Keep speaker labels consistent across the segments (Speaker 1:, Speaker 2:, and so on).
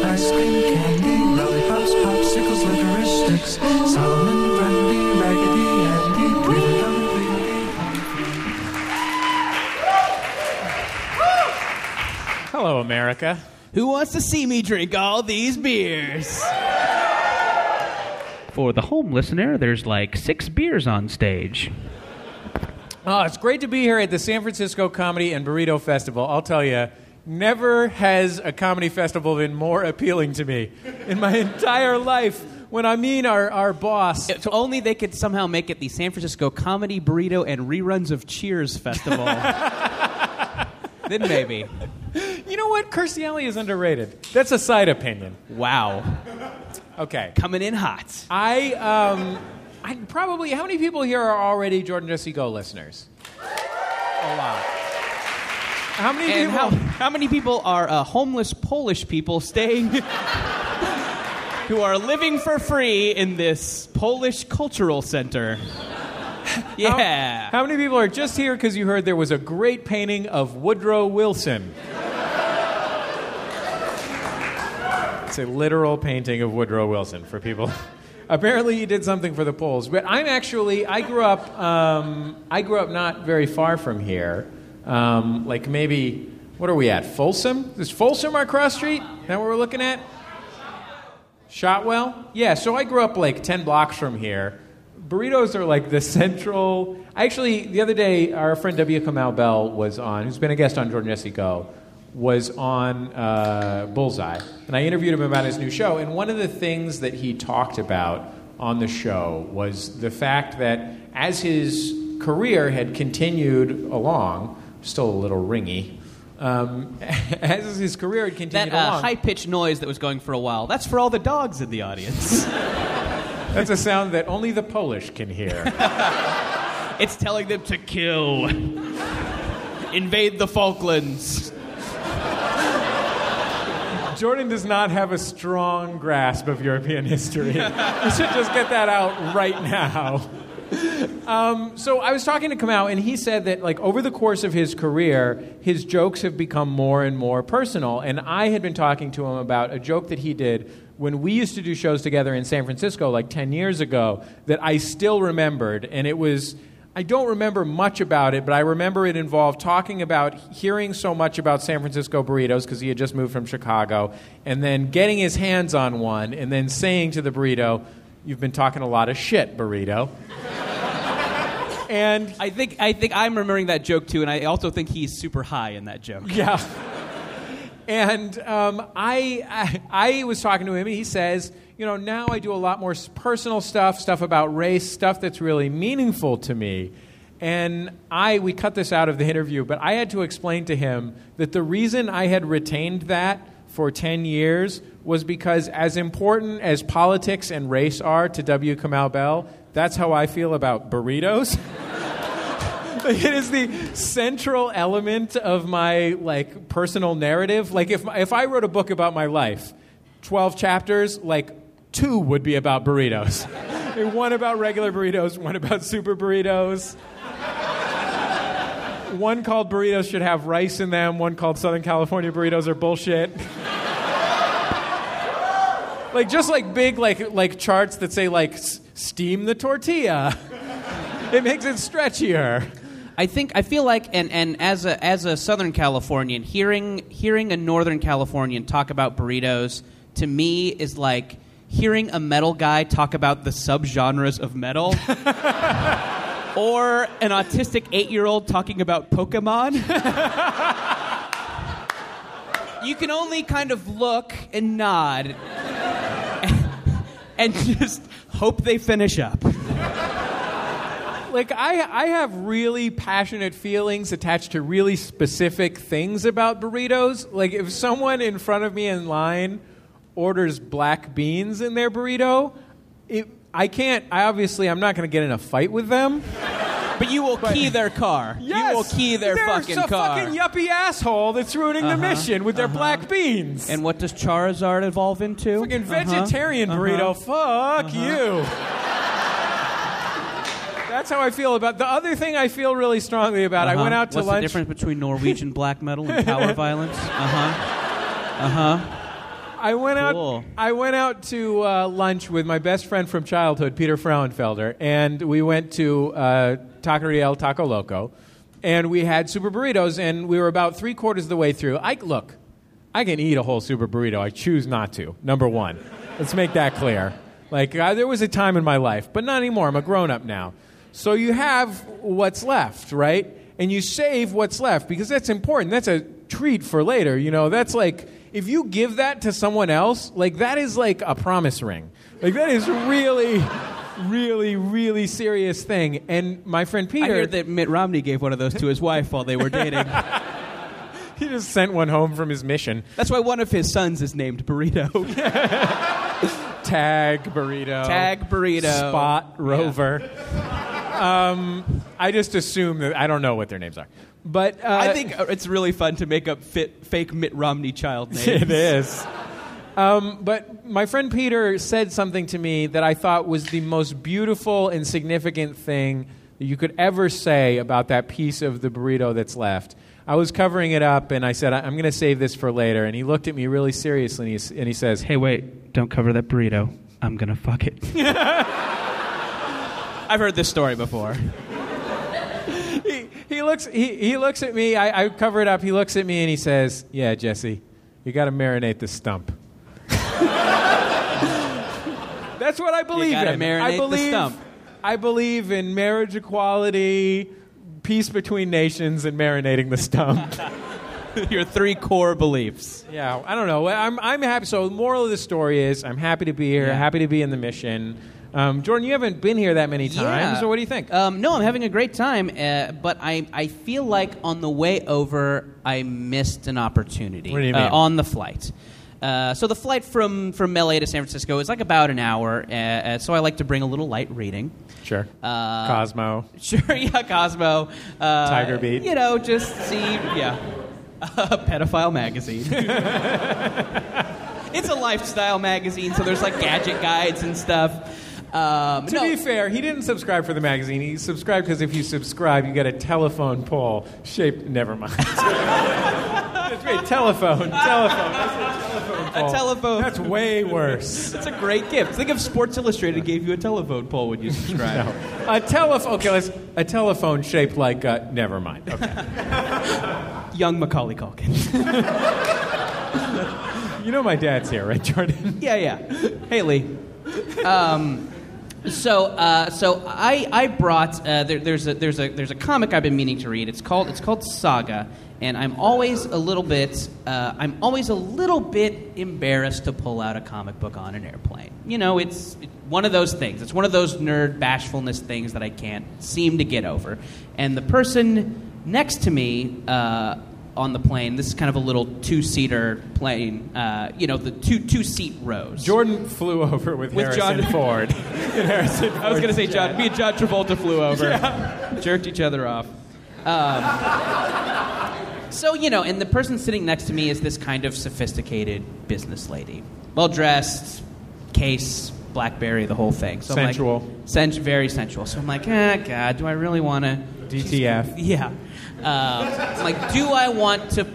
Speaker 1: ice cream, candy, lollipops, popsicles, licorice sticks, Solomon, Brandy, Raggedy Andy, Tweedledum, Tweedledee.
Speaker 2: Oh,
Speaker 3: Hello, America.
Speaker 4: Who wants to see me drink all these beers?
Speaker 5: For the home listener, there's like six beers on stage.
Speaker 3: Oh, it's great to be here at the San Francisco Comedy and Burrito Festival. I'll tell you, never has a comedy festival been more appealing to me in my entire life. When I mean our, our boss,
Speaker 4: If only they could somehow make it the San Francisco Comedy Burrito and Reruns of Cheers Festival. then maybe.
Speaker 3: you know what? Kirstie Alley is underrated. That's a side opinion.
Speaker 4: Wow.
Speaker 3: Okay.
Speaker 4: Coming in hot.
Speaker 3: I, um, I probably, how many people here are already Jordan Jesse Go listeners? A lot. How many
Speaker 4: And
Speaker 3: people?
Speaker 4: how, how many people are uh, homeless Polish people staying who are living for free in this Polish cultural center? Yeah.
Speaker 3: How many people are just here because you heard there was a great painting of Woodrow Wilson? it's a literal painting of Woodrow Wilson for people. Apparently, he did something for the polls. But I'm actually, I grew up, um, I grew up not very far from here. Um, like maybe, what are we at? Folsom? Is Folsom our cross street? Is that what we're looking at? Shotwell? Yeah, so I grew up like 10 blocks from here. Burritos are like the central. Actually, the other day, our friend W. Kamau Bell was on, who's been a guest on Jordan Jesse Go, was on uh, Bullseye. And I interviewed him about his new show. And one of the things that he talked about on the show was the fact that as his career had continued along, still a little ringy, um, as his career had continued
Speaker 4: That uh,
Speaker 3: along.
Speaker 4: high pitched noise that was going for a while, that's for all the dogs in the audience.
Speaker 3: That's a sound that only the Polish can hear.
Speaker 4: it's telling them to kill, invade the Falklands.
Speaker 3: Jordan does not have a strong grasp of European history. you should just get that out right now. Um, so I was talking to Kamau, and he said that like over the course of his career, his jokes have become more and more personal. And I had been talking to him about a joke that he did when we used to do shows together in San Francisco like 10 years ago that I still remembered, and it was. I don't remember much about it, but I remember it involved talking about hearing so much about San Francisco burritos because he had just moved from Chicago, and then getting his hands on one, and then saying to the burrito, You've been talking a lot of shit, burrito. and
Speaker 4: I think I think I'm remembering that joke too, and I also think he's super high in that joke.
Speaker 3: Yeah. And um, I, I, I was talking to him, and he says, you know, now I do a lot more s- personal stuff, stuff about race, stuff that's really meaningful to me. And I, we cut this out of the interview, but I had to explain to him that the reason I had retained that for 10 years was because, as important as politics and race are to W. Kamau Bell, that's how I feel about burritos. Like, it is the central element of my like personal narrative. Like if if I wrote a book about my life, twelve chapters, like two would be about burritos, And one about regular burritos, one about super burritos. One called burritos should have rice in them. One called Southern California burritos are bullshit. like just like big like like charts that say like s- steam the tortilla. it makes it stretchier.
Speaker 4: I think I feel like, and, and as a as a Southern Californian, hearing hearing a Northern Californian talk about burritos to me is like hearing a metal guy talk about the subgenres of metal, or an autistic eight year old talking about Pokemon. you can only kind of look and nod, and just hope they finish up.
Speaker 3: like I, I have really passionate feelings attached to really specific things about burritos. Like if someone in front of me in line orders black beans in their burrito, it, I can't. I obviously I'm not going to get in a fight with them.
Speaker 4: But you will key their car.
Speaker 3: Yes,
Speaker 4: you will key their
Speaker 3: They're
Speaker 4: fucking
Speaker 3: some
Speaker 4: car.
Speaker 3: fucking Uh-huh. yuppie asshole that's ruining the mission with their black beans
Speaker 4: and what does Charizard evolve into?
Speaker 3: fucking
Speaker 4: Uh-huh.
Speaker 3: vegetarian burrito. Fuck you. That's how I feel about the other thing. I feel really strongly about.
Speaker 4: Uh-huh.
Speaker 3: I went out to
Speaker 4: What's
Speaker 3: lunch.
Speaker 4: the difference between Norwegian black metal and power violence? Uh huh.
Speaker 3: I went
Speaker 4: Cool.
Speaker 3: out. I went out to uh, lunch with my best friend from childhood, Peter Frauenfelder, and we went to uh, Taqueria El Taco Loco, and we had super burritos, and we were about three quarters of the way through. I look, I can eat a whole super burrito. I choose not to. Number one, let's make that clear. Like uh, there was a time in my life, but not anymore. I'm a grown up now. So you have what's left, right? And you save what's left because that's important. That's a treat for later. You know, that's like if you give that to someone else, like that is like a promise ring. Like that is really, really, really serious thing. And my friend Peter,
Speaker 4: I heard that Mitt Romney gave one of those to his wife while they were dating.
Speaker 3: he just sent one home from his mission.
Speaker 4: That's why one of his sons is named
Speaker 3: Oh.
Speaker 4: Burrito.
Speaker 3: Tag burrito.
Speaker 4: Tag Burrito.
Speaker 3: Spot rover. um, I just assume that I don't know what their names are, but uh,
Speaker 4: I think uh, it's really fun to make up fit, fake Mitt Romney child names.
Speaker 3: it is. Um, but my friend Peter said something to me that I thought was the most beautiful and significant thing that you could ever say about that piece of the burrito that's left. I was covering it up and I said, "I- I'm going to save this for later. And he looked at me really seriously and he, s- and he says,
Speaker 5: Hey, wait, don't cover that burrito. I'm gonna fuck it.
Speaker 4: I've heard this story before.
Speaker 3: he, he looks he, he looks at me. I, I cover it up. He looks at me and he says, "Yeah, Jesse, you got to marinate the stump." That's what I believe
Speaker 4: gotta
Speaker 3: in.
Speaker 4: marinate
Speaker 3: I
Speaker 4: the
Speaker 3: believe,
Speaker 4: stump.
Speaker 3: I believe in marriage equality, peace between nations, and marinating the stump.
Speaker 4: Your three core beliefs.
Speaker 3: yeah, I don't know. I'm I'm happy. So, the moral of the story is, I'm happy to be here. Happy to be in the mission. Um, Jordan, you haven't been here that many times. So, what do you think?
Speaker 4: Um, no, I'm having a great time, uh, but I, I feel like on the way over, I missed an opportunity
Speaker 3: What do you
Speaker 4: uh,
Speaker 3: mean?
Speaker 4: on the flight. Uh, so the flight from, from LA to San Francisco is like about an hour, uh, uh, so I like to bring a little light reading.
Speaker 3: sure.
Speaker 4: Uh,
Speaker 3: Cosmo.
Speaker 4: Sure, yeah, Cosmo. Uh,
Speaker 3: Tiger Beat.
Speaker 4: You know, just see, yeah. pedophile magazine. it's a lifestyle magazine, so there's like gadget guides and stuff. Um,
Speaker 3: To
Speaker 4: no,
Speaker 3: be fair, he didn't subscribe for the magazine. He subscribed because if you subscribe, you get a telephone pole shaped. Never mind. That's great. Telephone. Telephone. That's a telephone
Speaker 4: a
Speaker 3: pole.
Speaker 4: telephone.
Speaker 3: That's way worse.
Speaker 4: That's a great gift. Think if Sports Illustrated gave you a telephone pole when you subscribe.
Speaker 3: No. A telephone. Okay, let's. A telephone shaped like. Uh, never mind. Okay.
Speaker 4: Young Macaulay Culkin.
Speaker 3: You know my dad's here, right, Jordan?
Speaker 4: yeah, yeah. Haley. Um, so, uh, so I, I brought uh, there, there's a there's a there's a comic I've been meaning to read. It's called it's called Saga, and I'm always a little bit uh, I'm always a little bit embarrassed to pull out a comic book on an airplane. You know, it's it- one of those things. It's one of those nerd bashfulness things that I can't seem to get over. And the person next to me uh, on the plane, this is kind of a little two seater plane. Uh, you know, the two two seat rows.
Speaker 3: Jordan flew over with,
Speaker 4: With
Speaker 3: Harrison
Speaker 4: John-
Speaker 3: Ford. In Harrison
Speaker 4: I was going to
Speaker 3: Ford's
Speaker 4: say
Speaker 3: jet.
Speaker 4: John. Me and John Travolta flew over, jerked each other off. Um, so you know, and the person sitting next to me is this kind of sophisticated business lady, well dressed, case, BlackBerry, the whole thing. So I'm like-
Speaker 3: Sensual.
Speaker 4: sen- very sensual. So I'm like, ah, God, do I really want to?
Speaker 3: DTF.
Speaker 4: Yeah. Uh, I'm like, do I want to?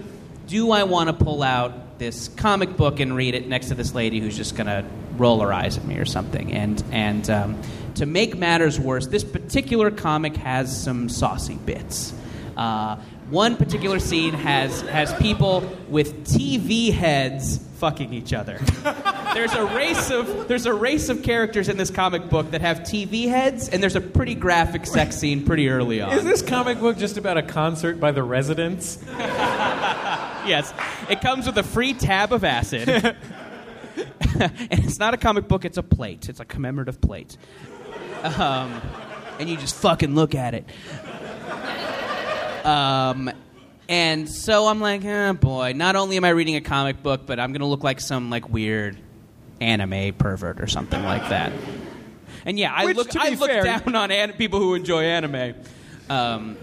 Speaker 4: Do I want to pull out this comic book and read it next to this lady who's just gonna roll her eyes at me or something? And and um, to make matters worse, this particular comic has some saucy bits. Uh, one particular scene has has people with TV heads fucking each other. There's a race of there's a race of characters in this comic book that have TV heads, and there's a pretty graphic sex scene pretty early on.
Speaker 3: Is this comic book just about a concert by the residents?
Speaker 4: Yes. It comes with a free tab of acid. and it's not a comic book, it's a plate. It's a commemorative plate. Um, and you just fucking look at it. Um, and so I'm like, oh boy, not only am I reading a comic book, but I'm going to look like some like weird anime pervert or something like that. And yeah, I
Speaker 3: Which,
Speaker 4: look
Speaker 3: to
Speaker 4: I
Speaker 3: be
Speaker 4: look
Speaker 3: fair-
Speaker 4: down on an- people who enjoy anime. Um,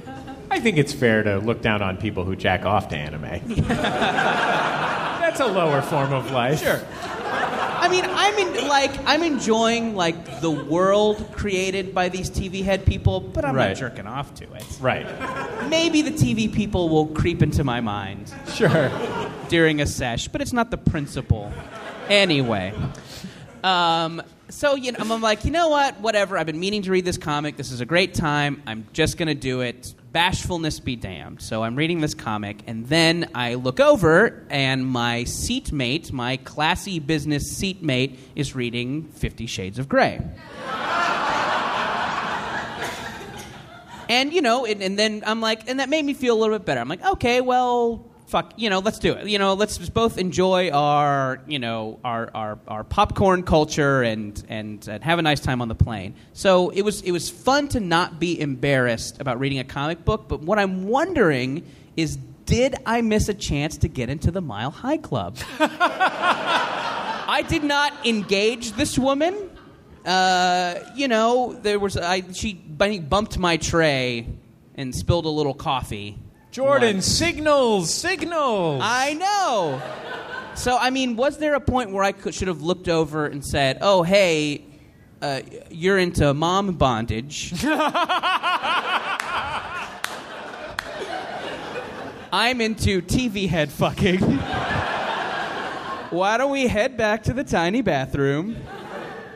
Speaker 3: I think it's fair to look down on people who jack off to anime. That's a lower form of life. Sure.
Speaker 4: I mean, I'm in, like I'm enjoying like the world created by these TV head people, but I'm
Speaker 3: Right.
Speaker 4: not jerking off to it.
Speaker 3: Right.
Speaker 4: Maybe the TV people will creep into my mind
Speaker 3: Sure.
Speaker 4: during a sesh, but it's not the principle. Anyway, um, so you know, I'm, I'm like, you know what? Whatever. I've been meaning to read this comic. This is a great time. I'm just gonna do it. Bashfulness be damned. So I'm reading this comic, and then I look over, and my seatmate, my classy business seatmate, is reading Fifty Shades of Grey. And you know, and, and then I'm like, and that made me feel a little bit better. I'm like, okay, well, fuck, you know, let's do it. You know, let's just both enjoy our, you know, our our, our popcorn culture and, and and have a nice time on the plane. So it was it was fun to not be embarrassed about reading a comic book. But what I'm wondering is, did I miss a chance to get into the Mile High Club? I did not engage this woman. Uh, you know, there was I. She bu- bumped my tray and spilled a little coffee.
Speaker 3: Jordan,
Speaker 4: Once.
Speaker 3: signals, signals.
Speaker 4: I know. So I mean, was there a point where I could, should have looked over and said, "Oh, hey, uh, you're into mom bondage." I'm into TV head fucking. Why don't we head back to the tiny bathroom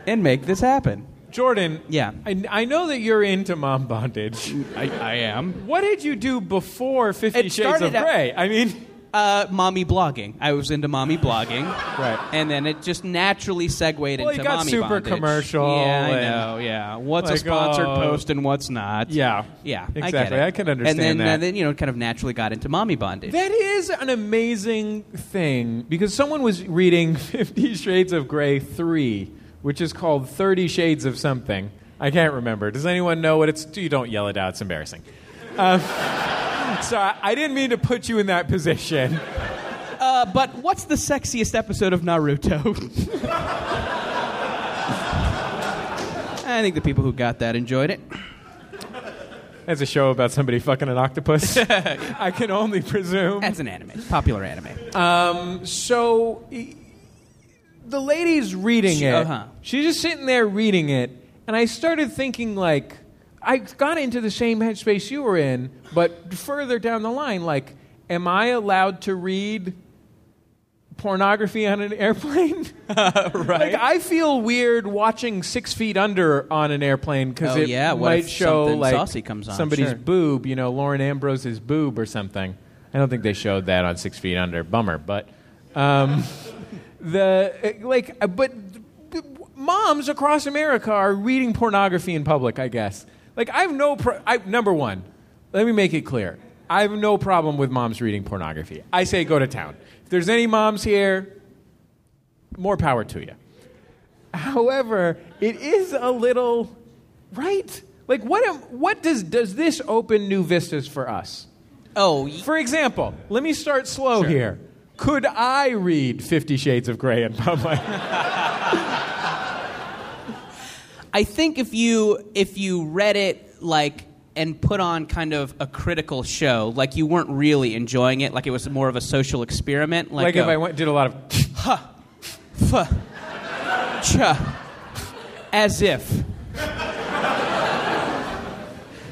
Speaker 4: and make this happen?
Speaker 3: Jordan.
Speaker 4: Yeah.
Speaker 3: I, I know that you're into mom bondage.
Speaker 4: I, I am.
Speaker 3: What did you do before Fifty
Speaker 4: It
Speaker 3: Shades of
Speaker 4: started out-
Speaker 3: Grey? I mean,
Speaker 4: Uh, mommy blogging. I was into mommy blogging.
Speaker 3: right.
Speaker 4: And then it just naturally segued
Speaker 3: Well,
Speaker 4: into
Speaker 3: it got
Speaker 4: mommy
Speaker 3: super
Speaker 4: bondage.
Speaker 3: commercial
Speaker 4: Yeah, I
Speaker 3: and-
Speaker 4: know. Yeah, what's
Speaker 3: Like,
Speaker 4: a sponsored
Speaker 3: oh.
Speaker 4: post and what's not?
Speaker 3: Yeah.
Speaker 4: yeah, I get
Speaker 3: Exactly.
Speaker 4: it.
Speaker 3: I can understand
Speaker 4: And then,
Speaker 3: that.
Speaker 4: and then you know, kind of naturally got into mommy bondage.
Speaker 3: That is an amazing thing because someone was reading Fifty Shades of Grey 3, which is called 30 Shades of Something. I can't remember. Does anyone know what it's? You don't yell it out, it's embarrassing. Um, so I, I didn't mean to put you in that position.
Speaker 4: Uh, but what's the sexiest episode of Naruto? I think the people who got that enjoyed it.
Speaker 3: That's a show about somebody fucking an octopus. I can only presume.
Speaker 4: That's an anime, It's a popular anime.
Speaker 3: Um, So e- the lady's reading
Speaker 4: She-
Speaker 3: it.
Speaker 4: uh-huh.
Speaker 3: She's just sitting there reading it, and I started thinking like I got into the same headspace you were in, but further down the line, like, am I allowed to read pornography on an airplane?
Speaker 4: right?
Speaker 3: Like I feel weird watching Six Feet Under on an airplane because
Speaker 4: Oh,
Speaker 3: it
Speaker 4: yeah, what
Speaker 3: might
Speaker 4: if
Speaker 3: show
Speaker 4: something
Speaker 3: like
Speaker 4: saucy comes on,
Speaker 3: somebody's
Speaker 4: sure.
Speaker 3: boob, you know, Lauren Ambrose's boob or something. I don't think they showed that on Six Feet Under. Bummer, but um, the uh, like, uh, but uh, moms across America are reading pornography in public. I guess. Like I have no pro- I, number one. Let me make it clear. I have no problem with moms reading pornography. I say go to town. If there's any moms here, more power to you. However, it is a little right. Like what am, what does does this open new vistas for us?
Speaker 4: oh, y-
Speaker 3: For example, let me start slow here. Could I read 50 Shades of Grey in public?
Speaker 4: I think if you if you read it like and put on kind of a critical show, like you weren't really enjoying it, like it was more of a social experiment, like,
Speaker 3: like if
Speaker 4: a,
Speaker 3: I went, did a lot of
Speaker 4: F- cha, as if.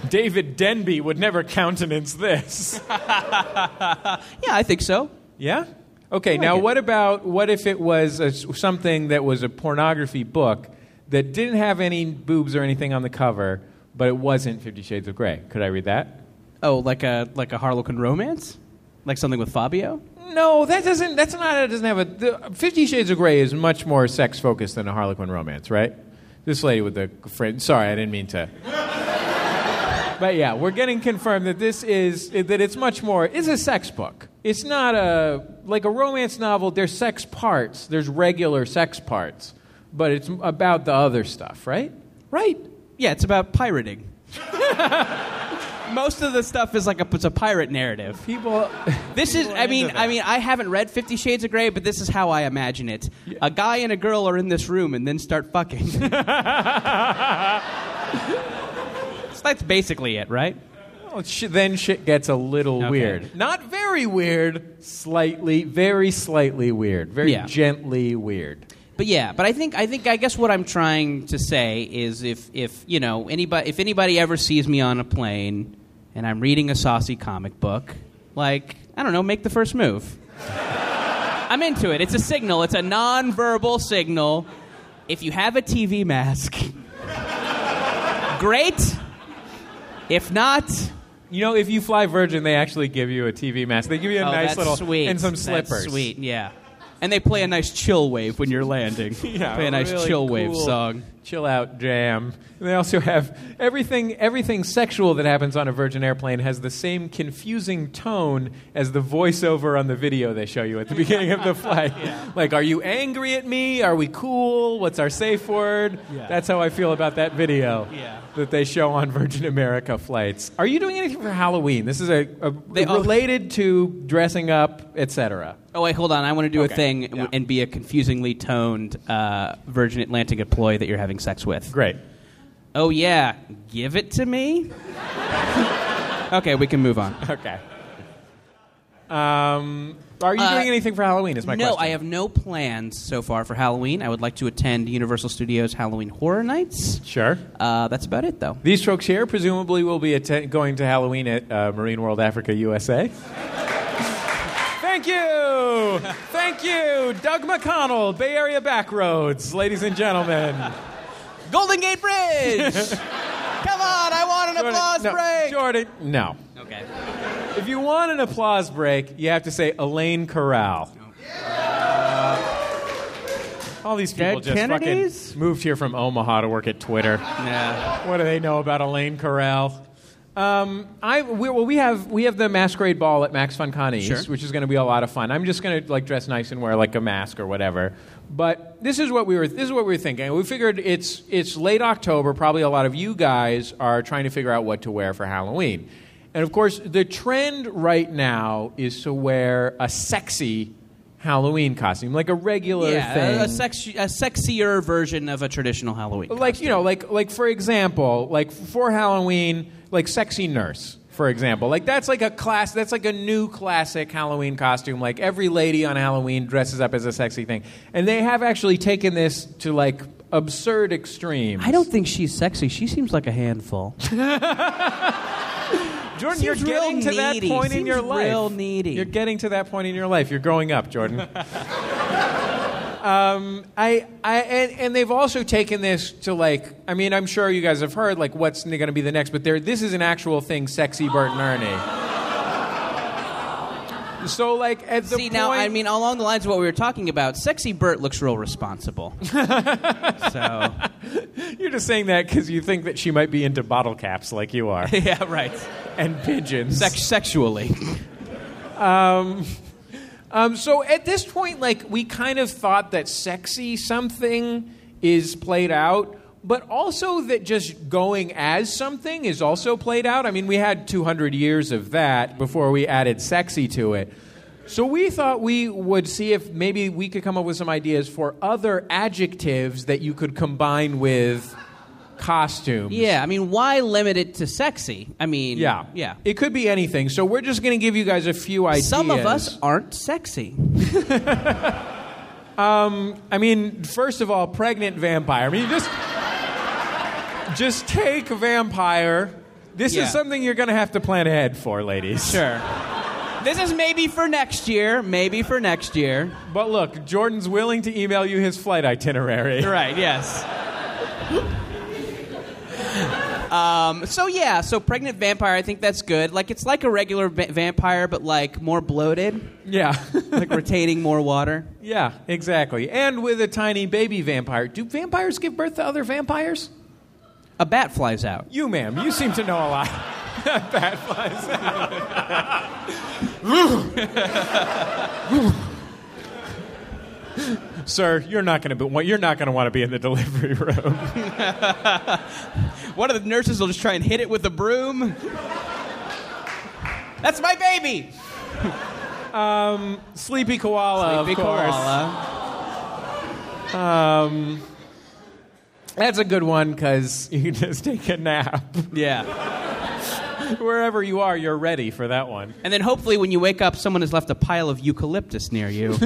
Speaker 3: David Denby would never countenance this.
Speaker 4: Yeah, I think so.
Speaker 3: Yeah? Okay, now what about what if it was a, something that was a pornography book that didn't have any boobs or anything on the cover, but it wasn't 50 Shades of Grey? Could I read that?
Speaker 4: Oh, like a like a Harlequin romance, like something with Fabio.
Speaker 3: No, that doesn't. That's not. It doesn't have a. The, Fifty Shades of Grey is much more sex focused than a Harlequin romance, right? This lady with the friend. Sorry, I didn't mean to. but yeah, we're getting confirmed that this is that it's much more. It's a sex book. It's not a like a romance novel. There's sex parts. There's regular sex parts, but it's about the other stuff, right?
Speaker 4: Right. Yeah, it's about pirating. Most of the stuff is like a, it's a pirate narrative.
Speaker 3: People.
Speaker 4: This is.
Speaker 3: People are
Speaker 4: I mean.
Speaker 3: into that.
Speaker 4: I mean. I haven't read Fifty Shades of Grey, but this is how I imagine it. A guy and a girl are in this room and then start fucking. so that's basically it, right?
Speaker 3: Well, Oh, sh- then shit gets a little
Speaker 4: Okay.
Speaker 3: weird. Not very weird, slightly, very slightly weird, very
Speaker 4: Yeah.
Speaker 3: gently weird.
Speaker 4: But yeah, but I think I think I guess what I'm trying to say is if if you know anybody if anybody ever sees me on a plane and I'm reading a saucy comic book, like I don't know, make the first move. I'm into it. It's a signal. It's a nonverbal signal. If you have a TV mask, great. If not, oh,
Speaker 3: You know, if you fly Virgin, they actually give you a TV mask. They give you a
Speaker 4: oh,
Speaker 3: nice
Speaker 4: that's
Speaker 3: little
Speaker 4: sweet.
Speaker 3: and some
Speaker 4: That's
Speaker 3: slippers.
Speaker 4: sweet, yeah. And they play a nice chill wave when you're landing.
Speaker 3: Yeah,
Speaker 4: play a nice
Speaker 3: really
Speaker 4: chill wave
Speaker 3: cool
Speaker 4: song.
Speaker 3: Chill out jam. And they also have everything everything sexual that happens on a Virgin airplane has the same confusing tone as the voiceover on the video they show you at the beginning of the flight. Like, are you angry at me? Are we cool? What's our safe word? That's how I feel about that video
Speaker 4: Yeah.
Speaker 3: that they show on Virgin America flights. Are you doing anything for Halloween? This is a, a
Speaker 4: oh.
Speaker 3: related to dressing up, etc.
Speaker 4: Oh wait, hold on. I want to do a thing w-
Speaker 3: yeah.
Speaker 4: and be a confusingly toned uh, Virgin Atlantic employee that you're having sex with.
Speaker 3: Great.
Speaker 4: Oh yeah, give it to me. okay, we can move on.
Speaker 3: Okay. Um, are you
Speaker 4: Uh,
Speaker 3: doing anything for Halloween? Is my
Speaker 4: no,
Speaker 3: question.
Speaker 4: I have no plans so far for Halloween. I would like to attend Universal Studios Halloween Horror Nights.
Speaker 3: Sure.
Speaker 4: Uh, that's about it, though.
Speaker 3: These folks here presumably will be atten- going to Halloween at uh, Marine World Africa, USA. Thank you. Thank you, Doug McConnell, Bay Area Backroads, ladies and gentlemen.
Speaker 4: Golden Gate Bridge. Come on, I want an applause
Speaker 3: no,
Speaker 4: break.
Speaker 3: Jordan, no.
Speaker 4: Okay.
Speaker 3: If you want an applause break, you have to say Elaine Corral. All these people
Speaker 4: Dead
Speaker 3: just
Speaker 4: Kennedys?
Speaker 3: fucking moved here from Omaha to work at Twitter.
Speaker 4: Yeah.
Speaker 3: What do they know about Elaine Corral? Um, I we, well, we have we have the masquerade ball at Max Fun Con East,
Speaker 4: Sure.
Speaker 3: which is going to be a lot of fun. I'm just going to like dress nice and wear like a mask or whatever. But this is what we were this is what we were thinking. We figured it's it's late October. Probably a lot of you guys are trying to figure out what to wear for Halloween, and of course the trend right now is to wear a sexy Halloween costume, like a regular thing,
Speaker 4: yeah, a, a, sexy, a sexier version of a traditional Halloween.
Speaker 3: like you know like like for example like for halloween like sexy nurse for example like that's like a class that's like a new classic halloween costume like every lady on halloween dresses up as a sexy thing and they have actually taken this to like absurd extremes
Speaker 4: I don't think she's sexy. She seems like a handful.
Speaker 3: jordan you're
Speaker 4: Seems real
Speaker 3: getting to that
Speaker 4: needy.
Speaker 3: point in
Speaker 4: Seems
Speaker 3: your life
Speaker 4: real needy.
Speaker 3: you're getting to that point in your life you're growing up jordan Um, I, I and, and they've also taken this to like I mean I'm sure you guys have heard like what's going to be the next but there this is an actual thing sexy Bert and Ernie. So like at the
Speaker 4: See
Speaker 3: point
Speaker 4: now, I mean, along the lines of what we were talking about, sexy Bert looks real responsible. so
Speaker 3: you're just saying that because you think that she might be into bottle caps like you are
Speaker 4: yeah, right.
Speaker 3: and pigeons.
Speaker 4: Sex- sexually,
Speaker 3: Um, so at this point, like we kind of thought that sexy something is played out, but also that just going as something is also played out. I mean, we had 200 years of that before we added sexy to it. So we thought we would see if maybe we could come up with some ideas for other adjectives that you could combine with costumes.
Speaker 4: yeah. I mean, why limit it to sexy? I mean,
Speaker 3: Yeah.
Speaker 4: yeah.
Speaker 3: It could be anything. So we're just going to give you guys a few ideas.
Speaker 4: Some of us aren't sexy.
Speaker 3: I mean, first of all, pregnant vampire. I mean, you just just take vampire. This
Speaker 4: Yeah.
Speaker 3: is something you're going to have to plan ahead for, ladies.
Speaker 4: Sure. This is maybe for next year. Maybe for next year.
Speaker 3: But look, Jordan's willing to email you his flight itinerary.
Speaker 4: Right. Yes. Um, so yeah, so pregnant vampire. I think that's good. Like it's like a regular va- vampire, but like more bloated,
Speaker 3: Yeah.
Speaker 4: like retaining more water.
Speaker 3: yeah, exactly. And with a tiny baby vampire. Do vampires give birth to other vampires?
Speaker 4: A bat flies out.
Speaker 3: You, ma'am, you seem to know a lot. Bad flies out. Sir, you're not going to be. You're not going to want to be in the delivery room.
Speaker 4: One of the nurses will just try and hit it with a broom. That's my baby.
Speaker 3: Sleepy koala,
Speaker 4: Big
Speaker 3: of course.
Speaker 4: koala.
Speaker 3: That's a good one because you can just take a nap.
Speaker 4: Yeah.
Speaker 3: wherever you are, you're ready for that one.
Speaker 4: And then hopefully when you wake up, someone has left a pile of eucalyptus near you.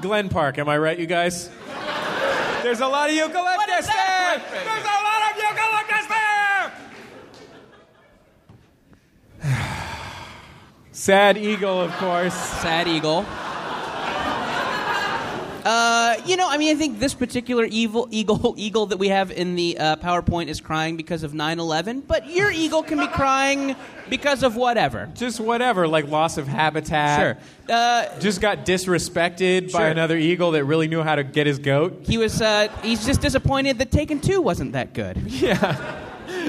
Speaker 3: Glen Park, am I right, you guys? There's a lot of eucalyptus there. There's a lot of eucalyptus there. Sad eagle, of course.
Speaker 4: Sad eagle. Uh, you know, I mean, I think this particular evil eagle eagle that we have in the uh, PowerPoint is crying because of 9/11, but your eagle can be crying because of whatever.
Speaker 3: Just whatever, like loss of
Speaker 4: Sure.
Speaker 3: habitat.
Speaker 4: Uh,
Speaker 3: Just got disrespected by
Speaker 4: Sure.
Speaker 3: another eagle that really knew how to get his goat.
Speaker 4: he was. Uh, he's just disappointed that Taken Two wasn't that good.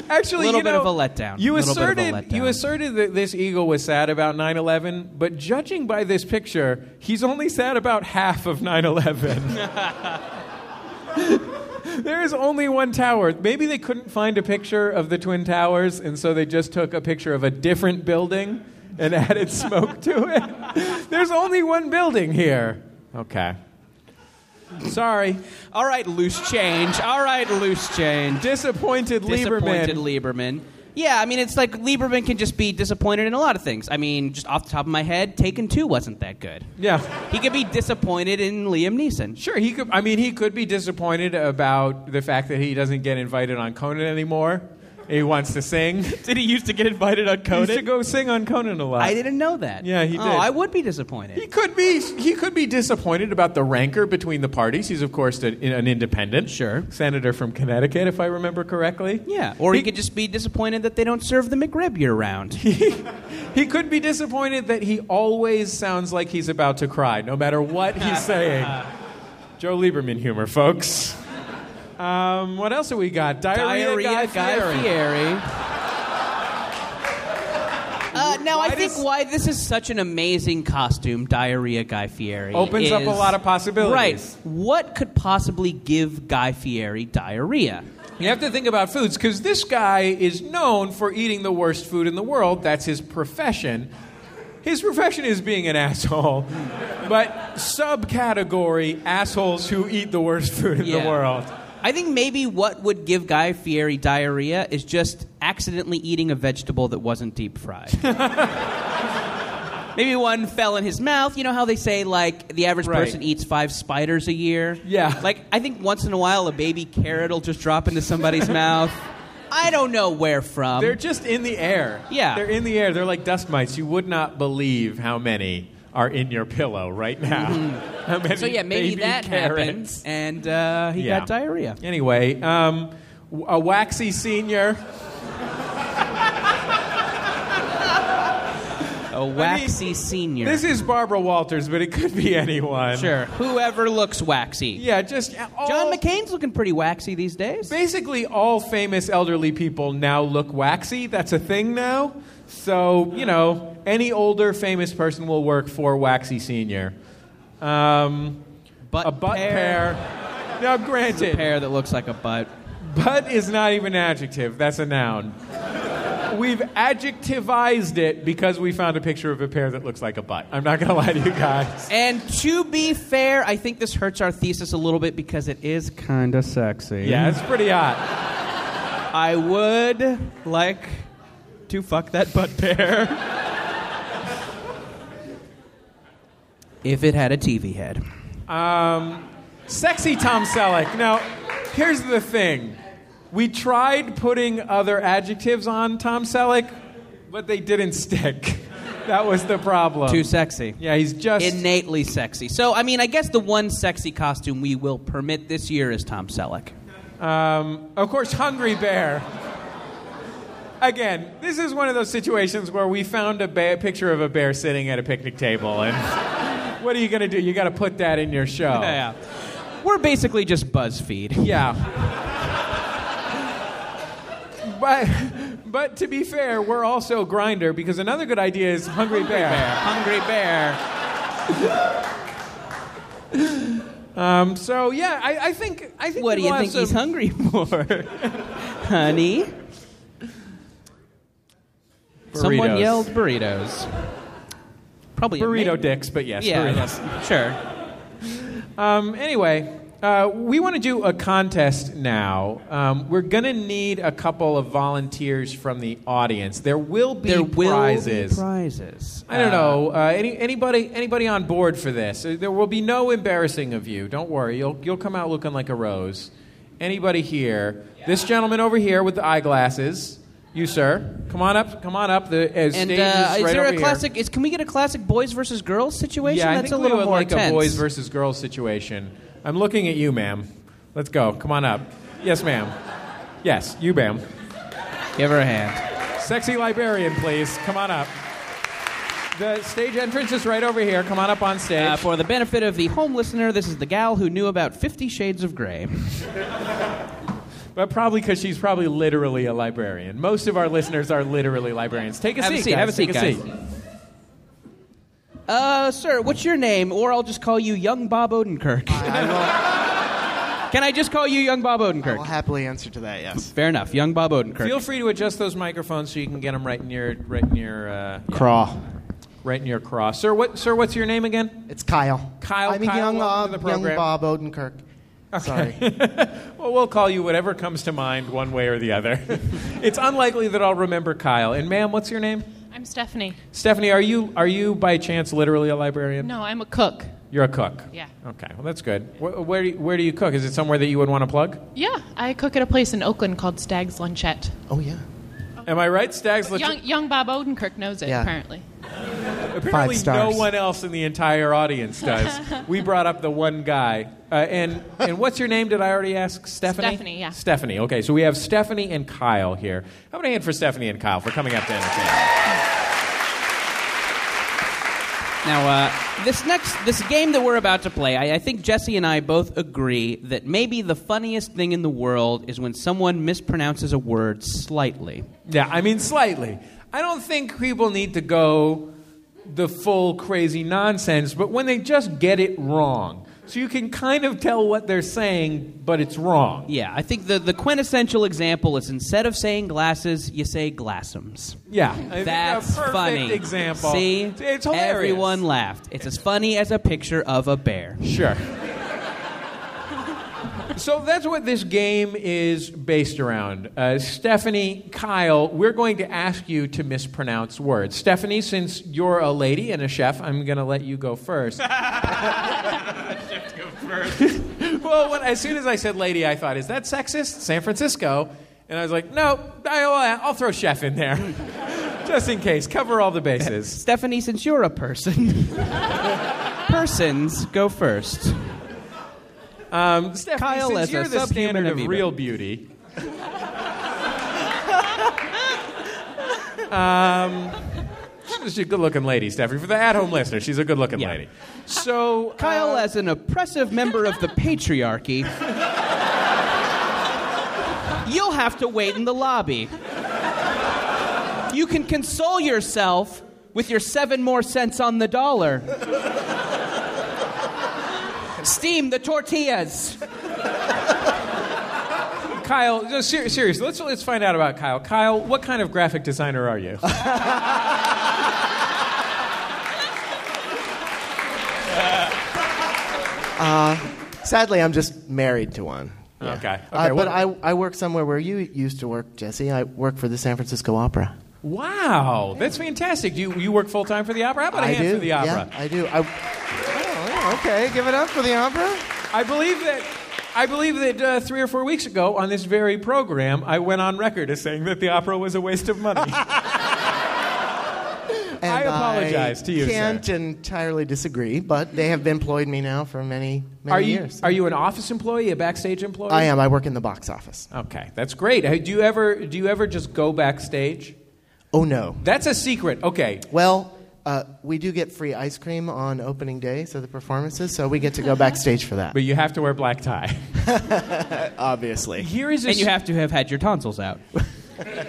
Speaker 3: Actually,
Speaker 4: Little
Speaker 3: you
Speaker 4: bit
Speaker 3: know,
Speaker 4: of a letdown.
Speaker 3: You
Speaker 4: Little bit of a
Speaker 3: asserted you
Speaker 4: letdown.
Speaker 3: asserted that this eagle was sad about 9/11, but judging by this picture, he's only sad about half of 9/11. there is only one tower. Maybe they couldn't find a picture of the twin towers, and so they just took a picture of a different building and added smoke to it. There's only one building here. Okay. Sorry.
Speaker 4: All right, loose change. All right, loose change.
Speaker 3: Disappointed,
Speaker 4: disappointed
Speaker 3: Lieberman.
Speaker 4: Lieberman. Yeah, I mean, it's like Lieberman can just be disappointed in a lot of things. I mean, just off the top of my head, Taken 2 wasn't that good.
Speaker 3: yeah.
Speaker 4: He could be disappointed in Liam Neeson.
Speaker 3: Sure, he could. I mean, he could be disappointed about the fact that he doesn't get invited on Conan anymore. He wants to sing.
Speaker 4: Did he used to get invited on
Speaker 3: He used to go sing on Conan a lot.
Speaker 4: I didn't know that.
Speaker 3: Yeah, he
Speaker 4: Oh,
Speaker 3: did.
Speaker 4: I would be
Speaker 3: He
Speaker 4: disappointed.
Speaker 3: could be. He could be disappointed about the rancor between the parties. He's of course an, an independent,
Speaker 4: Sure.
Speaker 3: senator from Connecticut, if I remember correctly.
Speaker 4: Yeah, or he,
Speaker 3: He-
Speaker 4: could just be disappointed that they don't serve the McRib year round.
Speaker 3: He could be disappointed that he always sounds like he's about to cry, no matter what he's saying. Joe Lieberman humor, folks. Um, what else have we got? Diarrhea, Guy, Fieri.
Speaker 4: Uh, now I
Speaker 3: Why
Speaker 4: think
Speaker 3: does-
Speaker 4: why this is such an amazing costume, diarrhea Guy Fieri,
Speaker 3: Opens up a
Speaker 4: is-
Speaker 3: lot of possibilities.
Speaker 4: Right? What could possibly give Guy Fieri diarrhea?
Speaker 3: You have to think about foods because this guy is known for eating the worst food in the world. That's his profession. His profession is being an asshole, but subcategory assholes who eat the worst food in
Speaker 4: Yeah.
Speaker 3: the world.
Speaker 4: I think maybe what would give Guy Fieri diarrhea is just accidentally eating a vegetable that wasn't deep fried. maybe one fell in his mouth. You know how they say like the average
Speaker 3: Right.
Speaker 4: person eats five spiders a year?
Speaker 3: Yeah.
Speaker 4: Like I think once in a while a baby carrot will just drop into somebody's mouth. I don't know where from.
Speaker 3: They're just in the air.
Speaker 4: Um, Yeah.
Speaker 3: They're in the air. They're like dust mites. You would not believe how many are in your pillow right now. How many
Speaker 4: Mm-hmm. so yeah, maybe
Speaker 3: baby
Speaker 4: that
Speaker 3: carrots.
Speaker 4: happened, and uh, he
Speaker 3: Yeah.
Speaker 4: got diarrhea.
Speaker 3: Anyway, um, w- a waxy senior.
Speaker 4: A waxy senior.
Speaker 3: This is Barbara Walters, but it could be anyone.
Speaker 4: sure. Whoever looks waxy.
Speaker 3: Yeah, just all,
Speaker 4: John McCain's looking pretty waxy these days.
Speaker 3: Basically, all famous elderly people now look waxy. That's a thing now. So you know, any older famous person will work for waxy senior. Um,
Speaker 4: Butt
Speaker 3: a butt pair. Now, granted,
Speaker 4: Pair that looks like a butt.
Speaker 3: butt is not even an adjective. That's a noun. We've adjectivized it because we found a picture of a pair that looks like a butt. I'm not going to lie to you guys.
Speaker 4: And to be fair, I think this hurts our thesis a little bit because it is kind of sexy.
Speaker 3: Yeah, it's pretty hot.
Speaker 4: I would like to fuck that butt pair. if it had a TV head.
Speaker 3: Um, sexy Tom Selleck. Now, here's the thing. We tried putting other adjectives on Tom Selleck, but they didn't stick. That was the problem.
Speaker 4: Too sexy.
Speaker 3: yeah, he's just.
Speaker 4: Innately sexy. So, I mean, I guess the one sexy costume we will permit this year is Tom Selleck.
Speaker 3: Um, of course, Hungry Bear. Again, this is one of those situations where we found a bear, picture of a bear sitting at a picnic table, and what are you going to do? You got to put that in your show.
Speaker 4: Yeah. We're basically just BuzzFeed.
Speaker 3: Yeah. but but to be fair, we're also grinder because another good idea is hungry, bear.
Speaker 4: Hungry bear.
Speaker 3: Um, so yeah, I, I think I think
Speaker 4: What do
Speaker 3: people
Speaker 4: you
Speaker 3: have
Speaker 4: think
Speaker 3: some-
Speaker 4: he's hungry for? Honey? Someone
Speaker 3: Burritos.
Speaker 4: yelled burritos. Probably a
Speaker 3: Burrito
Speaker 4: ma-
Speaker 3: dicks, but yes,
Speaker 4: Yeah,
Speaker 3: burritos.
Speaker 4: yes, sure.
Speaker 3: Um, anyway, uh, we want to do a contest now. Um, we're going to need a couple of volunteers from the audience. There will be
Speaker 4: there will
Speaker 3: prizes.
Speaker 4: be prizes.
Speaker 3: I don't
Speaker 4: Uh,
Speaker 3: know. Uh, any, anybody, anybody on board for this? Uh, There will be no embarrassing of you. Don't worry. You'll, you'll come out looking like a rose. Anybody here? This gentleman over here with the eyeglasses. You, sir. Come on up. Come on up. The uh,
Speaker 4: And
Speaker 3: stage
Speaker 4: uh,
Speaker 3: is
Speaker 4: is
Speaker 3: right
Speaker 4: there
Speaker 3: over
Speaker 4: a
Speaker 3: here.
Speaker 4: classic? Is can we get a classic boys versus girls situation?
Speaker 3: Yeah, I
Speaker 4: That's
Speaker 3: think
Speaker 4: a
Speaker 3: we
Speaker 4: little
Speaker 3: would
Speaker 4: more
Speaker 3: like
Speaker 4: tense.
Speaker 3: a boys versus girls situation. I'm looking at you, ma'am. Let's go. Come on up. Yes, ma'am. Yes, you, ma'am.
Speaker 4: Give her a hand.
Speaker 3: Sexy librarian, please. Come on up. The stage entrance is right over here. Come on up on stage.
Speaker 4: Uh, for the benefit of the home listener, this is the gal who knew about Fifty Shades of Grey.
Speaker 3: But probably because she's probably literally a librarian. Most of our listeners are literally librarians. Take a
Speaker 4: Have a
Speaker 3: seat.
Speaker 4: seat, have a
Speaker 3: guys.
Speaker 4: seat,
Speaker 3: Take
Speaker 4: guys. Uh, sir, what's your name? Or I'll just call you Young Bob Odenkirk.
Speaker 6: I will,
Speaker 4: Can I just call you Young Bob
Speaker 6: I will
Speaker 4: Odenkirk?
Speaker 6: happily answer to that, yes.
Speaker 4: Fair enough, Young Bob Odenkirk.
Speaker 3: Feel free to adjust those microphones so you can get them right near, right near, uh,
Speaker 6: Craw.
Speaker 3: right near cross. Sir, what, sir, what's your name again?
Speaker 6: It's Kyle.
Speaker 3: Kyle,
Speaker 6: I mean,
Speaker 3: Kyle,
Speaker 6: young, uh,
Speaker 3: welcome to the
Speaker 6: young
Speaker 3: program.
Speaker 6: Bob Odenkirk. Sorry.
Speaker 3: Well, we'll call you whatever comes to mind, one way or the other. it's unlikely that I'll remember Kyle. And ma'am, what's your name?
Speaker 7: I'm Stephanie.
Speaker 3: Stephanie, are you are you by chance literally a librarian?
Speaker 7: No, I'm a cook.
Speaker 3: You're a cook.
Speaker 7: Yeah.
Speaker 3: Okay. Well, that's good. Where, where, do you, where do you cook? Is it somewhere that you would want to plug?
Speaker 7: Yeah, I cook at a place in Oakland called Stag's Lunchette.
Speaker 6: oh, yeah.
Speaker 3: Am I right, Stags? Let's-
Speaker 7: Young, young Bob Odenkirk knows it,
Speaker 6: Yeah.
Speaker 7: apparently.
Speaker 3: Apparently,
Speaker 6: Five stars.
Speaker 3: no one else in the entire audience does. we brought up the one guy. Uh, and and what's your name? Did I already ask? Stephanie.
Speaker 7: Stephanie, yeah.
Speaker 3: Stephanie. Okay, so we have Stephanie and Kyle here. How about a hand for Stephanie and Kyle for coming up to entertain?
Speaker 4: Now, uh, this next this game that we're about to play, I, I think Jesse and I both agree that maybe the funniest thing in the world is when someone mispronounces a word slightly.
Speaker 3: Yeah, I mean slightly. I don't think people need to go the full crazy nonsense, but when they just get it wrong, so you can kind of tell what they're saying, but it's wrong.
Speaker 4: Yeah, I think the, the quintessential example is instead of saying glasses, you say glassums.
Speaker 3: Yeah, I think a
Speaker 4: That's
Speaker 3: perfect
Speaker 4: funny.
Speaker 3: Example.
Speaker 4: See,
Speaker 3: it's hilarious.
Speaker 4: everyone laughed. It's as funny as a picture of a bear.
Speaker 3: Sure. so that's what this game is based around. Uh, Stephanie, Kyle, we're going to ask you to mispronounce words. Stephanie, since you're a lady and a chef, I'm going to let you go first. well, when, as soon as I said lady, I thought, is that sexist? San Francisco. And I was like, no, I'll, I'll throw chef in there. Just in case, cover all the bases.
Speaker 4: Stephanie, since you're a person, persons go first.
Speaker 3: Um, Stephanie,
Speaker 4: Kyle
Speaker 3: since
Speaker 4: as
Speaker 3: you're
Speaker 4: a
Speaker 3: the
Speaker 4: subhuman
Speaker 3: standard of
Speaker 4: amoeba.
Speaker 3: real beauty. um, she's a good-looking lady, Stephanie. For the at-home listener, she's a good-looking
Speaker 4: Yeah.
Speaker 3: lady. So,
Speaker 4: Kyle, as an oppressive member of the patriarchy, you'll have to wait in the lobby. You can console yourself with your seven more cents on the dollar. Steam the tortillas.
Speaker 3: Kyle, no, ser- seriously, let's let's find out about Kyle. Kyle, what kind of graphic designer are you?
Speaker 6: Sadly, I'm just married to one. Yeah.
Speaker 3: Oh. Okay. Okay,
Speaker 6: Uh,
Speaker 3: well-
Speaker 6: but I, I work somewhere where you used to work, Jesse. I work for the San Francisco Opera.
Speaker 3: wow, that's fantastic. You you work full time for the opera? How about a
Speaker 6: I
Speaker 3: hand
Speaker 6: do.
Speaker 3: for the opera?
Speaker 6: Yeah, I do. I, oh, okay, give it up for the opera.
Speaker 3: I believe that. I believe that uh, three or four weeks ago on this very program, I went on record as saying that the opera was a waste of money.
Speaker 6: And
Speaker 3: I apologize to you, sir.
Speaker 6: Can't entirely disagree, but they have employed me now for many, many
Speaker 3: Are you
Speaker 6: years.
Speaker 3: are you an office employee, a backstage employee?
Speaker 6: I am. I work in the box office.
Speaker 3: Okay, that's great. Uh, Do you ever do you ever just go backstage?
Speaker 6: Oh no.
Speaker 3: That's a secret. Okay,
Speaker 6: Well, uh, we do get free ice cream on opening day, so the performances, so we get to go backstage for that.
Speaker 3: but you have to wear black tie.
Speaker 6: Obviously.
Speaker 3: Here is a
Speaker 4: And you have to have had your tonsils out.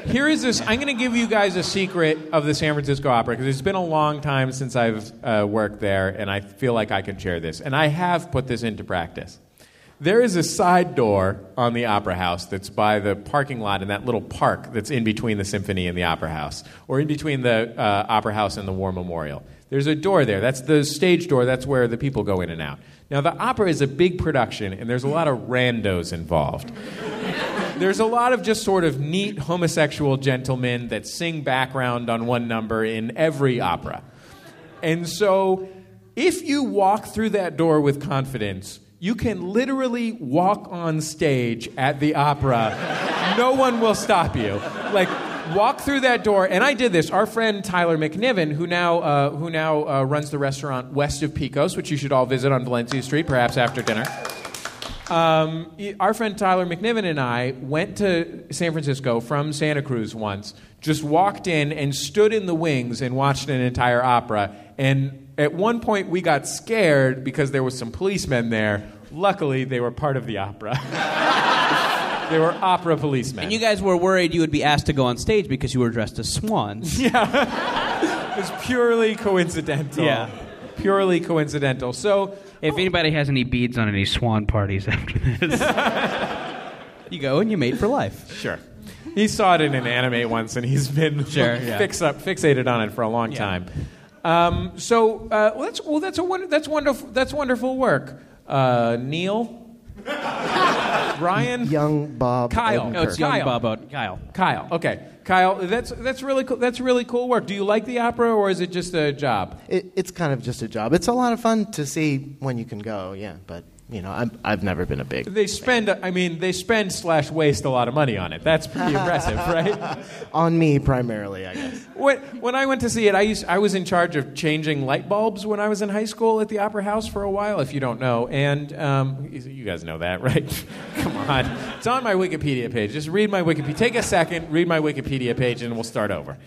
Speaker 3: Here is this. I'm going to give you guys a secret of the San Francisco Opera because it's been a long time since I've uh, worked there, and I feel like I can share this. And I have put this into practice. There is a side door on the Opera House that's by the parking lot in that little park that's in between the Symphony and the Opera House, or in between the uh, Opera House and the War Memorial. There's a door there. That's the stage door. That's where the people go in and out. Now, the opera is a big production, and there's a lot of randos involved. There's a lot of just sort of neat homosexual gentlemen that sing background on one number in every opera. And so, if you walk through that door with confidence, you can literally walk on stage at the opera. no one will stop you. Like, walk through that door. And I did this. Our friend Tyler McNiven, who now, uh, who now uh, runs the restaurant West of Picos, which you should all visit on Valencia Street, perhaps after dinner. Um, y- our friend Tyler McNiven and I went to San Francisco from Santa Cruz once, just walked in and stood in the wings and watched an entire opera. And at one point, we got scared because there was some policemen there. Luckily, they were part of the opera. they were opera policemen.
Speaker 4: And you guys were worried you would be asked to go on stage because you were dressed as swans.
Speaker 3: It's purely coincidental.
Speaker 4: Yeah.
Speaker 3: Purely coincidental. So
Speaker 5: If anybody has any beads on any swan parties after this,
Speaker 4: you go and you mate for life.
Speaker 3: Sure. He saw it in an anime once, and he's been
Speaker 4: Sure, yeah.
Speaker 3: fix up, fixated on it for a long time. Um, so uh, well, that's well, that's a wonder, that's wonderful that's wonderful work, uh, Neil, Ryan,
Speaker 6: Young Bob.
Speaker 3: Kyle.
Speaker 6: Odenkirk.
Speaker 4: No, it's
Speaker 3: Kyle.
Speaker 4: young Bob Oden- Kyle.
Speaker 3: Kyle. Okay, Kyle, that's that's really cool. That's really cool work. Do you like the opera, or is it just a job?
Speaker 6: It, it's kind of just a job. It's a lot of fun to see when you can go. Yeah, but you know, I'm, I've never been a big.
Speaker 3: They spend. I mean, they spend slash waste a lot of money on it. That's pretty impressive, right?
Speaker 6: On me primarily, I guess.
Speaker 3: When, when I went to see it, I, used, I was in charge of changing light bulbs when I was in high school at the Opera House for a while, if you don't know. And um, you guys know that, right? Come on. It's on my Wikipedia page. Just read my Wikipedia. Take a second, read my Wikipedia page, and we'll start over.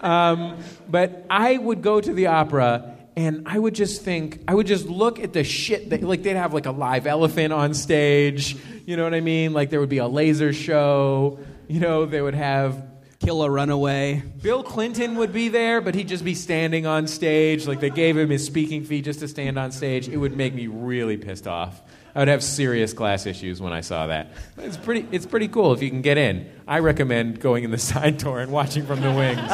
Speaker 3: Um, but I would go to the opera and I would just think, I would just look at the shit that, like, they'd have like a live elephant on stage. You know what I mean? Like, there would be a laser show. You know, they would have
Speaker 4: Kill a runaway.
Speaker 3: Bill Clinton would be there, but he'd just be standing on stage. Like they gave him his speaking fee just to stand on stage. It would make me really pissed off. I would have serious class issues when I saw that. It's pretty, it's pretty cool if you can get in. I recommend going in the side door and watching from the wings.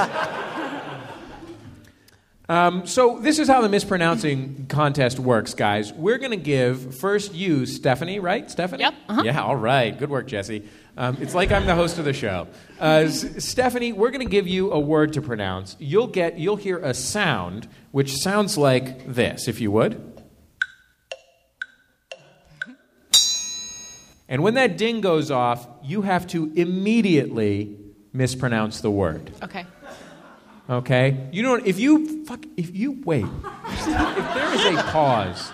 Speaker 3: Um, so this is how the mispronouncing contest works, guys. We're going to give first you, Stephanie, right? Stephanie?
Speaker 7: Yep, uh-huh.
Speaker 3: Yeah, all right. Good work, Jesse. Um, it's like I'm the host of the show. Uh, S- Stephanie, we're going to give you a word to pronounce. You'll get, you'll hear a sound which sounds like this, if you would. And when that ding goes off, you have to immediately mispronounce the word.
Speaker 7: Okay.
Speaker 3: Okay. You don't. If you fuck. If you wait. if there is a pause.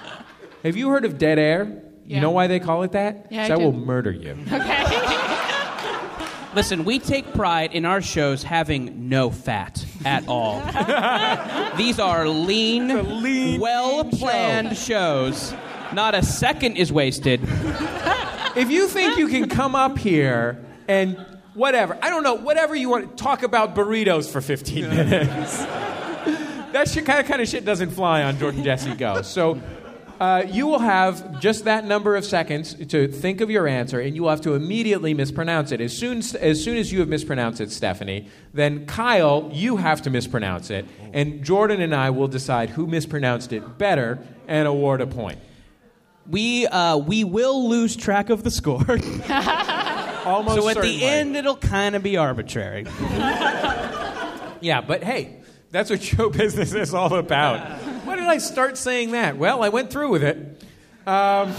Speaker 3: Have you heard of dead air? You
Speaker 7: Yeah.
Speaker 3: know why they call it that?
Speaker 7: Yeah,
Speaker 3: 'Cause
Speaker 7: I
Speaker 3: I, will
Speaker 7: do.
Speaker 3: murder you.
Speaker 7: Okay.
Speaker 4: Listen, we take pride in our shows having no fat at all. These are lean,
Speaker 3: lean,
Speaker 4: well planned shows. Not a second is wasted.
Speaker 3: If you think you can come up here and whatever, I don't know, whatever you want, talk about burritos for 15 minutes. that shit, kind of kind of shit doesn't fly on Jordan Jesse Go. So. Uh, you will have just that number of seconds to think of your answer, and you will have to immediately mispronounce it. As soon as, as soon as you have mispronounced it, Stephanie, then Kyle, you have to mispronounce it, and Jordan and I will decide who mispronounced it better and award a point.
Speaker 4: We, uh, we will lose track of the score,
Speaker 3: Almost
Speaker 4: so at
Speaker 3: certainly.
Speaker 4: the end, it'll kind of be arbitrary.
Speaker 3: Yeah, but hey, that's what show business is all about. Why did I start saying that? Well, I went through with it. Um,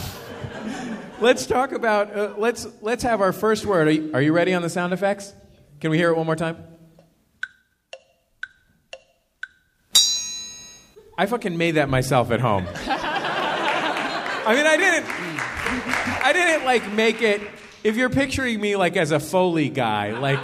Speaker 3: let's talk about. Uh, let's let's have our first word. Are you, are you ready on the sound effects? Can we hear it one more time? I fucking made that myself at home. I mean, I didn't. I didn't like make it. If you're picturing me like as a Foley guy, like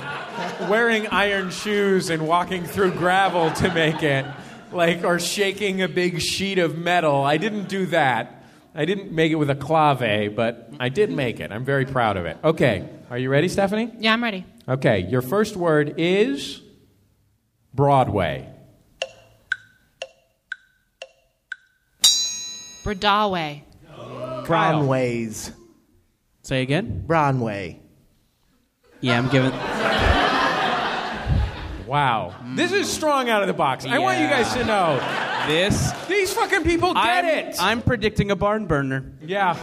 Speaker 3: wearing iron shoes and walking through gravel to make it, like, or shaking a big sheet of metal, I didn't do that. I didn't make it with a clave, but I did make it. I'm very proud of it. Okay, are you ready, Stephanie?
Speaker 7: Yeah, I'm ready.
Speaker 3: Okay, your first word is Broadway.
Speaker 7: Bradawe.
Speaker 3: Kyle.
Speaker 6: Conways.
Speaker 4: Say again?
Speaker 6: Broadway.
Speaker 4: Yeah, I'm giving.
Speaker 3: Wow. This is strong out of the box. I want you guys to know
Speaker 4: This.
Speaker 3: these fucking people get
Speaker 4: I'm,
Speaker 3: it.
Speaker 4: I'm predicting a barn burner.
Speaker 3: yeah.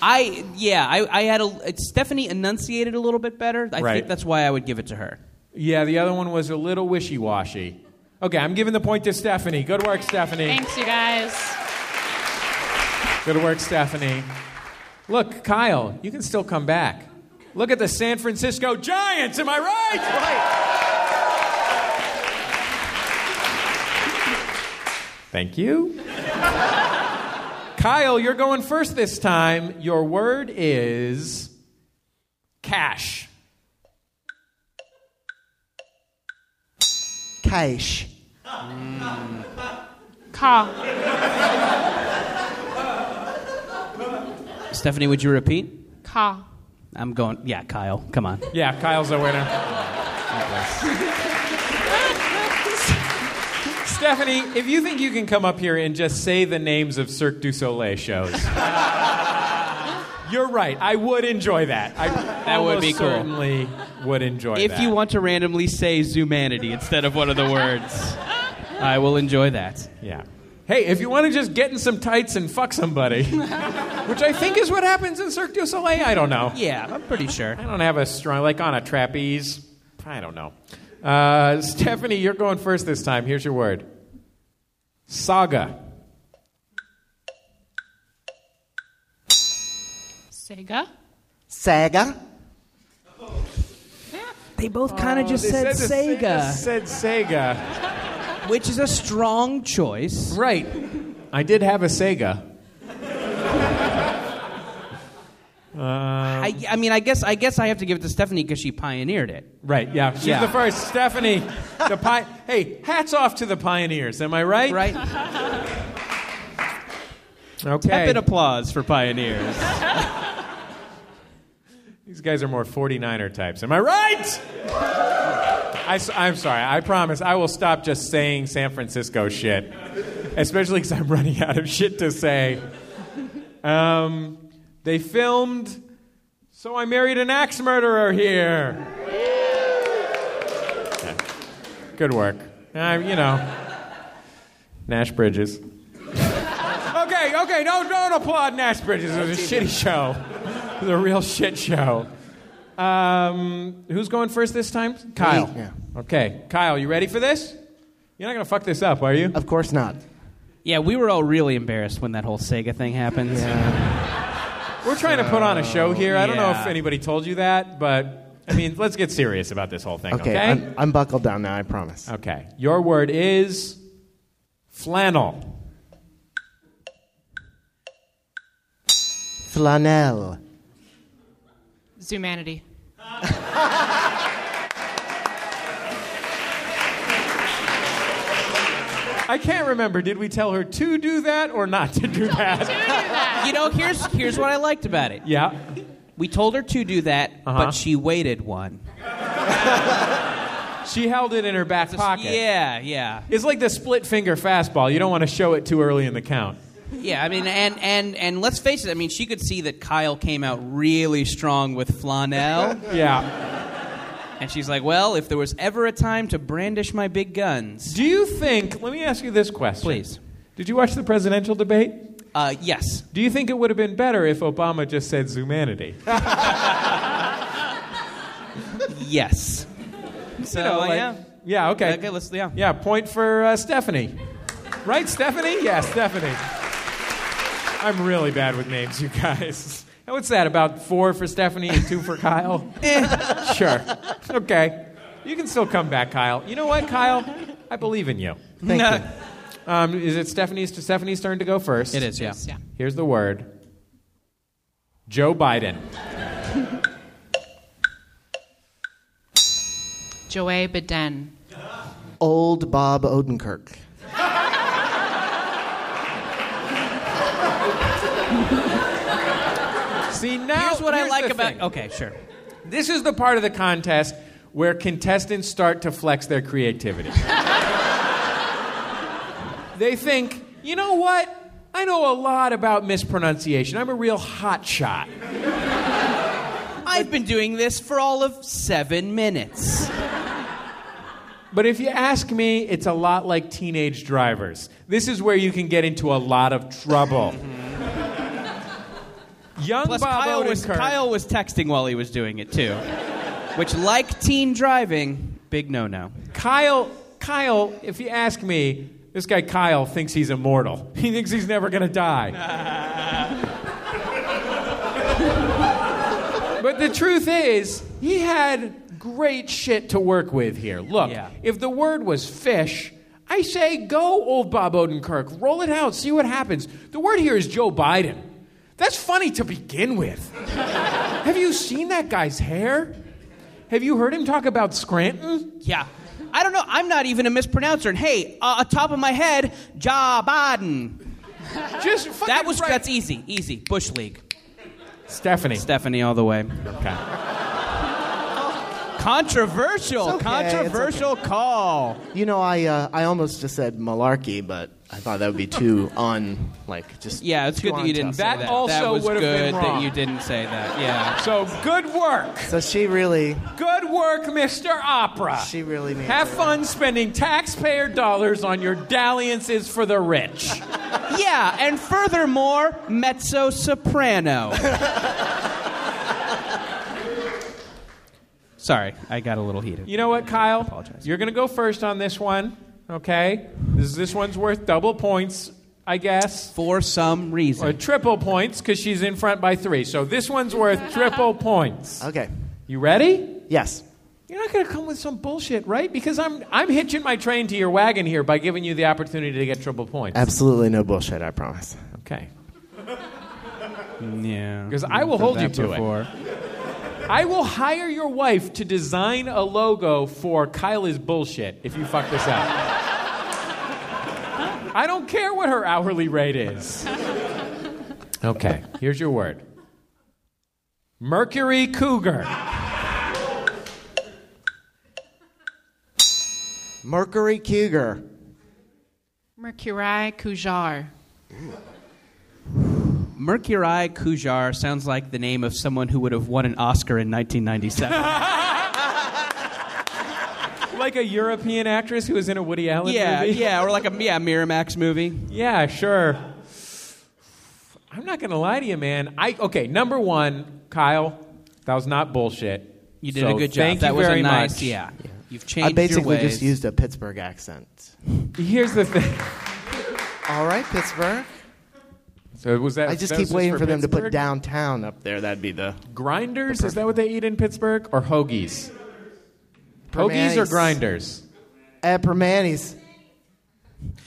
Speaker 4: I yeah. I, I had a Stephanie enunciated a little bit better. I
Speaker 3: Right.
Speaker 4: think that's why I would give it to her.
Speaker 3: Yeah, the other one was a little wishy washy. Okay, I'm giving the point to Stephanie. Good work, Stephanie.
Speaker 7: Thanks, you guys.
Speaker 3: Good work, Stephanie. Look, Kyle, you can still come back. Look at the San Francisco Giants, am I right? Thank you. Kyle, you're going first this time. Your word is cash.
Speaker 6: Cash.
Speaker 7: Ka.
Speaker 4: Stephanie, would you repeat?
Speaker 7: Ka.
Speaker 4: I'm going. Yeah, Kyle. Come on.
Speaker 3: Yeah, Kyle's the winner. Stephanie, if you think you can come up here and just say the names of Cirque du Soleil shows, you're right. I would enjoy that. I that
Speaker 4: would be cool.
Speaker 3: Certainly would enjoy
Speaker 4: If
Speaker 3: that.
Speaker 4: you want to randomly say Zumanity instead of one of the words, I will enjoy that.
Speaker 3: yeah. Hey, if you want to just get in some tights and fuck somebody, which I think is what happens in Cirque du Soleil. I don't know.
Speaker 4: Yeah, I'm pretty sure.
Speaker 3: I don't have a strong like on a trapeze. I don't know. Uh, Stephanie, you're going first this time. Here's your word. Saga.
Speaker 7: Sega.
Speaker 6: Saga.
Speaker 4: Oh, They both kind of just
Speaker 3: They said the- they just said Sega.
Speaker 4: which is a strong choice.
Speaker 3: Right. I did have a Sega.
Speaker 4: I, I mean, I guess I guess I have to give it to Stephanie because she pioneered it.
Speaker 3: Right. Yeah. She's
Speaker 4: Yeah.
Speaker 3: the first. Stephanie. The pi- hey, hats off to the pioneers. Am I right?
Speaker 4: Right?
Speaker 3: Okay.
Speaker 4: Rapid applause for pioneers.
Speaker 3: These guys are more 49er types. Am I right? I, am sorry. I promise. I will stop just saying San Francisco shit, especially because I'm running out of shit to say. Um, they filmed So I Married an Axe Murderer here. Okay. Good work. Uh, you know, Nash Bridges. Okay, okay, don't, don't applaud Nash Bridges. It was a shitty show. It was a real shit show. Um, who's going first this time? Kyle.
Speaker 6: yeah.
Speaker 3: Okay, Kyle, you ready for this? You're not going to fuck this up, are you?
Speaker 6: Of course not.
Speaker 4: Yeah, we were all really embarrassed when that whole Sega thing happened.
Speaker 3: We're trying to put on a show here. I don't know if
Speaker 4: yeah.
Speaker 3: anybody told you that, but I mean, let's get serious about this whole thing, okay?
Speaker 6: Okay, I'm, I'm buckled down now, I promise.
Speaker 3: Okay. Your word is flannel.
Speaker 6: Flannel.
Speaker 7: Zumanity.
Speaker 3: I can't remember. Did we tell her to do that or not to do that?
Speaker 4: You know, here's here's what I liked about it.
Speaker 3: yeah.
Speaker 4: We told her to do that,
Speaker 3: Uh-huh.
Speaker 4: but she waited one.
Speaker 3: She held it in her back pocket.
Speaker 4: Yeah, yeah.
Speaker 3: It's like the split finger fastball. You don't want to show it too early in the count.
Speaker 4: Yeah, I mean, and and and let's face it. I mean, she could see that Kyle came out really strong with flannel,
Speaker 3: Yeah.
Speaker 4: and she's like, "Well, if there was ever a time to brandish my big guns,
Speaker 3: Do you think, let me ask you this question.
Speaker 4: Please.
Speaker 3: Did you watch the presidential debate?
Speaker 4: uh, yes,
Speaker 3: Do you think it would have been better if Obama just said Zumanity?
Speaker 4: yes." So
Speaker 3: You know, like-
Speaker 4: yeah,
Speaker 3: Yeah, okay.
Speaker 4: Okay, let's- yeah.
Speaker 3: point for uh, Stephanie. Right, Stephanie? Yeah, Stephanie. I'm really bad with names, you guys. And What's that, about four for Stephanie and two for Kyle? Eh, sure. Okay. You can still come back, Kyle. You know what, Kyle? I believe in you.
Speaker 6: Thank you.
Speaker 3: Um, is it Stephanie's, Stephanie's turn to go first?
Speaker 4: it is. Yeah,
Speaker 7: Yeah.
Speaker 3: Here's the word Joe Biden.
Speaker 7: Joey Biden.
Speaker 6: Old Bob Odenkirk.
Speaker 3: See, now.
Speaker 4: here's what I like
Speaker 3: the
Speaker 4: about.
Speaker 3: thing.
Speaker 4: Okay, sure.
Speaker 3: This is the part of the contest where contestants start to flex their creativity. they think, you know what? I know a lot about mispronunciation. I'm a real hot shot.
Speaker 4: I've been doing this for all of seven minutes.
Speaker 3: But if you ask me, it's a lot like teenage drivers. This is where you can get into a lot of trouble. Young
Speaker 4: Mm-hmm. Plus,
Speaker 3: Bob
Speaker 4: Kyle was,
Speaker 3: Odenkirk-
Speaker 4: Kyle was texting while he was doing it, too. Which, like teen driving, big no no.
Speaker 3: Kyle, Kyle, if you ask me, this guy Kyle thinks he's immortal. He thinks he's never going to die. but the truth is, he had great shit to work with here. Look,
Speaker 4: Yeah.
Speaker 3: if the word was fish, I say go, old Bob Odenkirk. Roll it out, see what happens. The word here is Joe Biden. That's funny to begin with. Have you seen that guy's hair? Have you heard him talk about Scranton?
Speaker 4: Yeah. I don't know. I'm not even a mispronouncer. And hey, uh, on top of my head, Ja Biden.
Speaker 3: Just fucking
Speaker 4: That was
Speaker 3: right.
Speaker 4: that's easy, easy. Bush League.
Speaker 3: Stephanie.
Speaker 4: Stephanie, all the way.
Speaker 3: Okay.
Speaker 4: Controversial,
Speaker 6: It's okay, it's
Speaker 4: controversial call.
Speaker 6: You know, I uh, I almost just said malarkey, but I thought that would be too on like just
Speaker 4: Yeah, it's
Speaker 6: too
Speaker 4: good that
Speaker 6: on
Speaker 4: you didn't
Speaker 6: top.
Speaker 4: say
Speaker 3: That
Speaker 4: that.
Speaker 3: also
Speaker 4: was
Speaker 3: would've been
Speaker 4: good
Speaker 3: wrong.
Speaker 4: that you didn't say that. Yeah.
Speaker 3: So good work.
Speaker 6: So she really
Speaker 3: Good work, Mr. Opera.
Speaker 6: She really needs
Speaker 3: Have
Speaker 6: it.
Speaker 3: fun spending taxpayer dollars on your dalliances for the rich.
Speaker 4: Yeah, and furthermore, mezzo soprano. Sorry, I got a little heated.
Speaker 3: You know what, Kyle?
Speaker 4: Apologize.
Speaker 3: You're going to go first on this one, okay? This, this one's worth double points, I guess.
Speaker 4: For some
Speaker 3: Or
Speaker 4: reason.
Speaker 3: triple points because she's in front by three. So this one's worth triple points.
Speaker 6: okay.
Speaker 3: You ready?
Speaker 6: Yes.
Speaker 3: You're not going to come with some bullshit, right? Because I'm, I'm hitching my train to your wagon here by giving you the opportunity to get triple points.
Speaker 6: Absolutely no bullshit, I promise.
Speaker 3: Okay.
Speaker 4: Yeah.
Speaker 3: Because I will hold you to it. I will hire your wife to design a logo for Kyle is bullshit if you fuck this up. I don't care what her hourly rate is. Okay, here's your word. Mercury Cougar.
Speaker 6: Mercury Cougar.
Speaker 7: Mercury Kujar.
Speaker 4: Mercury Kujar sounds like the name of someone who would have won an Oscar in 1997.
Speaker 3: Like a European actress who was in a Woody Allen
Speaker 4: yeah,
Speaker 3: movie.
Speaker 4: yeah, or like a yeah Miramax movie.
Speaker 3: Yeah, sure. I'm not gonna lie to you, man. I okay. Number one, Kyle, that was not bullshit.
Speaker 4: You did
Speaker 3: So
Speaker 4: a good job.
Speaker 3: Thank
Speaker 4: that
Speaker 3: you
Speaker 4: was
Speaker 3: very
Speaker 4: a nice.
Speaker 3: much.
Speaker 4: Yeah. You've changed
Speaker 6: I
Speaker 4: your
Speaker 6: basically
Speaker 4: ways.
Speaker 6: just used a Pittsburgh accent.
Speaker 3: Here's the thing.
Speaker 6: All right, Pittsburgh.
Speaker 3: So was that?
Speaker 6: I just
Speaker 3: that
Speaker 6: keep
Speaker 3: was
Speaker 6: waiting for, them to put
Speaker 3: Pittsburgh?
Speaker 6: downtown up there. That'd be the
Speaker 3: grinders. Is that what they eat in Pittsburgh or hoagies? Hoagies or
Speaker 6: Permanis.
Speaker 3: grinders?
Speaker 6: Eh, Permanis.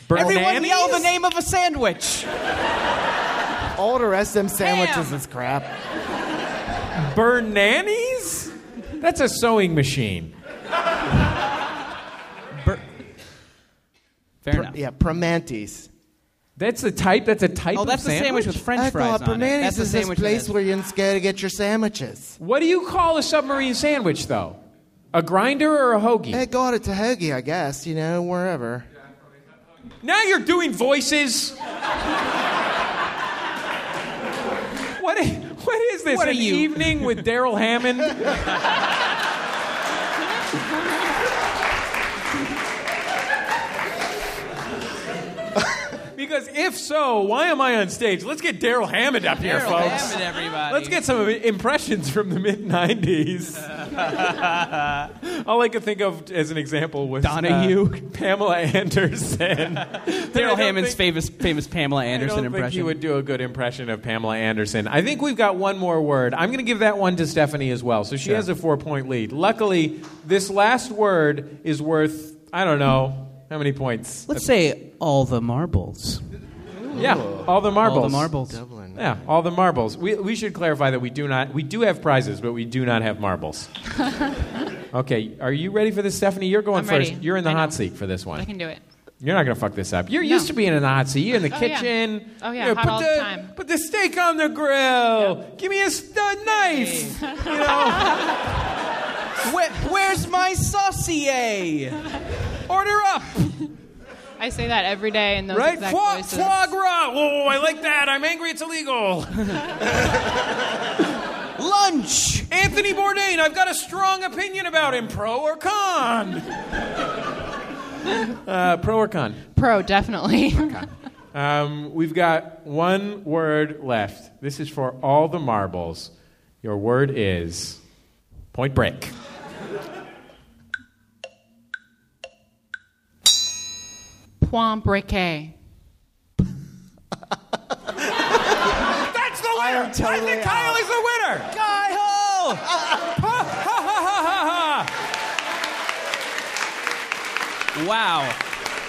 Speaker 4: Everyone
Speaker 3: Bernanis?
Speaker 4: yell the name of a sandwich.
Speaker 6: All the rest of them sandwiches
Speaker 4: Damn.
Speaker 6: is crap.
Speaker 3: Bernanis? That's a sewing machine.
Speaker 4: Bur- Fair enough.
Speaker 6: Yeah, Permantis.
Speaker 3: That's the type. That's a type.
Speaker 4: Oh,
Speaker 3: of
Speaker 4: that's the sandwich with French
Speaker 6: I
Speaker 4: fries
Speaker 6: thought
Speaker 4: on it.
Speaker 6: Permanis
Speaker 4: That's the
Speaker 6: is this
Speaker 4: sandwich with
Speaker 6: place
Speaker 4: it.
Speaker 6: where you're scared to get your sandwiches.
Speaker 3: What do you call a submarine sandwich, though? A grinder or a hoagie?
Speaker 6: Hey, got it to Hoagie, I guess. You know, wherever.
Speaker 3: Now you're doing voices. what, is, what is this?
Speaker 4: What are
Speaker 3: an
Speaker 4: you-
Speaker 3: evening with Daryl Hammond? because if so, why am I on stage? Let's get Daryl Hammond up here,
Speaker 4: Harold
Speaker 3: folks.
Speaker 4: Hammond, everybody.
Speaker 3: Let's get some impressions from the mid '90s. All I could think of as an example was uh,
Speaker 4: Donahue.
Speaker 3: Pamela Anderson.
Speaker 4: Daryl Hammond's famous famous Pamela
Speaker 3: I don't
Speaker 4: Anderson
Speaker 3: think he
Speaker 4: impression.
Speaker 3: would do a good impression of Pamela Anderson. I think we've got one more word. I'm going to give that one to Stephanie as well. So she has a four point lead. Luckily, this last word is worth I don't know how many points.
Speaker 4: Let's say all the marbles.
Speaker 3: yeah, all the marbles.
Speaker 4: All the marbles.
Speaker 6: Dublin.
Speaker 3: Yeah, all the marbles. We, we should clarify that we do not we do have prizes, but we do not have marbles. okay, are you ready for this, Stephanie? You're going
Speaker 7: I'm
Speaker 3: first.
Speaker 7: ready.
Speaker 3: You're in the
Speaker 7: I know.
Speaker 3: hot seat for this one.
Speaker 7: I can do it.
Speaker 3: You're not going to fuck this up. You're
Speaker 7: No.
Speaker 3: used to being in the hot seat. You're in the
Speaker 7: Oh, yeah.
Speaker 3: kitchen.
Speaker 7: Oh, yeah,
Speaker 3: You know,
Speaker 7: hot
Speaker 3: put
Speaker 7: all
Speaker 3: the,
Speaker 7: the time.
Speaker 3: Put the steak on the grill. Give me a st- a knife. You know,
Speaker 4: Where, where's my saucier?
Speaker 3: order up.
Speaker 7: I say that every day in those
Speaker 3: Right?
Speaker 7: exact
Speaker 3: Foie,
Speaker 7: voices.
Speaker 3: foie gras. Whoa, whoa, whoa, like that. I'm angry. It's illegal.
Speaker 4: Lunch!
Speaker 3: Anthony Bourdain. I've got a strong opinion about him. Pro or con? uh, pro or con?
Speaker 7: Pro, definitely.
Speaker 3: Um, we've got one word left. This is for all the marbles. Your word is point break.
Speaker 7: Point briquet.
Speaker 3: That's the winner!
Speaker 6: I am totally
Speaker 3: think Kyle
Speaker 6: out.
Speaker 3: is the winner!
Speaker 4: Kyle!
Speaker 3: Ha, ha, ha, ha, ha, ha.
Speaker 4: Wow.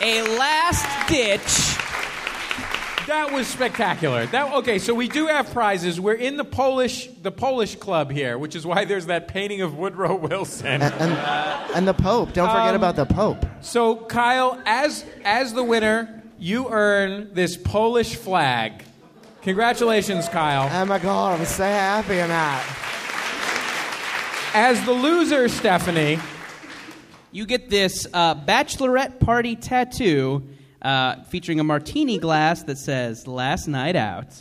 Speaker 4: A last ditch.
Speaker 3: That was spectacular. That okay. So we do have prizes. We're in the Polish, the Polish club here, which is why there's that painting of Woodrow Wilson.
Speaker 6: And the Pope. Don't forget about the Pope.
Speaker 3: So Kyle, as as the winner, you earn this Polish flag. Congratulations, Kyle.
Speaker 6: Oh my God, I'm so happy I'm out.
Speaker 3: As the loser, Stephanie.
Speaker 4: You get this uh, bachelorette party tattoo uh, featuring a martini glass that says "Last Night Out."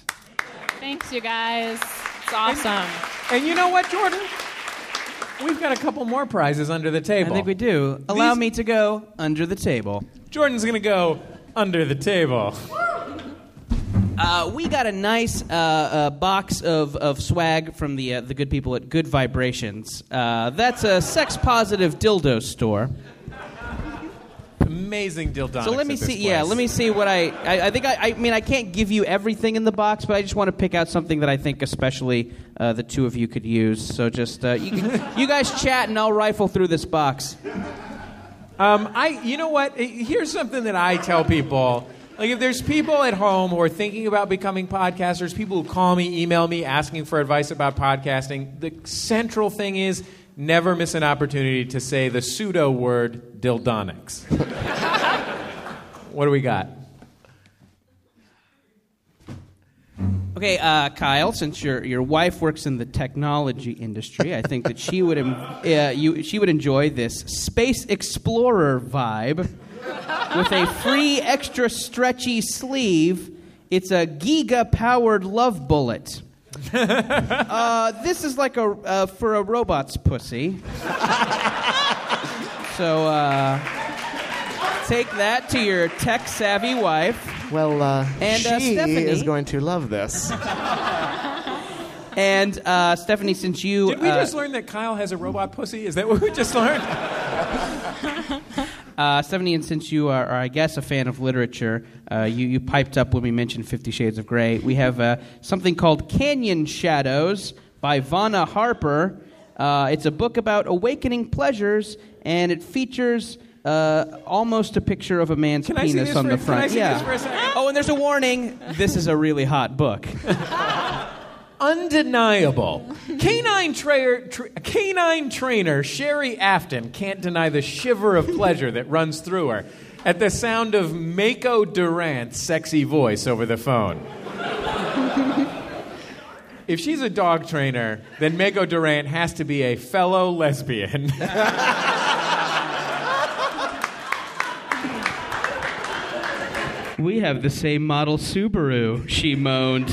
Speaker 7: Thanks, you guys. It's awesome.
Speaker 3: And you know what, Jordan? We've got a couple more prizes under the
Speaker 4: I
Speaker 3: table.
Speaker 4: think we do. Allow
Speaker 3: These-
Speaker 4: me to go under the table.
Speaker 3: Jordan's gonna go under the table.
Speaker 4: Uh, we got a nice uh, uh, box of, of swag from the uh, the good people at Good Vibrations. Uh, that's a sex positive dildo store.
Speaker 3: Amazing dildonics.
Speaker 4: So let me
Speaker 3: at
Speaker 4: see.
Speaker 3: this
Speaker 4: Yeah,
Speaker 3: place.
Speaker 4: let me see what I, I. I think I. I mean, I can't give you everything in the box, but I just want to pick out something that I think, especially uh, the two of you, could use. So just uh, you, can- you guys chat, and I'll rifle through this box.
Speaker 3: Um, I, you know what? Eh, Here's something that I tell people. Like, if there's people at home who are thinking about becoming podcasters, people who call me, email me, asking for advice about podcasting, the central thing is never miss an opportunity to say the pseudo word dildonics. what do we got?
Speaker 4: Okay, uh, Kyle, since your your wife works in the technology industry, I think that she would em- uh, you she would enjoy this space explorer vibe with a free extra stretchy sleeve. It's a Giga powered love bullet. uh, this is like a uh, for a robot's pussy. so uh, take that to your tech savvy wife.
Speaker 6: Well, uh,
Speaker 4: And, uh,
Speaker 6: she
Speaker 4: Stephanie-
Speaker 6: is going to love this.
Speaker 4: And uh, Stephanie, since you
Speaker 3: Did we
Speaker 4: uh,
Speaker 3: just learn that Kyle has a robot pussy? Is that what we just learned?
Speaker 4: Uh, Stephanie, and since you are, are, I guess, a fan of literature, uh, you, you piped up when we mentioned Fifty Shades of Grey. We have uh, something called Canyon Shadows by Vanna Harper. Uh, it's a book about awakening pleasures, and it features uh, almost a picture of a man's
Speaker 3: Can I see
Speaker 4: penis
Speaker 3: this
Speaker 4: on
Speaker 3: for-
Speaker 4: the
Speaker 3: can
Speaker 4: front.
Speaker 3: I see
Speaker 4: yeah.
Speaker 3: this for a second?
Speaker 4: Oh, and there's a warning. This is a really hot book.
Speaker 3: undeniable. Canine, tra- tra- canine trainer Sherry Afton can't deny the shiver of pleasure that runs through her at the sound of Mako Durant's sexy voice over the phone. If she's a dog trainer, then Mako Durant has to be a fellow lesbian.
Speaker 4: We have the same model Subaru, she moaned.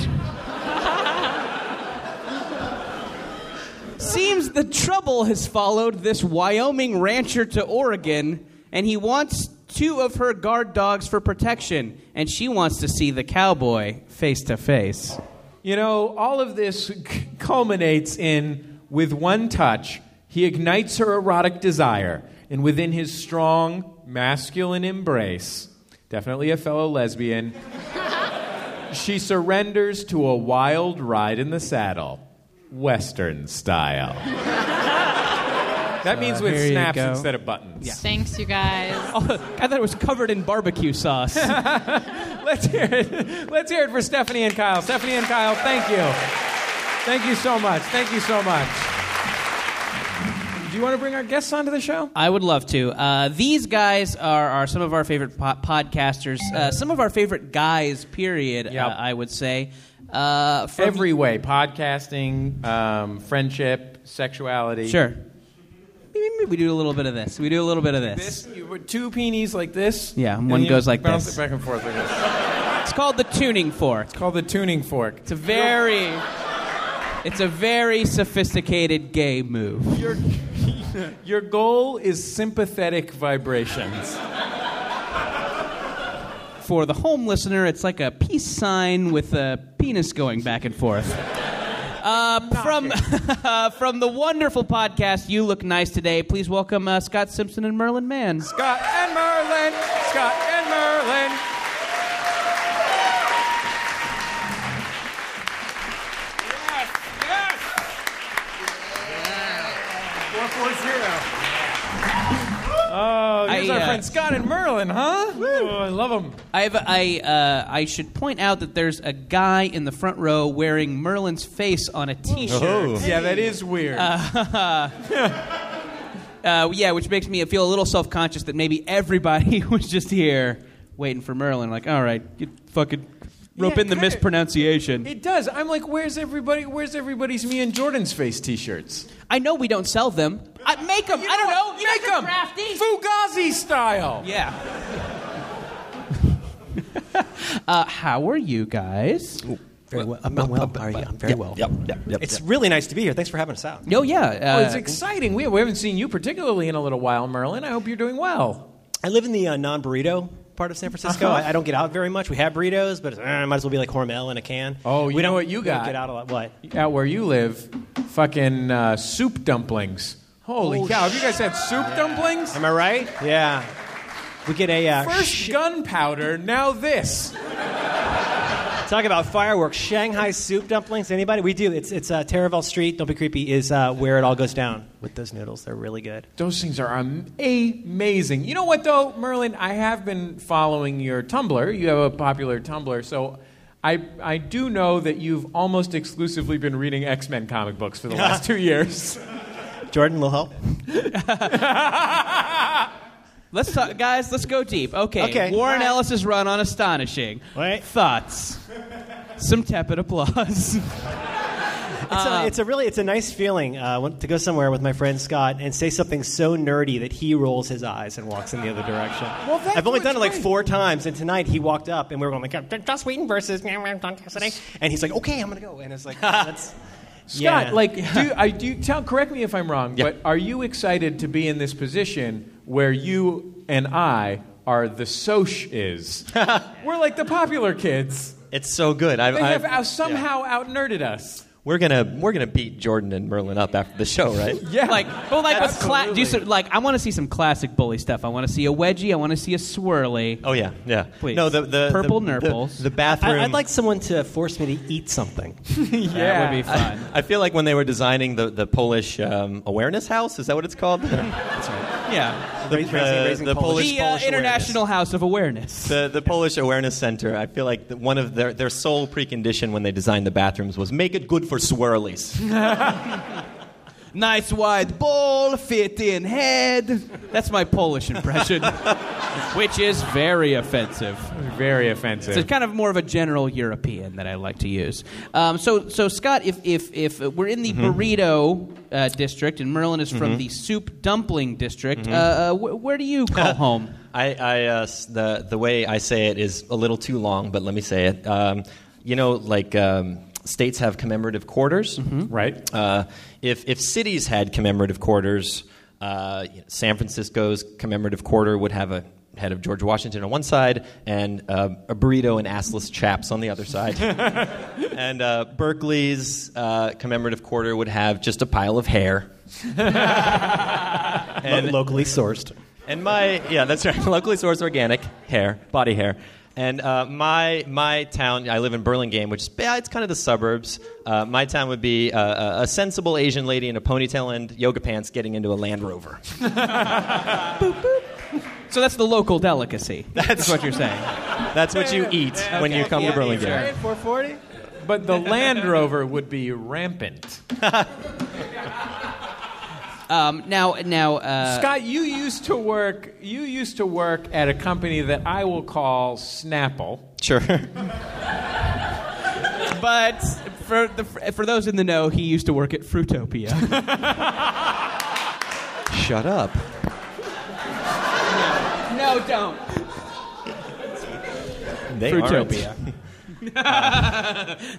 Speaker 4: Seems the trouble has followed this Wyoming rancher to Oregon, and he wants two of her guard dogs for protection, and she wants to see the cowboy face to face.
Speaker 3: You know, all of this c- culminates in with one touch, he ignites her erotic desire, and within his strong, masculine embrace, definitely a fellow lesbian, she surrenders to a wild ride in the saddle, Western style. that means with
Speaker 4: here you
Speaker 3: snaps
Speaker 4: go.
Speaker 3: instead of buttons.
Speaker 7: Thanks, you guys.
Speaker 4: Oh, I thought it was covered in barbecue sauce.
Speaker 3: Let's hear it. Let's hear it for Stephanie and Kyle. Stephanie and Kyle, thank you. Thank you so much. Thank you so much. Do you want to bring our guests onto the show?
Speaker 4: I would love to. Uh, these guys are, are some of our favorite po- podcasters, uh, some of our favorite guys, period,
Speaker 3: Yep.
Speaker 4: uh, I would say. Uh, from-
Speaker 3: Every way podcasting, um, friendship, sexuality.
Speaker 4: Sure. Maybe we do a little bit of this. We do a little bit of this.
Speaker 3: This, you put two peonies like this.
Speaker 4: Yeah, and one
Speaker 3: you
Speaker 4: goes like
Speaker 3: bounce
Speaker 4: this.
Speaker 3: it back and forth like this.
Speaker 4: It's called the tuning fork.
Speaker 3: Called the tuning fork.
Speaker 4: It's a very, it's a very sophisticated gay move.
Speaker 3: Your, your goal is sympathetic vibrations.
Speaker 4: For the home listener, it's like a peace sign with a penis going back and forth. Uh, from uh, from the wonderful podcast, you look nice today. Please welcome uh, Scott Simpson and Merlin Mann.
Speaker 3: Scott and Merlin. Scott and Merlin. Oh, here's
Speaker 4: I,
Speaker 3: our
Speaker 4: uh,
Speaker 3: friend Scott and Merlin, huh? Oh, I love them.
Speaker 4: I have I uh, I should point out that there's a guy in the front row wearing Merlin's face on a T-shirt.
Speaker 3: Yeah, that is weird.
Speaker 4: Uh, yeah, which makes me feel a little self conscious that maybe everybody was just here waiting for Merlin. Like, all right, you fucking rope
Speaker 3: Yeah,
Speaker 4: in the
Speaker 3: kinda.
Speaker 4: mispronunciation.
Speaker 3: it does. I'm like, where's everybody? Where's everybody's me and Jordan's face T-shirts?
Speaker 4: I know we don't sell them. I, make them. I don't know.
Speaker 3: Make
Speaker 4: Make
Speaker 3: 'em.
Speaker 4: crafty.
Speaker 3: Fugazi style.
Speaker 4: Yeah. uh, how are you guys?
Speaker 2: Very well. I'm, well. How are you? I'm very well. Yep, yep, yep. It's really nice to be here. Thanks for having us out.
Speaker 4: Oh yeah.
Speaker 3: Oh,
Speaker 4: Uh,
Speaker 3: it's exciting. We, we haven't seen you particularly in a little while, Merlin. I hope you're doing well.
Speaker 2: I live in the uh, non burrito part of San Francisco.
Speaker 3: Uh-huh.
Speaker 2: I, I don't get out very much. We have burritos, but it's, uh, might as well be like Hormel in a can.
Speaker 3: Oh,
Speaker 2: we
Speaker 3: you
Speaker 2: don't,
Speaker 3: know what you
Speaker 2: we don't
Speaker 3: got.
Speaker 2: get out a lot. What?
Speaker 3: Out where you live, fucking uh, soup dumplings. Holy
Speaker 4: Oh,
Speaker 3: cow! Have you guys had soup dumplings?
Speaker 2: Am I right? Yeah. We get a uh,
Speaker 3: First
Speaker 2: sh-
Speaker 3: gunpowder, now this.
Speaker 2: talk about fireworks. Shanghai soup dumplings. Anybody? We do. It's it's uh, Taravel Street. Don't be creepy. Is uh, where it all goes down with those noodles. They're really good.
Speaker 3: Those things are am- amazing. You know what though, Merlin? I have been following your Tumblr. You have a popular Tumblr, so. I, I do know that you've almost exclusively been reading X Men comic books for the last two years.
Speaker 2: Jordan, will help.
Speaker 4: let's talk, guys. Let's go deep. Okay.
Speaker 2: Okay.
Speaker 4: Warren
Speaker 2: All right.
Speaker 4: Ellis's run on astonishing.
Speaker 2: Right.
Speaker 4: Thoughts. Some tepid applause.
Speaker 2: It's, a, it's a really it's a nice feeling uh, when- to go somewhere with my friend Scott and say something so nerdy that he rolls his eyes and walks in the other direction.
Speaker 3: Well, that's
Speaker 2: I've only
Speaker 3: what's
Speaker 2: done it like
Speaker 3: great.
Speaker 2: four times, and tonight he walked up and we were going like Joss Whedon versus and he's like, okay, I'm gonna go, and it's like that's
Speaker 3: Scott,
Speaker 2: Yeah.
Speaker 3: like, do you, I, do you tell? Correct me if I'm wrong, but are you excited to be in this position where you and I are the soch is? We're like the popular kids.
Speaker 8: It's so good. I,
Speaker 3: They
Speaker 8: I,
Speaker 3: have out, somehow out nerded us.
Speaker 8: We're gonna we're gonna beat Jordan and Merlin up after the show, right?
Speaker 3: Yeah,
Speaker 4: Like, well, like a cla-
Speaker 3: Absolutely.
Speaker 4: do some, like I want to see some classic bully stuff. I want to see a wedgie. I want to see a swirly.
Speaker 8: Oh yeah, yeah.
Speaker 4: Please.
Speaker 8: No, the the
Speaker 4: Purple
Speaker 8: the, the-
Speaker 4: nurples.
Speaker 8: The, bathroom.
Speaker 2: I, would like someone to force me to eat something.
Speaker 4: That would be fun.
Speaker 8: I feel like when they were designing the the Polish um, awareness house, is that what it's called? the
Speaker 4: yeah.
Speaker 8: the, the Polish,
Speaker 4: The uh,
Speaker 8: Polish
Speaker 4: International House of Awareness.
Speaker 8: awareness. The, the Polish Awareness Center. I feel like the, one of their, their sole precondition when they designed the bathrooms was make it good for swirlies.
Speaker 4: Nice wide ball, fit in head. That's my Polish impression, which is very offensive.
Speaker 3: very
Speaker 4: So it's
Speaker 3: offensive.
Speaker 4: kind of more of a general European that I like to use. Um, so, so Scott, if, if, if uh, we're in the burrito uh, district and Merlin is from the soup dumpling district, uh, uh, wh- where do you call home?
Speaker 8: I, I uh, s- the the way I say it is a little too long, but let me say it. Um, you know, like um, states have commemorative quarters,
Speaker 4: Mm-hmm.
Speaker 3: Right?
Speaker 8: Uh, if, if cities had commemorative quarters, uh, you know, San Francisco's commemorative quarter would have a head of George Washington on one side and uh, a burrito and assless chaps on the other side. and uh, Berkeley's uh, commemorative quarter would have just a pile of hair.
Speaker 2: and locally sourced.
Speaker 8: And my yeah, that's right. Locally sourced organic hair, body hair. And uh, my my town, I live in Burlingame, which is yeah, it's kind of the suburbs. Uh, my town would be uh, a- a sensible Asian lady in a ponytail and yoga pants getting into a Land Rover.
Speaker 4: So that's the local delicacy. That's what you're saying.
Speaker 8: That's what you eat when you come to Burlingame.
Speaker 3: Four forty. But the Land Rover would be rampant.
Speaker 4: Um, now, now, uh,
Speaker 3: Scott, you used to work. You used to work at a company that I will call Snapple.
Speaker 8: Sure.
Speaker 4: but for the, for those in the know, he used to work at Fruitopia.
Speaker 8: Shut up.
Speaker 4: no, don't.
Speaker 8: They
Speaker 4: Fruitopia.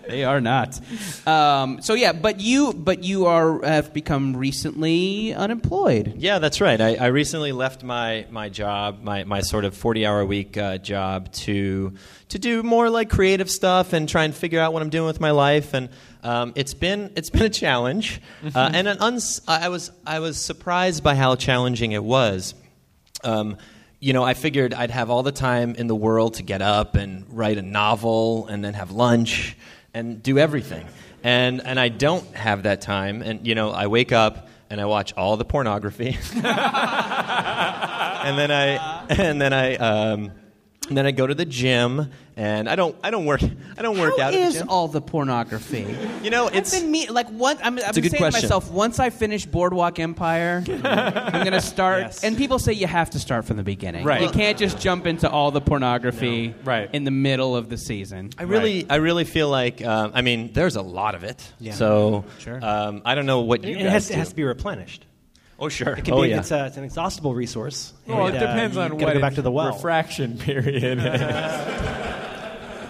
Speaker 4: they are not. Um, so yeah, but you but you are have become recently unemployed.
Speaker 8: Yeah, that's right. I, I recently left my, my job, my, my sort of 40 hour a week uh, job, to, to do more like creative stuff and try and figure out what I'm doing with my life. And um, it's, been, it's been a challenge. Uh, and an uns- I, I was, I was surprised by how challenging it was. Um, you know, I figured I'd have all the time in the world to get up and write a novel and then have lunch and do everything. And, and I don't have that time. And, you know, I wake up and I watch all the pornography. and then I and then I um, and then I go to the gym and I don't I don't work I don't work
Speaker 4: How
Speaker 8: out. at the
Speaker 4: is
Speaker 8: gym.
Speaker 4: all the pornography?
Speaker 8: You know, it's
Speaker 4: I've been me- like once I'm, I've
Speaker 8: a
Speaker 4: been
Speaker 8: good
Speaker 4: saying
Speaker 8: question.
Speaker 4: to myself, once I finish Boardwalk Empire, I'm gonna start. And people say you have to start from the beginning.
Speaker 8: Right.
Speaker 4: You can't just jump into all the pornography
Speaker 8: Right.
Speaker 4: in the middle of the season.
Speaker 8: I really I really feel like um, I mean there's a lot of it.
Speaker 2: Yeah.
Speaker 8: So
Speaker 2: Sure.
Speaker 8: um, I don't know what you
Speaker 2: It
Speaker 8: guys
Speaker 2: has,
Speaker 8: do.
Speaker 2: it has to be replenished.
Speaker 8: oh sure.
Speaker 2: It can
Speaker 8: oh
Speaker 2: be,
Speaker 8: yeah.
Speaker 2: it's, a, it's an exhaustible resource.
Speaker 3: Well, it
Speaker 2: and, uh,
Speaker 3: depends
Speaker 2: you
Speaker 3: on
Speaker 2: gotta
Speaker 3: what
Speaker 2: go back to the well.
Speaker 3: refraction period is.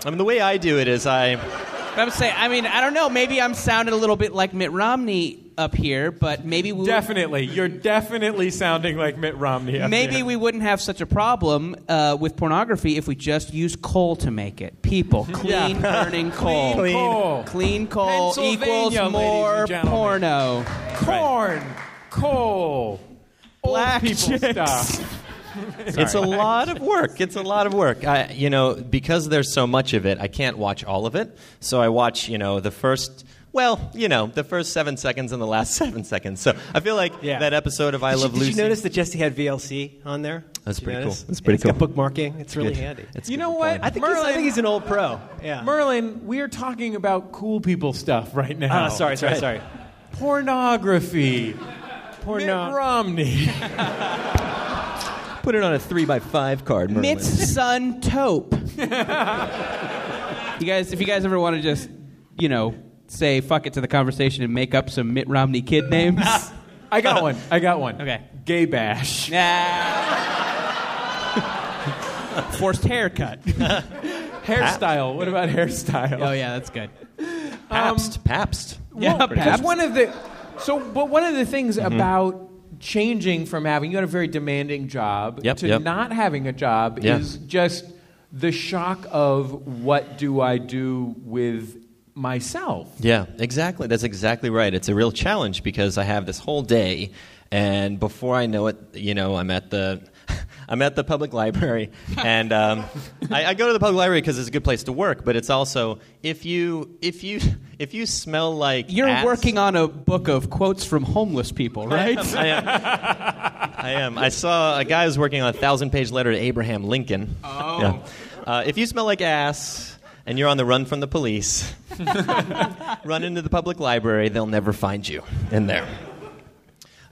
Speaker 8: I mean the way I do it is I
Speaker 4: But I'm saying, I mean, I don't know. Maybe I'm sounding a little bit like Mitt Romney up here, but maybe we
Speaker 3: definitely, you're definitely sounding like Mitt Romney. up
Speaker 4: maybe
Speaker 3: here.
Speaker 4: we wouldn't have such a problem uh, with pornography if we just use coal to make it. People, clean
Speaker 3: Yeah.
Speaker 4: burning coal,
Speaker 3: Clean coal.
Speaker 4: clean coal
Speaker 3: Pennsylvania,
Speaker 4: equals
Speaker 3: ladies
Speaker 4: more
Speaker 3: and gentlemen.
Speaker 4: porno.
Speaker 3: corn, coal, old
Speaker 4: Black
Speaker 3: people
Speaker 4: chicks.
Speaker 3: stuff.
Speaker 8: it's a lot of work. It's a lot of work. I, you know, because there's so much of it, I can't watch all of it. So I watch, you know, the first. Well, you know, the first seven seconds and the last seven seconds. So I feel like
Speaker 2: Yeah.
Speaker 8: that episode of I
Speaker 2: Did,
Speaker 8: Love
Speaker 2: you, did
Speaker 8: Lucy.
Speaker 2: you notice that Jesse had VLC on there?
Speaker 8: That's
Speaker 2: Did you
Speaker 8: pretty
Speaker 2: notice?
Speaker 8: cool. That's pretty
Speaker 2: And it's
Speaker 8: cool.
Speaker 2: got bookmarking. It's really handy.
Speaker 8: It's
Speaker 3: You
Speaker 8: good
Speaker 3: know
Speaker 8: for
Speaker 3: what?
Speaker 8: porn.
Speaker 2: I think, he's, I
Speaker 3: Merlin-
Speaker 2: think he's an old pro. Yeah.
Speaker 3: Merlin, we're talking about cool people stuff right now.
Speaker 2: Ah, sorry, sorry,
Speaker 8: right.
Speaker 2: sorry.
Speaker 3: Pornography.
Speaker 2: Porno-
Speaker 3: Mitt Romney.
Speaker 8: Put it on a three by five card. Merlin.
Speaker 4: Mitt's
Speaker 3: um,
Speaker 4: son Tope. you guys, if you guys ever want to just, you know, say fuck it to the conversation and make up some Mitt Romney kid names.
Speaker 3: I got one. I got one.
Speaker 4: Okay.
Speaker 3: Gay bash.
Speaker 4: Nah. Forced haircut.
Speaker 3: Hairstyle. What about hairstyle?
Speaker 4: Oh yeah, that's good.
Speaker 3: Um,
Speaker 8: Pabst. Pabst.
Speaker 4: Yeah,
Speaker 3: Well, because
Speaker 4: perhaps.
Speaker 3: one of the so, but one of the things
Speaker 8: Mm-hmm.
Speaker 3: about changing from having you had a very demanding job
Speaker 8: Yep,
Speaker 3: to
Speaker 8: yep.
Speaker 3: not having a job
Speaker 8: Yeah.
Speaker 3: is just the shock of what do I do with myself?
Speaker 8: Yeah, exactly. That's exactly right. It's a real challenge because I have this whole day, and before I know it, you know, I'm at the. I'm at the public library, and um, I, I go to the public library because it's a good place to work. But it's also if you if you if you smell like
Speaker 4: You're
Speaker 8: ats-
Speaker 4: working on a book of quotes from homeless people, right?
Speaker 8: I am. I am. I saw a guy who was working on a thousand-page letter to Abraham Lincoln. Oh. Uh, if you smell like ass and you're on the run from the police, run into the public library. They'll never find you in there.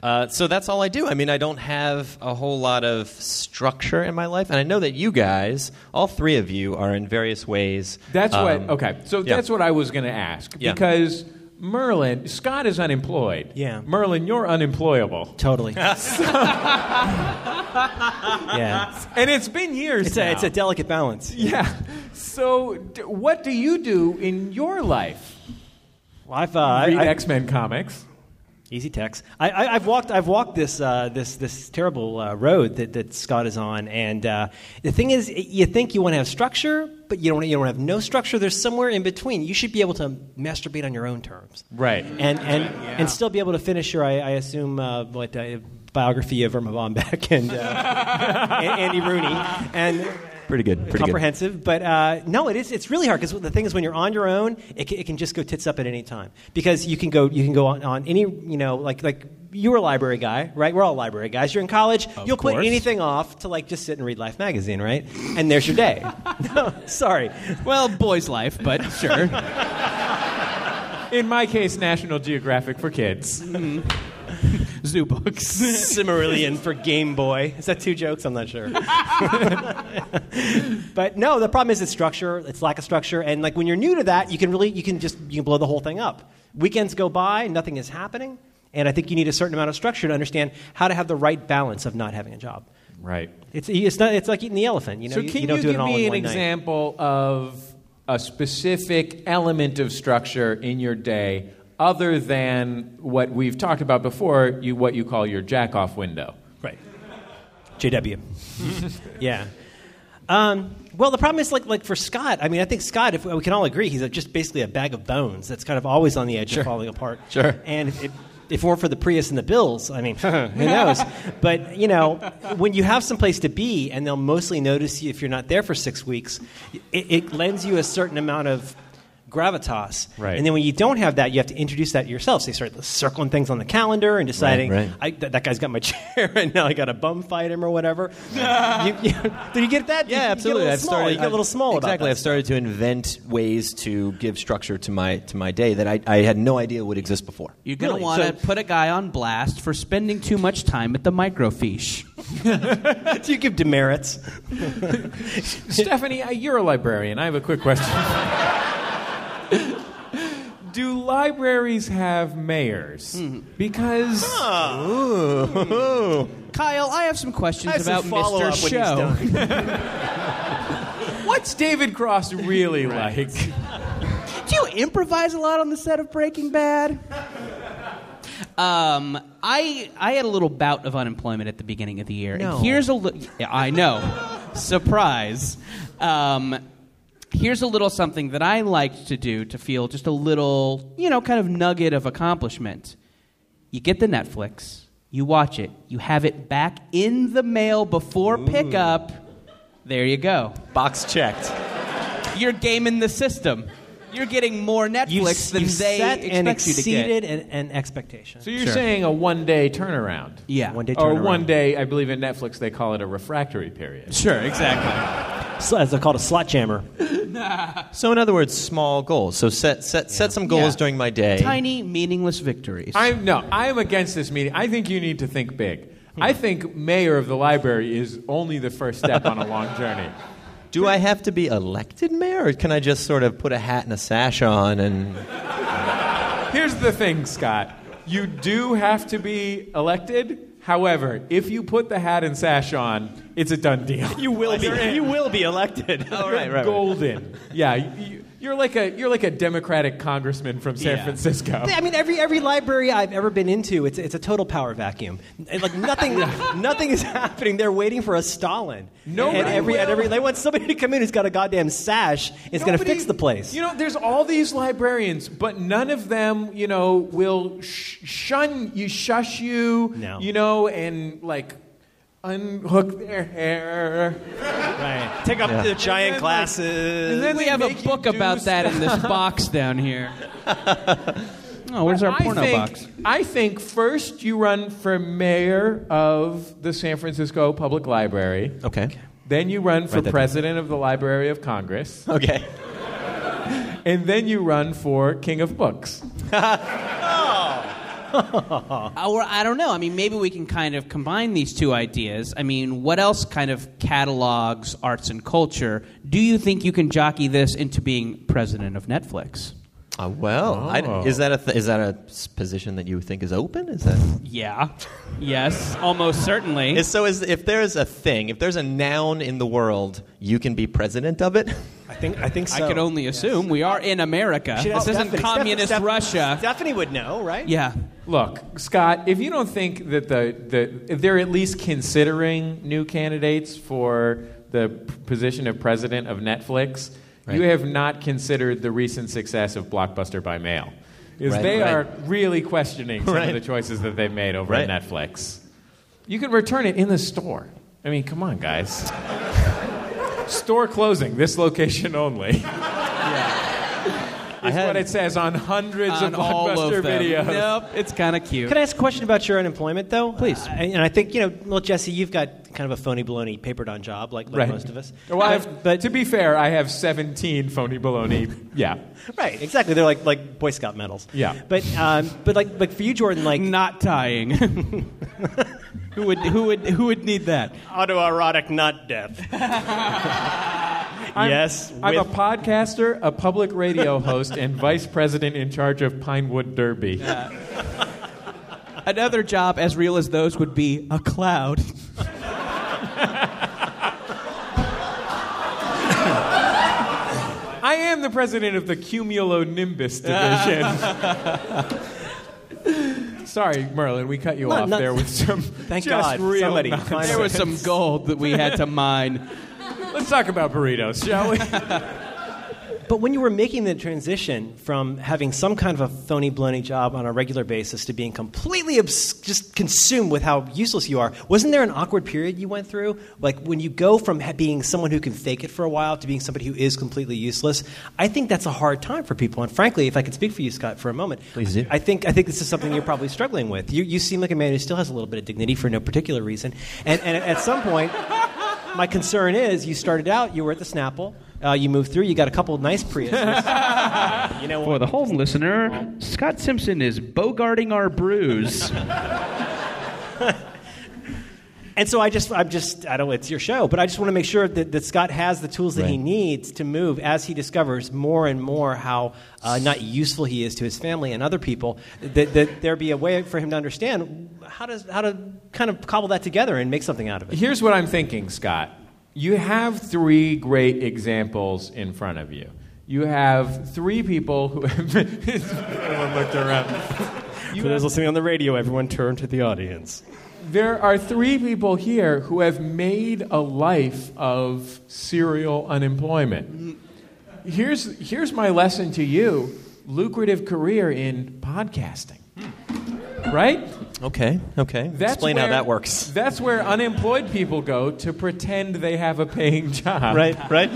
Speaker 8: Uh, so that's all I do. I mean, I don't have a whole lot of structure in my life, and I know that you guys, all three of you, are in various ways.
Speaker 3: That's
Speaker 8: um,
Speaker 3: what. Okay, so
Speaker 8: yeah.
Speaker 3: that's what I was going to ask
Speaker 8: Yeah.
Speaker 3: because Merlin Scott is unemployed.
Speaker 2: Yeah.
Speaker 3: Merlin, you're unemployable,
Speaker 2: Totally. yeah.
Speaker 3: and it's been years.
Speaker 2: It's a, it's a
Speaker 3: now.
Speaker 2: delicate balance.
Speaker 3: yeah. So, d- what do you do in your life?
Speaker 2: Well, I've, uh, I-
Speaker 3: Read
Speaker 2: I-
Speaker 3: X Men comics.
Speaker 2: Easy text. I, I, I've walked. I've walked this uh, this this terrible uh, road that, that Scott is on, and uh, the thing is, y- you think you want to have structure, but you don't. You don't have no structure. There's somewhere in between. You should be able to masturbate on your own terms,
Speaker 3: Right.
Speaker 2: and and and still be able to finish your. I, I assume uh, what uh, biography of Irma Bombeck and, uh, and Andy Rooney, and
Speaker 8: Pretty good. Pretty good.
Speaker 2: comprehensive. But uh, no, it is. It's really hard because the thing is, when you're on your own, it can, it can just go tits up at any time because you can go you can go on, on any you know like like you were a library guy, right? We're all library guys. You're in college, you'll put
Speaker 4: course.
Speaker 2: anything off to like just sit and read Life magazine, right? And there's your day. no, sorry.
Speaker 4: Well, boy's life, but sure.
Speaker 3: In my case, National Geographic for kids.
Speaker 4: Zoo books.
Speaker 2: Cimmerillion for Game Boy. Is that two jokes? I'm not sure. but no, the problem is it's structure. It's lack of structure, and like when you're new to that, you can really you can just you can blow the whole thing up. Weekends go by, nothing is happening, and I think you need a certain amount of structure to understand how to have the right balance of not having a job.
Speaker 3: Right.
Speaker 2: It's, it's, not, it's like eating the elephant. You know,
Speaker 3: so
Speaker 2: you,
Speaker 3: can
Speaker 2: you don't do it
Speaker 3: give
Speaker 2: all
Speaker 3: me
Speaker 2: in
Speaker 3: an
Speaker 2: one night.
Speaker 3: example of a specific element of structure in your day other than what we've talked about before, you, what you call your jack off window?
Speaker 2: Right. JW. yeah. Um, well, the problem is like like for Scott. I mean, I think Scott, if we can all agree, he's a, just basically a bag of bones that's kind of always on the edge
Speaker 8: Sure.
Speaker 2: of falling apart.
Speaker 8: Sure.
Speaker 2: And if, if, if it weren't for the Prius and the bills, I mean, who knows? but you know, when you have someplace to be, and they'll mostly notice you if you're not there for six weeks, it, it lends you a certain amount of gravitas.
Speaker 8: Right.
Speaker 2: And then when you don't have that, you have to introduce that yourself. So you start circling things on the calendar and deciding,
Speaker 8: right.
Speaker 2: I, th- that guy's got my chair, and now I got to bum fight him or whatever. you, you, do you get that? You- you
Speaker 8: Yeah,
Speaker 2: get a
Speaker 8: absolutely.
Speaker 2: little
Speaker 8: I've
Speaker 2: small.
Speaker 8: started.
Speaker 2: You get a little
Speaker 8: I've-
Speaker 2: small about
Speaker 8: Exactly.
Speaker 2: that
Speaker 8: I've started to invent ways to give structure to my to my day that I, I had no idea would exist before.
Speaker 4: You're gonna
Speaker 2: Really?
Speaker 4: want to
Speaker 2: So-
Speaker 4: put a guy on blast for spending too much time at the microfiche.
Speaker 2: stuff. you give demerits.
Speaker 3: Stephanie, uh, you're a librarian. I have a quick question. Do libraries have mayors?
Speaker 2: Hmm.
Speaker 3: Because
Speaker 4: Kyle, I have some questions
Speaker 8: I have some
Speaker 4: about
Speaker 8: follow-up
Speaker 4: Mr.
Speaker 8: when he's
Speaker 4: Show.
Speaker 3: what's David Cross really like?
Speaker 4: Do you improvise a lot on the set of Breaking Bad? Um, I I had a little bout of unemployment at the beginning of the year,
Speaker 8: No.
Speaker 4: and here's a li- yeah, I know, surprise. Um, here's a little something that I liked to do to feel just a little, you know, kind of nugget of accomplishment. You get the Netflix, you watch it, you have it back in the mail before pickup. There you go.
Speaker 8: Box checked.
Speaker 4: You're gaming the system. You're getting more Netflix
Speaker 2: You've,
Speaker 4: than
Speaker 2: you've
Speaker 4: they
Speaker 2: set
Speaker 4: expect
Speaker 2: and
Speaker 4: you to get.
Speaker 2: exceeded an, an expectation.
Speaker 3: So you're saying a one day turnaround?
Speaker 4: Yeah.
Speaker 2: One day
Speaker 3: Or
Speaker 2: turnaround.
Speaker 3: Oh, one day, I believe in Netflix they call it a refractory period.
Speaker 4: Sure, exactly.
Speaker 2: Sl- as they're called a slot jammer.
Speaker 8: So in other words, small goals. So set set set some goals
Speaker 4: Yeah.
Speaker 8: during my day.
Speaker 4: Tiny, meaningless victories.
Speaker 3: I'm no, I'm against this meeting. I think you need to think big.
Speaker 8: Hmm.
Speaker 3: I think mayor of the library is only the first step on a long journey.
Speaker 8: Do I have to be elected mayor, or can I just sort of put a hat and a sash on and?
Speaker 3: Here's the thing, Scott. You do have to be elected. However, if you put the hat and sash on, it's a done deal. You will be.
Speaker 2: you will be elected.
Speaker 8: Oh, right, right, right.
Speaker 3: golden. Yeah, you, you're like a you're like a Democratic congressman from San
Speaker 2: Yeah.
Speaker 3: Francisco.
Speaker 2: I mean, every every library I've ever been into, it's it's a total power vacuum. And, Like nothing, nothing is happening. They're waiting for a Stalin.
Speaker 3: No,
Speaker 2: and
Speaker 3: but I
Speaker 2: every, and
Speaker 3: will.
Speaker 2: every they want somebody to come in who's got a goddamn sash. Is going to
Speaker 3: Nobody-
Speaker 2: fix the place.
Speaker 3: You know, there's all these librarians, but none of them, you know, will sh- shun you, shush you,
Speaker 2: No.
Speaker 3: you know, and like unhook their hair.
Speaker 2: right. Take up the
Speaker 3: And then, like-
Speaker 2: giant glasses.
Speaker 3: and then
Speaker 4: we
Speaker 3: they
Speaker 4: have a
Speaker 3: make you
Speaker 4: book
Speaker 3: do
Speaker 4: about that in this box down here. oh, where's our
Speaker 3: I
Speaker 4: porno
Speaker 3: think,
Speaker 4: box?
Speaker 3: I think first you run for mayor of the San Francisco Public Library.
Speaker 8: Okay.
Speaker 3: Then you run for
Speaker 8: Write that down.
Speaker 3: president of the Library of Congress.
Speaker 8: Okay.
Speaker 3: And then you run for king of books.
Speaker 4: Or I don't know. I mean, maybe we can kind of combine these two ideas. I mean, what else kind of catalogs arts and culture? Do you think you can jockey this into being president of Netflix?
Speaker 8: Uh, well, I, is that a th- is that a s- position that you think is open? Is that
Speaker 4: Yeah. Yes. Almost certainly.
Speaker 8: is, so? Is if there is a thing, if there's a noun in the world, you can be president of it.
Speaker 2: I think I Oh, think so.
Speaker 4: I could only assume we are in America.
Speaker 2: Should
Speaker 4: This
Speaker 2: ask
Speaker 4: isn't
Speaker 2: Stephanie.
Speaker 4: communist
Speaker 2: Steph- Steph-
Speaker 4: Russia.
Speaker 2: Stephanie would know, right?
Speaker 4: Yeah.
Speaker 3: Look, Scott, if you don't think that the, the if they're at least considering new candidates for the p- position of president of Netflix, you
Speaker 8: Right.
Speaker 3: have not considered the recent success of Blockbuster by Mail. Is
Speaker 8: Right,
Speaker 3: they
Speaker 8: right.
Speaker 3: are really questioning some
Speaker 8: Right.
Speaker 3: of the choices that they've made over
Speaker 8: Right.
Speaker 3: at Netflix. You can return it in the store. I mean, come on, guys. store closing, this location only. Is
Speaker 8: had-
Speaker 3: what it says on hundreds
Speaker 4: On
Speaker 3: of
Speaker 4: all of
Speaker 3: blockbuster
Speaker 4: them.
Speaker 3: videos.
Speaker 4: Nope. It's kind of cute.
Speaker 2: Could I ask a question about your unemployment, though?
Speaker 4: Please.
Speaker 2: Uh, and I think you know, well, Jesse, you've got kind of a phony baloney papered on job, like, like most of us.
Speaker 3: Well, I have-
Speaker 2: but
Speaker 3: to be fair, I have 17 phony baloney. yeah.
Speaker 2: Right, exactly. They're like like Boy Scout medals.
Speaker 3: Yeah.
Speaker 2: But um, but like but for you, Jordan, like
Speaker 4: not tying. who would who would who would need that?
Speaker 2: autoerotic, not death. yes,
Speaker 3: I'm a
Speaker 2: with-
Speaker 3: podcaster, a public radio host, and vice president in charge of Pinewood Derby.
Speaker 4: Another job as real as those would be a cloud.
Speaker 3: am the president of the cumulonimbus division. Sorry, Merlin, we cut you
Speaker 4: Not-
Speaker 3: off
Speaker 4: not-
Speaker 3: there with some.
Speaker 4: Thank
Speaker 3: just
Speaker 4: God,
Speaker 3: real
Speaker 4: somebody
Speaker 3: nonsense.
Speaker 4: finally- There was some gold that we had to mine.
Speaker 3: Let's talk about burritos, shall we?
Speaker 2: But when you were making the transition from having some kind of a phony, baloney job on a regular basis to being completely obs- just consumed with how useless you are, wasn't there an awkward period you went through? Like when you go from ha- being someone who can fake it for a while to being somebody who is completely useless, I think that's a hard time for people. And frankly, if I could speak for you, Scott, for a moment,
Speaker 8: Please do.
Speaker 2: I think I think this is something you're probably struggling with. You you seem like a man who still has a little bit of dignity for no particular reason, and and at some point, my concern is you started out, you were at the Snapple. Uh, you moved through. You got a couple of nice Priuses. you know,
Speaker 5: For the home listener, Scott Simpson is bogarting our brews.
Speaker 2: and so I just, I'm just, I don't. It's your show, but I just want to make sure that, that Scott has the tools that he
Speaker 8: Right.
Speaker 2: needs to move as he discovers more and more how uh, not useful he is to his family and other people. That, that there be a way for him to understand how does how to kind of cobble that together and make something out of it.
Speaker 3: Here's what I'm thinking, Scott. You have three great examples in front of you. You have three people who have. everyone looked around.
Speaker 2: For those listening on the radio, everyone turn to the audience.
Speaker 3: There are three people here who have made a life of serial unemployment. Here's, here's my lesson to you lucrative career in podcasting. Right?
Speaker 8: Okay, okay.
Speaker 3: That's
Speaker 8: Explain how
Speaker 3: where-
Speaker 8: that works.
Speaker 3: That's where unemployed people go to pretend they have a paying job.
Speaker 8: Right, right.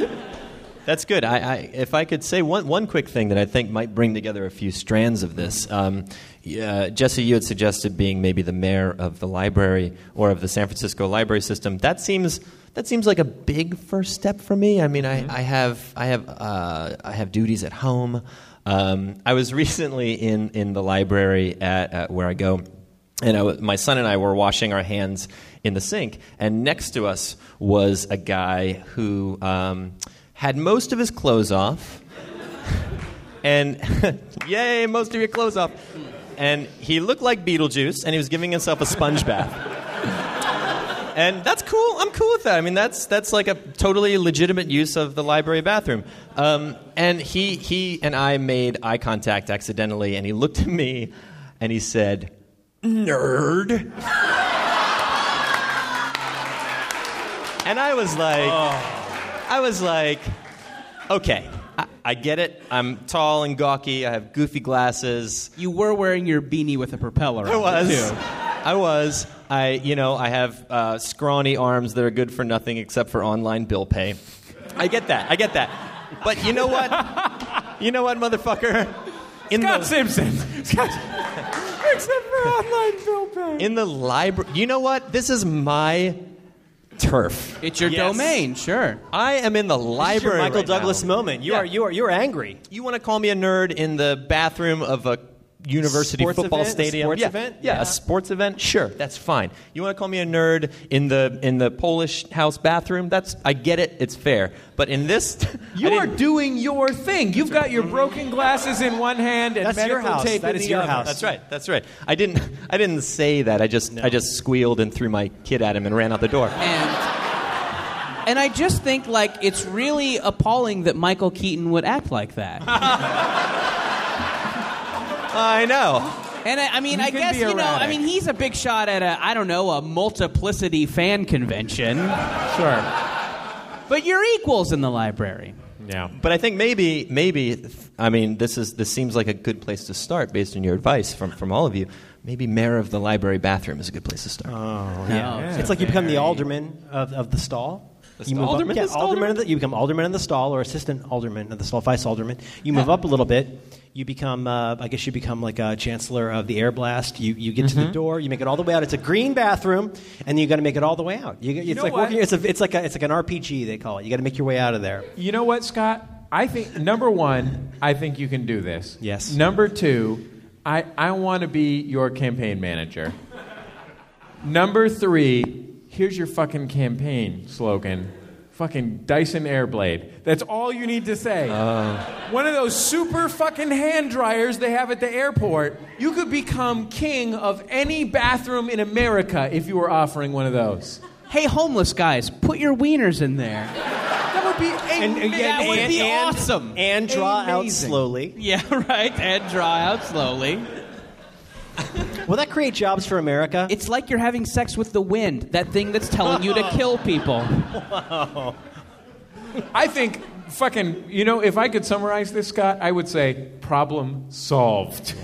Speaker 8: That's good. I, I, if I could say one, one quick thing that I think might bring together a few strands of this. Um, yeah, Jesse, you had suggested being maybe the mayor of the library or of the San Francisco library system. That seems, that seems like a big first step for me. I mean, I, I, have, I, have, uh, I have duties at home. Um, I was recently in, in the library at, at where I go and I w my son and I were washing our hands in the sink, and next to us was a guy who um, had most of his clothes off, and yay, most of your clothes off, and he looked like Beetlejuice, and he was giving himself a sponge bath. And that's cool. I'm cool with that. I mean, that's that's like a totally legitimate use of the library bathroom. Um, and he he and I made eye contact accidentally, and he looked at me, and he said, nerd. and I was like, I was like, okay, I, I get it. I'm tall and gawky. I have goofy glasses.
Speaker 4: You were wearing your beanie with a propeller. on
Speaker 8: I
Speaker 4: it,
Speaker 8: was.
Speaker 4: too.
Speaker 8: I was. I, you know, I have uh, scrawny arms that are good for nothing except for online bill pay. I get that. I get that. But you know what? You know what, motherfucker? In Scott
Speaker 3: Simpson. Except for online bill pay.
Speaker 8: In the library. You know what? This is my turf.
Speaker 4: It's your domain, sure.
Speaker 8: I am in the library.
Speaker 2: Michael
Speaker 8: right
Speaker 2: Douglas
Speaker 8: now.
Speaker 2: moment. You are- you are- you're angry.
Speaker 8: You want to call me a nerd in the bathroom of a university
Speaker 2: Sports
Speaker 8: football
Speaker 2: event? A
Speaker 8: stadium?
Speaker 2: sports
Speaker 8: yeah.
Speaker 2: event?
Speaker 8: Yeah.
Speaker 2: Yeah.
Speaker 8: a sports event. Sure, that's fine. You want to call me a nerd in the in the Polish house bathroom? That's I get it. It's fair. But in this,
Speaker 3: You are doing your thing. You've got your broken glasses in one hand and
Speaker 2: That's your
Speaker 3: medical
Speaker 2: house.
Speaker 3: tape
Speaker 2: That
Speaker 3: in
Speaker 2: is
Speaker 3: the
Speaker 2: your
Speaker 3: other.
Speaker 2: house.
Speaker 8: That's right. That's right. I didn't. I didn't say that. I just. I just squealed and threw my kid at him and ran out the door.
Speaker 4: And I just think like it's really appalling that Michael Keaton would act like that.
Speaker 8: I know.
Speaker 4: And I, I mean,
Speaker 8: He
Speaker 4: I
Speaker 8: can
Speaker 4: guess
Speaker 8: be
Speaker 4: you know, I
Speaker 8: erratic.
Speaker 4: mean, he's a big shot at a I don't know a multiplicity fan convention.
Speaker 3: Sure.
Speaker 4: But you're equals in the library.
Speaker 3: Yeah.
Speaker 8: But I think maybe, maybe, I mean, this is this seems like a good place to start based on your advice from, from all of you. Maybe mayor of the library bathroom is a good place to start.
Speaker 2: Oh,
Speaker 8: yeah.
Speaker 2: yeah. It's like you become the alderman of, of the stall.
Speaker 8: The
Speaker 2: You
Speaker 8: stall?
Speaker 2: move
Speaker 8: Alderman?
Speaker 2: Up, yeah,
Speaker 8: The stall
Speaker 2: alderman of the, you become alderman of the stall or assistant alderman of the stall, vice alderman. You move up a little bit. You become, uh, I guess you become like a chancellor of the air blast. You, you get to the door. You make it all the way out. It's a green bathroom, and you got to make it all the way out. You, it's
Speaker 3: know
Speaker 2: like
Speaker 3: what?
Speaker 2: working. It's, a, it's like a, it's like an RPG they call it. You got to make your way out of there.
Speaker 3: You know what, Scott? I think number one, I think you can do this.
Speaker 2: Yes.
Speaker 3: Number two, I, I want to be your campaign manager. Number three, here's your fucking campaign slogan. Fucking Dyson Airblade. That's all you need to say. One of those super fucking hand dryers they have at the airport. You could become king of any bathroom in America if you were offering one of those.
Speaker 4: Hey, homeless guys, put your wieners in there.
Speaker 3: That would
Speaker 6: would be amazing.
Speaker 4: that would be awesome.
Speaker 2: And draw out
Speaker 4: Amazing.
Speaker 2: slowly.
Speaker 4: Yeah, right. And dry out slowly.
Speaker 2: Will that create jobs for America?
Speaker 4: It's like you're having sex with the wind, that thing that's telling you to kill people.
Speaker 3: I think fucking, you know, if I could summarize this, Scott, I would say problem solved.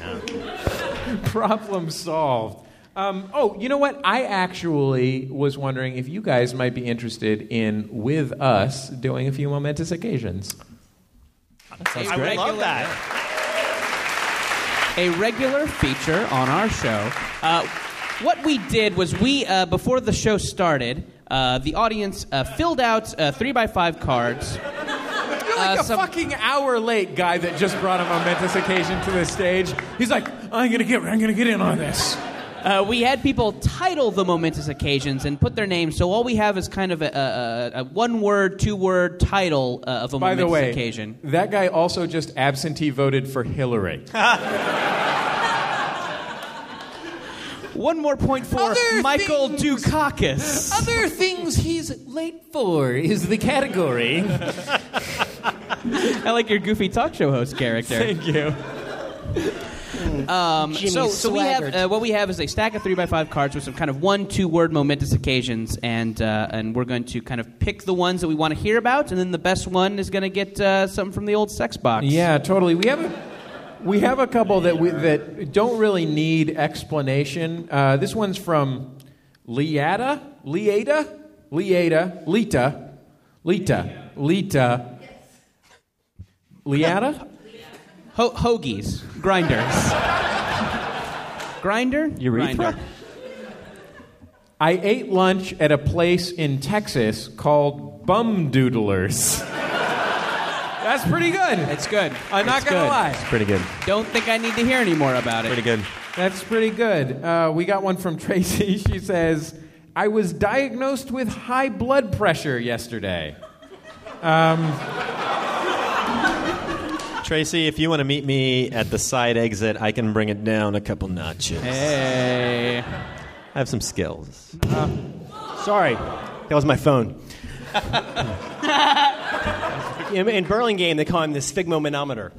Speaker 3: problem solved. Um, oh, you know what? I actually was wondering if you guys might be interested in with us doing a few momentous occasions.
Speaker 4: I would love that. A regular feature on our show. Uh, what we did was we, uh, before the show started, uh, the audience uh, filled out uh, three by five cards.
Speaker 3: You're like a fucking hour late guy that just brought a momentous occasion to the stage. He's like, I'm gonna get, I'm gonna get in on this.
Speaker 4: Uh, we had people title the momentous occasions and put their names, so all we have is kind of a, a, a- a one word, two word title uh, of a
Speaker 3: By
Speaker 4: momentous
Speaker 3: the way,
Speaker 4: occasion.
Speaker 3: that guy also just absentee voted for Hillary.
Speaker 4: One more point for Michael Dukakis.
Speaker 9: Other things he's late for is the category.
Speaker 4: I like your goofy talk show host character.
Speaker 9: Thank
Speaker 4: you. Um,
Speaker 9: Jimmy
Speaker 4: so, so we have
Speaker 9: Swaggart.
Speaker 4: uh, what we have is a stack of three by five cards with some kind of one, two word momentous occasions, and uh, and we're going to kind of pick the ones that we want to hear about, and then the best one is going to get uh, something from the old sex box.
Speaker 3: Yeah, totally. We have a we have a couple that we, that don't really need explanation. Uh, this one's from Liada, Liada, Liada, Lita, Lita, Lita, Liada.
Speaker 4: Ho- hoagies, grinders, grinder, Grinder.
Speaker 3: I ate lunch at a place in Texas called Bum Doodlers. That's pretty good.
Speaker 4: It's good.
Speaker 3: I'm not
Speaker 4: It's
Speaker 3: gonna
Speaker 4: good.
Speaker 3: lie.
Speaker 8: Pretty good.
Speaker 4: Don't think I need to hear any more about it. Pretty
Speaker 8: good.
Speaker 3: That's pretty good. Uh, we got one from Tracy. She says, I was diagnosed with high blood pressure yesterday. Um,
Speaker 8: Tracy, if you want to meet me at the side exit, I can bring it down a couple notches.
Speaker 4: Hey.
Speaker 8: I have some skills.
Speaker 2: Sorry, that was my phone. in, in Burlingame, they call him the sphygmomanometer.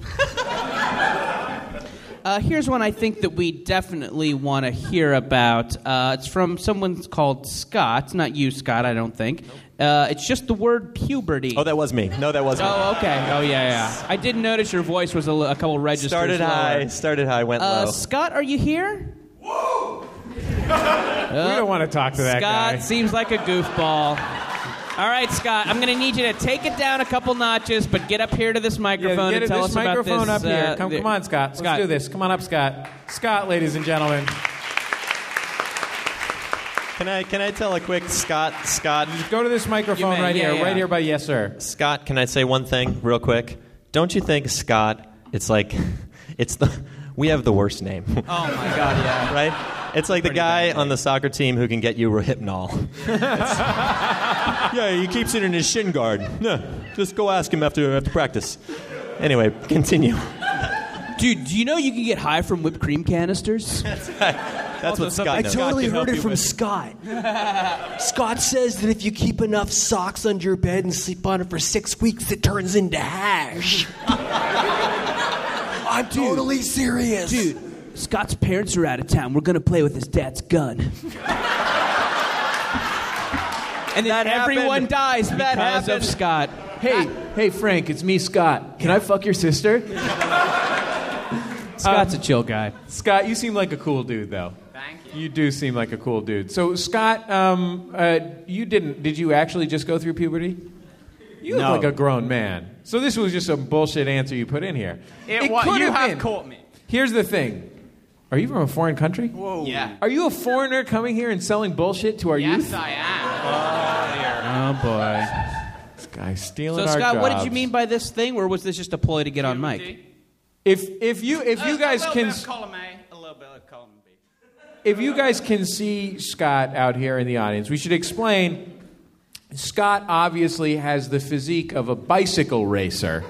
Speaker 4: Uh, here's one I think that we definitely want to hear about. Uh, it's from someone called Scott. Not you, Scott, I don't think. Uh, it's just the word puberty.
Speaker 8: Oh, that was me. No, that was me.
Speaker 4: Oh, okay. Oh, yeah, yeah. I did notice your voice was a, li- a couple registers
Speaker 8: Started
Speaker 4: lower.
Speaker 8: high, started high, went
Speaker 4: Uh,
Speaker 8: low.
Speaker 4: Scott, are you here?
Speaker 3: we don't want to talk to that
Speaker 4: Scott
Speaker 3: guy.
Speaker 4: seems like a goofball. All right, Scott, I'm going to need you to take it down a couple notches, but get up here to this microphone
Speaker 3: Get
Speaker 4: and
Speaker 3: it-
Speaker 4: tell
Speaker 3: this
Speaker 4: us about
Speaker 3: microphone
Speaker 4: this.
Speaker 3: up here.
Speaker 4: uh,
Speaker 3: come,
Speaker 4: the-
Speaker 3: come on, Scott.
Speaker 4: Scott.
Speaker 3: Let's do this. Come on up, Scott. Scott, ladies and gentlemen.
Speaker 8: Can I can I tell a quick Scott Scott?
Speaker 3: go to this microphone
Speaker 8: may,
Speaker 3: right
Speaker 8: yeah,
Speaker 3: here,
Speaker 8: yeah.
Speaker 3: right here by yes, sir.
Speaker 8: Scott, can I say one thing real quick? Don't you think Scott? It's like, it's the we have the worst name. Oh my
Speaker 4: god, yeah.
Speaker 8: right? It's like the guy on the soccer team who can get you Rohypnol. yeah, he keeps it in his shin guard. Yeah, just go ask him after after practice. Anyway, continue.
Speaker 4: Dude, do you know you can get high from whipped cream canisters?
Speaker 8: That's what Scott. knows. Scott can help you with.
Speaker 2: Scott. Scott says that if you keep enough socks under your bed and sleep on it for six weeks, it turns into hash.
Speaker 4: I'm totally serious. Dude, Scott's parents are out of town. We're going to play with his dad's gun. and then everyone
Speaker 3: happened.
Speaker 4: dies because
Speaker 3: That
Speaker 4: of
Speaker 3: happened.
Speaker 4: Scott. Uh,
Speaker 3: Hey, hey, Frank, it's me, Scott. Can I fuck your sister?
Speaker 4: Scott's a chill guy.
Speaker 3: Scott, you seem like a cool dude, though. Thank you. You do seem like a cool dude. So, Scott, um, uh, you didn't. Did you actually just go through puberty? You
Speaker 1: No.
Speaker 3: look like a grown man. So, this was just a bullshit answer you put in here.
Speaker 1: It wa-
Speaker 3: could
Speaker 1: you have
Speaker 3: been.
Speaker 1: caught me.
Speaker 3: Here's the thing Are you from a foreign country?
Speaker 1: Whoa. Yeah.
Speaker 3: Are you a foreigner coming here and selling bullshit to our youth?
Speaker 4: I am.
Speaker 3: Oh, boy. This guy's
Speaker 4: So,
Speaker 3: stealing our
Speaker 4: Scott, what did you
Speaker 3: jobs.
Speaker 4: mean by this thing, or was this just a ploy to get on mic?
Speaker 3: If, if you, if you guys can.
Speaker 9: column A, a little bit of column B.
Speaker 3: if you guys can see Scott out here in the audience, we should explain. Scott obviously has the physique of a bicycle racer.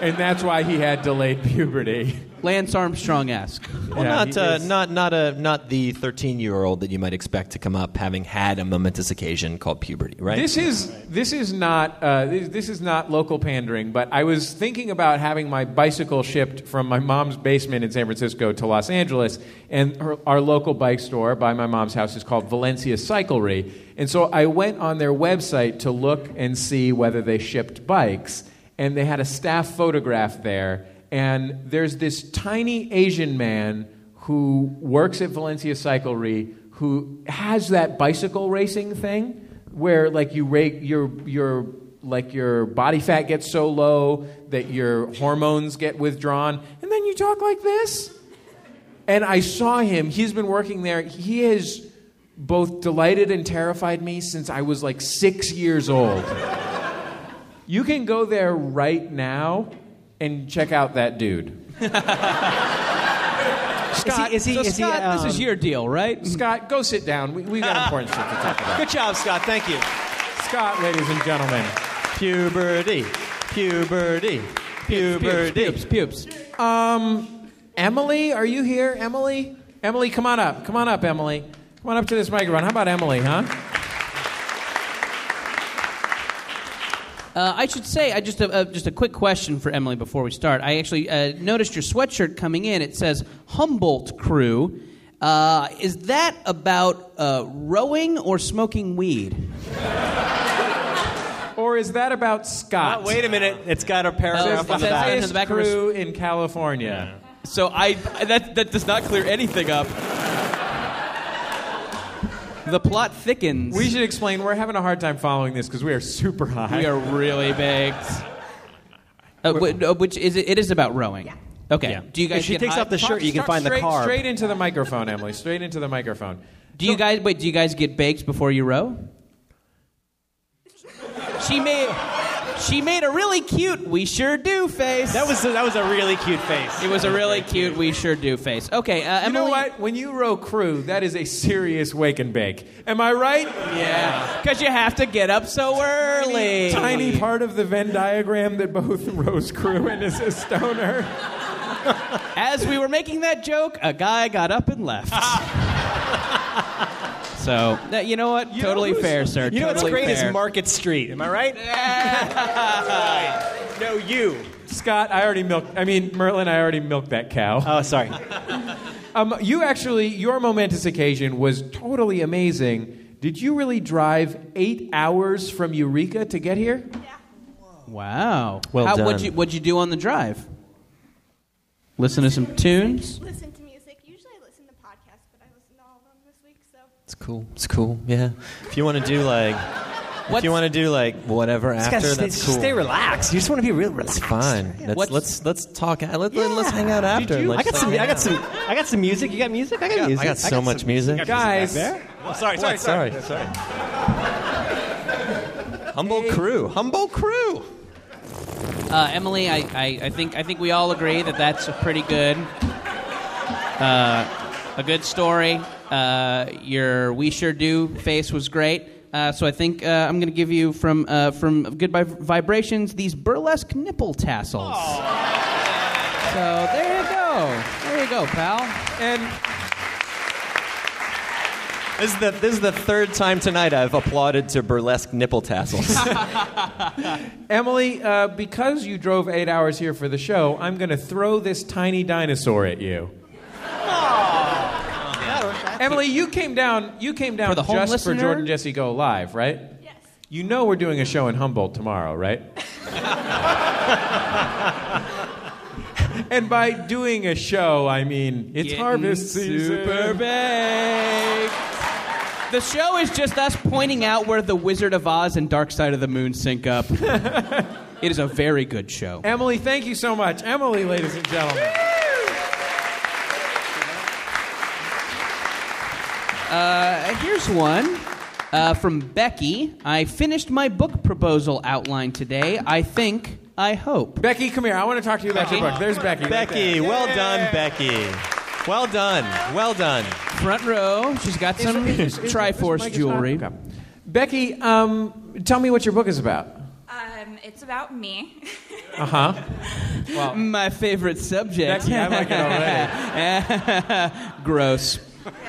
Speaker 3: and that's why he had delayed puberty.
Speaker 4: Lance Armstrong esque.
Speaker 8: Well, not, uh, not not a not the 13 year old that you might expect to come up having had a momentous occasion called puberty, right?
Speaker 3: This is this is not uh, this, this is not local pandering, but I was thinking about having my bicycle shipped from my mom's basement in San Francisco to Los Angeles, and her, our local bike store by my mom's house is called Valencia Cyclery, and so I went on their website to look and see whether they shipped bikes, and they had a staff photograph there, and there's this tiny Asian man who works at Valencia Cyclery who has that bicycle racing thing where like you rate your your like your body fat gets so low that your hormones get withdrawn and then you talk like this and i saw him he's been working there he has both delighted and terrified me since i was like six years old you can go there right now and check out that dude Scott,
Speaker 4: is he-
Speaker 3: so
Speaker 4: is he,
Speaker 3: Scott, this is
Speaker 4: um,
Speaker 3: your deal, right? Scott, go sit down. We, we got important stuff to talk about.
Speaker 2: Good job, Scott. Thank you.
Speaker 3: Scott, ladies and gentlemen. Puberty. Puberty. Puberty. Pubes, pubes. Um, Emily, are you here? Emily? Emily, come on up. Come on up, Emily. Come on up to this microphone. How about Emily, huh?
Speaker 4: Uh, I should say, I just a, uh, just a quick question for Emily before we start. I actually uh, noticed your sweatshirt coming in. It says Humboldt Crew. Uh, is that about uh, rowing or smoking weed?
Speaker 3: Or is that about Scott?
Speaker 2: Oh, wait a minute. It's got a
Speaker 4: paragraph on the back.
Speaker 3: Highest
Speaker 4: On the back of her s-
Speaker 3: crew in California.
Speaker 10: So I that that does not clear anything up.
Speaker 4: The plot thickens.
Speaker 3: We should explain. We're having a hard time following this because we are super high.
Speaker 4: We are really baked. Uh, wh- uh, which is it, it is about rowing. Yeah. Okay. Do you guys?
Speaker 3: If she
Speaker 4: get
Speaker 3: takes
Speaker 4: high-
Speaker 3: off the shirt, you can find the car. Straight into the microphone, Emily. Straight into the microphone.
Speaker 4: Do you guys wait? Do you guys get baked before you row? She made she made a really cute "we sure do" face. That
Speaker 2: was that was a really cute face.
Speaker 4: It was a really cute "we sure do" face. Okay, uh,
Speaker 3: You know what? When you row crew, that is a serious wake and bake. Am I right?
Speaker 4: Yeah. Because you have to get up so early.
Speaker 3: Tiny part of the Venn diagram that both Rose Crew and is a stoner.
Speaker 4: As we were making that joke, a guy got up and left. so no, you know what? totally fair, sir.
Speaker 2: You know what's
Speaker 4: Totally
Speaker 2: great
Speaker 4: fair.
Speaker 2: is Market Street. Am I right? no, you.
Speaker 3: Scott, I already milked. I mean, Merlin, I already milked that cow.
Speaker 2: Oh, sorry.
Speaker 3: um, you actually, your momentous occasion was totally amazing. Did you really drive eight hours from Eureka to get here?
Speaker 4: Wow.
Speaker 3: Well
Speaker 4: How,
Speaker 3: done.
Speaker 4: What'd you, what'd you do on the drive? Listen to some tunes.
Speaker 11: Listen to music. Usually I listen to podcasts, but I listened to all of them this week, so.
Speaker 8: It's cool. It's cool. Yeah. If you want to do like, if
Speaker 11: What's-
Speaker 8: you want to do like whatever
Speaker 2: Just
Speaker 8: after,
Speaker 2: gotta stay,
Speaker 8: that's cool.
Speaker 2: stay relaxed. You just want to be real
Speaker 8: It's
Speaker 2: relaxed.
Speaker 8: fine. Let's, let's let's talk. Let, let, Let's hang out
Speaker 2: Did
Speaker 8: after.
Speaker 2: you-
Speaker 8: Let's
Speaker 2: I got
Speaker 8: like
Speaker 2: some. I
Speaker 8: hang
Speaker 2: got
Speaker 8: out.
Speaker 2: some. I got some music. You got music. I got
Speaker 8: I got- I
Speaker 2: music.
Speaker 8: got so much
Speaker 2: some-
Speaker 8: music.
Speaker 2: I got music
Speaker 8: Guys.
Speaker 2: back there.
Speaker 8: Oh, sorry, sorry, What? sorry. Sorry.
Speaker 2: sorry.
Speaker 8: Humble crew. Humble crew.
Speaker 4: Uh, Emily, I, I, I think I think we all agree that that's a pretty good, uh, a good story. Uh, your "We Sure Do" face was great. Uh, so I think uh, I'm going to give you from uh, from Goodbye Vibrations these burlesque nipple tassels. So there you go. There you go, pal.
Speaker 3: And
Speaker 8: This is the this is the third time tonight I've applauded to burlesque nipple tassels.
Speaker 3: Emily, uh, because you drove eight hours here for the show, I'm going to throw this tiny dinosaur at you. Emily, you came down. You came down
Speaker 4: For the home
Speaker 3: just
Speaker 4: listener?
Speaker 3: for Jordan Jesse Go Live, right? Yes. You know we're doing a show in Humboldt tomorrow, right? and by doing a show, I mean it's harvest season.
Speaker 4: super big. The show is just us pointing out where The Wizard of Oz and Dark Side of the Moon sync up. it is a very good show.
Speaker 3: Emily, thank you so much. Emily, ladies and gentlemen.
Speaker 4: Uh, here's one uh, from Becky. I finished my book proposal outline today. I think, I hope.
Speaker 3: Becky, come here. I want to talk to you about your book. There's Becky. right
Speaker 8: Becky,
Speaker 3: there.
Speaker 8: well done, Becky. Well done. Well done.
Speaker 4: Front row. She's got some
Speaker 3: Is- is- is-
Speaker 4: Triforce
Speaker 3: this mic is
Speaker 4: jewelry.
Speaker 3: not- okay. Becky, um, tell me what your book is about.
Speaker 12: Um, it's about me.
Speaker 3: Uh huh. Well,
Speaker 4: My favorite subject.
Speaker 3: Becky, I like it
Speaker 4: Gross.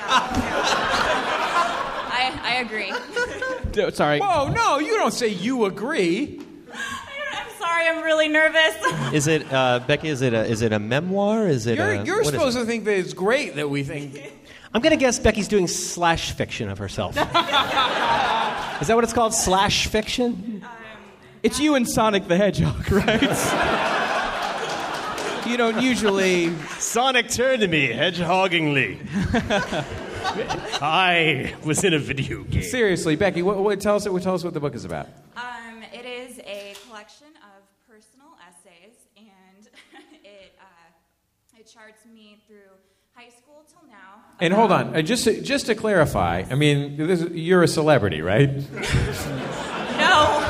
Speaker 12: I, I agree.
Speaker 4: D- Sorry.
Speaker 3: Whoa, Oh, no, you don't say you agree.
Speaker 12: I'm sorry, I'm really nervous.
Speaker 8: Is it uh, Becky? Is it a is it a memoir? Is it
Speaker 3: You're,
Speaker 8: a,
Speaker 3: you're supposed to think that it's great that we think.
Speaker 2: I'm gonna guess Becky's doing slash fiction of herself. Is that what it's called? Slash fiction?
Speaker 4: It's you and Sonic the Hedgehog, right? you don't usually.
Speaker 13: Sonic turned to me hedgehoggingly. I was in a video game.
Speaker 3: Seriously, Becky, what, what, tell, us, what, tell us what the book is about.
Speaker 12: Um, it is a collection of personal essays, and it uh, it charts me through high school till now.
Speaker 3: And hold on, uh, just, to, just to clarify, I mean, this, you're a celebrity, right?
Speaker 12: No.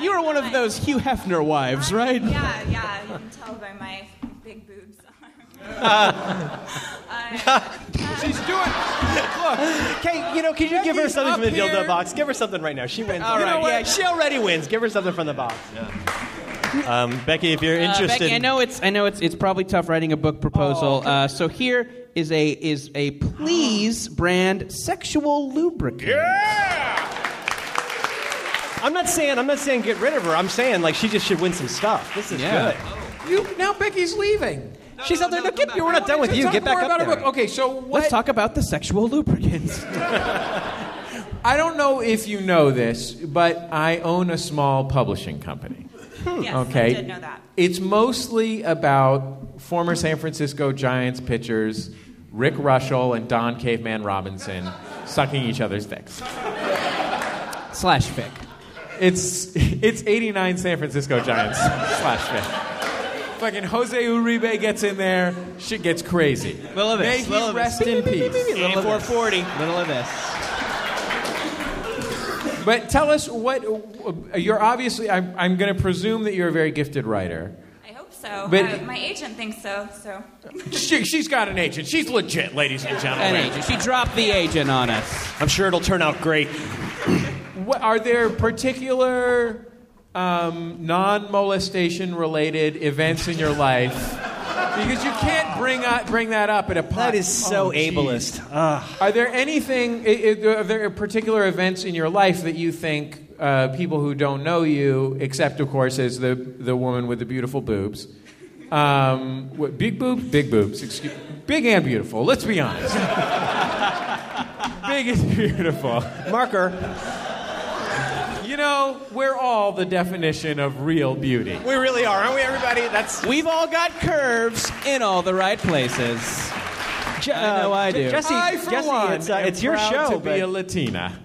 Speaker 4: you were one of those Hugh Hefner wives, right?
Speaker 12: Yeah, Uh, yeah. You can tell by my big boobs.
Speaker 3: She's doing. Look,
Speaker 2: okay, you know, can you give her
Speaker 3: Becky's
Speaker 2: something from the
Speaker 3: up
Speaker 2: dildo
Speaker 3: here.
Speaker 2: box? Give her something right now. She wins.
Speaker 4: All
Speaker 2: you
Speaker 4: right,
Speaker 2: know what?
Speaker 4: yeah.
Speaker 2: she already wins. Give her something from the box.
Speaker 8: Um, Becky, if you're
Speaker 4: Uh,
Speaker 8: interested,
Speaker 4: Becky, I know it's I know it's it's probably tough writing a book
Speaker 2: Oh,
Speaker 4: proposal. uh, so here is a is a please brand sexual lubricant.
Speaker 2: I'm not saying I'm not saying get rid of her. I'm saying like she just should win some stuff. This is
Speaker 4: Yeah.
Speaker 3: You, now Becky's leaving.
Speaker 2: She's out there. No, get, we're not done with
Speaker 3: Let's
Speaker 2: you.
Speaker 3: talk
Speaker 2: Get back
Speaker 3: more
Speaker 2: up
Speaker 3: about
Speaker 2: there.
Speaker 3: Her book. Okay, so what?
Speaker 4: Let's talk about the sexual lubricants.
Speaker 3: I don't know if you know this, but I own a small publishing company.
Speaker 12: Hmm. Yes,
Speaker 3: okay.
Speaker 12: I did know that.
Speaker 3: It's mostly about former San Francisco Giants pitchers Rick Rushell and Don Caveman Robinson sucking each other's dicks.
Speaker 4: Slash fic.
Speaker 3: It's it's 89 San Francisco Giants slash fic. Fucking Jose Uribe gets in there. Shit gets crazy.
Speaker 4: Little of
Speaker 3: May
Speaker 4: this.
Speaker 3: he
Speaker 4: little of this.
Speaker 3: rest in peace.
Speaker 4: Little of this. Little of this.
Speaker 3: But tell us what you're obviously. I'm, I'm going to presume that you're a very gifted writer.
Speaker 12: I hope so.
Speaker 3: But-
Speaker 12: Uh, my agent thinks so. So.
Speaker 3: She, she's got an agent. She's legit, ladies and gentlemen.
Speaker 4: An agent. She dropped the agent on us.
Speaker 13: I'm sure it'll turn out great.
Speaker 3: What, are there particular um, non-molestation related events in your life? Because you can't bring up, bring that up at a pod.
Speaker 2: That is so
Speaker 3: Oh, geez.
Speaker 2: ableist. Ugh.
Speaker 3: Are there anything? i- i- Are there particular events in your life that you think uh, people who don't know you, except of course as the the woman with the beautiful boobs, um, what, big boobs, big boobs, excuse, big and beautiful. Let's be honest. big and beautiful.
Speaker 2: Marker.
Speaker 3: You know, we're all the definition of real beauty.
Speaker 2: We really are, aren't we, everybody? That's.
Speaker 4: We've all got curves in all the right places.
Speaker 2: Je-
Speaker 4: I know
Speaker 2: uh,
Speaker 4: I
Speaker 2: Je-
Speaker 4: do.
Speaker 2: Jesse,
Speaker 3: I, for
Speaker 2: Jesse,
Speaker 3: one,
Speaker 2: it's, uh,
Speaker 3: am
Speaker 2: it's your
Speaker 3: proud
Speaker 2: show.
Speaker 3: to be
Speaker 2: but-
Speaker 3: a Latina.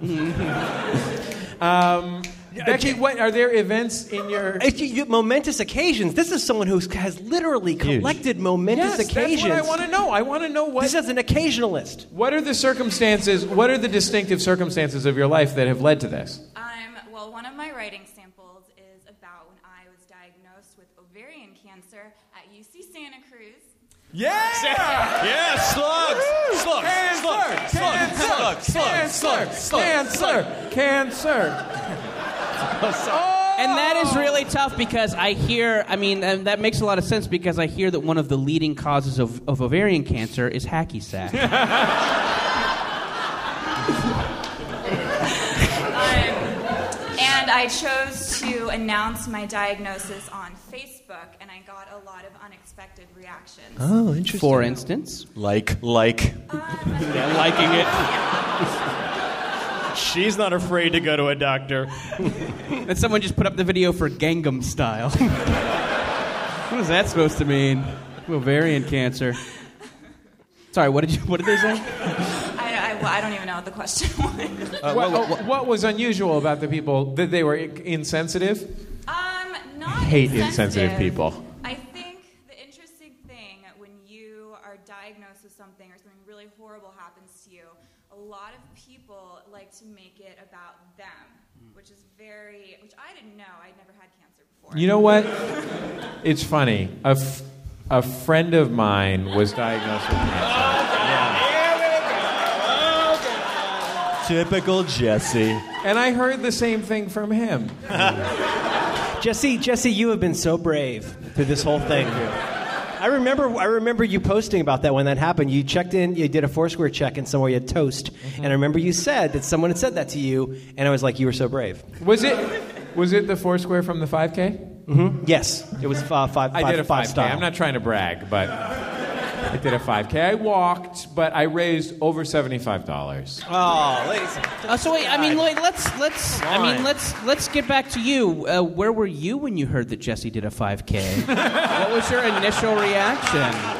Speaker 3: um, Becky, what are there events in your?
Speaker 2: It's you- you- momentous occasions. This is someone who has literally collected momentous
Speaker 3: Yes,
Speaker 2: occasions.
Speaker 3: that's what I want to know. I want to know what.
Speaker 2: This is an occasionalist.
Speaker 3: What are the circumstances? What are the distinctive circumstances of your life that have led to this?
Speaker 12: Um, well, one of my writing samples is about when I was diagnosed with ovarian cancer at UC Santa Cruz.
Speaker 3: Yeah!
Speaker 13: Yeah, slugs! Slugs! Slugs! Slugs! Slugs!
Speaker 3: Cancer!
Speaker 13: Slugs!
Speaker 3: Cancer! Cancer!
Speaker 4: And that is really tough because I hear, I mean, and that makes a lot of sense because I hear that one of the leading causes of, of ovarian cancer is hacky sack.
Speaker 12: And I chose to announce my diagnosis on Facebook, and I got a lot of unexpected reactions.
Speaker 8: Oh, interesting.
Speaker 4: For instance,
Speaker 8: like, like,
Speaker 13: Yeah, liking it. She's not afraid to go to a doctor.
Speaker 4: and someone just put up the video for Gangnam Style. what is that supposed to mean? Ovarian cancer. Sorry, what did you? What did they say?
Speaker 12: I, I, well, I don't even know what the question was.
Speaker 3: Uh, what, what was unusual about the people that they were i- insensitive?
Speaker 12: Um, not
Speaker 3: Hate insensitive people.
Speaker 12: I think the interesting thing when you are diagnosed with something or something really horrible happens to you, a lot of people like to make it about them, which is very, which I didn't know. I'd never had cancer before.
Speaker 3: You know what? It's funny. A, f- a friend of mine was diagnosed with cancer.
Speaker 8: typical Jesse.
Speaker 3: And I heard the same thing from him.
Speaker 2: Jesse, Jesse, you have been so brave through this whole thing. I remember, I remember you posting about that when that happened. You checked in, you did a Foursquare check, and somewhere you had toast. And I remember you said that someone had said that to you, and I was like, you were so brave.
Speaker 3: Was it was it the four square from the 5K?
Speaker 2: Mm-hmm. Yes, it was uh, five. five
Speaker 3: I did a 5K.
Speaker 2: five style.
Speaker 3: I'm not trying to brag, but I did a 5K. I walked, but I raised over $75.
Speaker 2: Oh, ladies.
Speaker 4: Uh, so wait, I mean, wait, let's let's. I mean,
Speaker 3: on.
Speaker 4: let's let's get back to you. Uh, where were you when you heard that Jesse did a 5K? what was your initial reaction?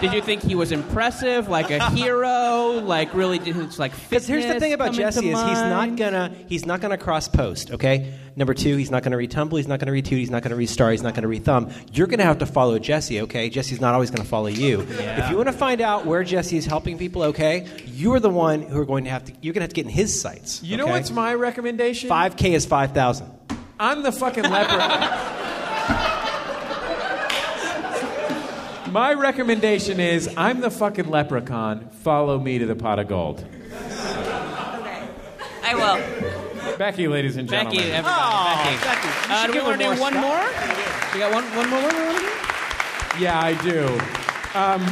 Speaker 4: Did you think he was impressive, like a hero, like really? Did it's like
Speaker 2: Because here's the
Speaker 4: fitness
Speaker 2: thing about
Speaker 4: come into
Speaker 2: Jesse is he's not
Speaker 4: mind?
Speaker 2: gonna he's not gonna cross post. Okay. Number two, he's not gonna retumble. He's not gonna retweet. He's not gonna restar. He's not gonna rethumb. You're gonna have to follow Jesse. Okay. Jesse's not always gonna follow you.
Speaker 13: Yeah.
Speaker 2: If you want to find out where Jesse is helping people, okay, you are the one who are going to have to. You're gonna have to get in his sights.
Speaker 3: You know what's my recommendation?
Speaker 2: Five K is five thousand.
Speaker 3: I'm the fucking leopard. My recommendation is I'm the fucking leprechaun. Follow me to the pot of gold.
Speaker 13: I will.
Speaker 3: Becky, ladies and gentlemen.
Speaker 4: Becky, everybody,
Speaker 2: Oh,
Speaker 4: Becky. Uh, do we want to do one more? You got one, one more, one more, one more?
Speaker 3: Yeah, I do. Um,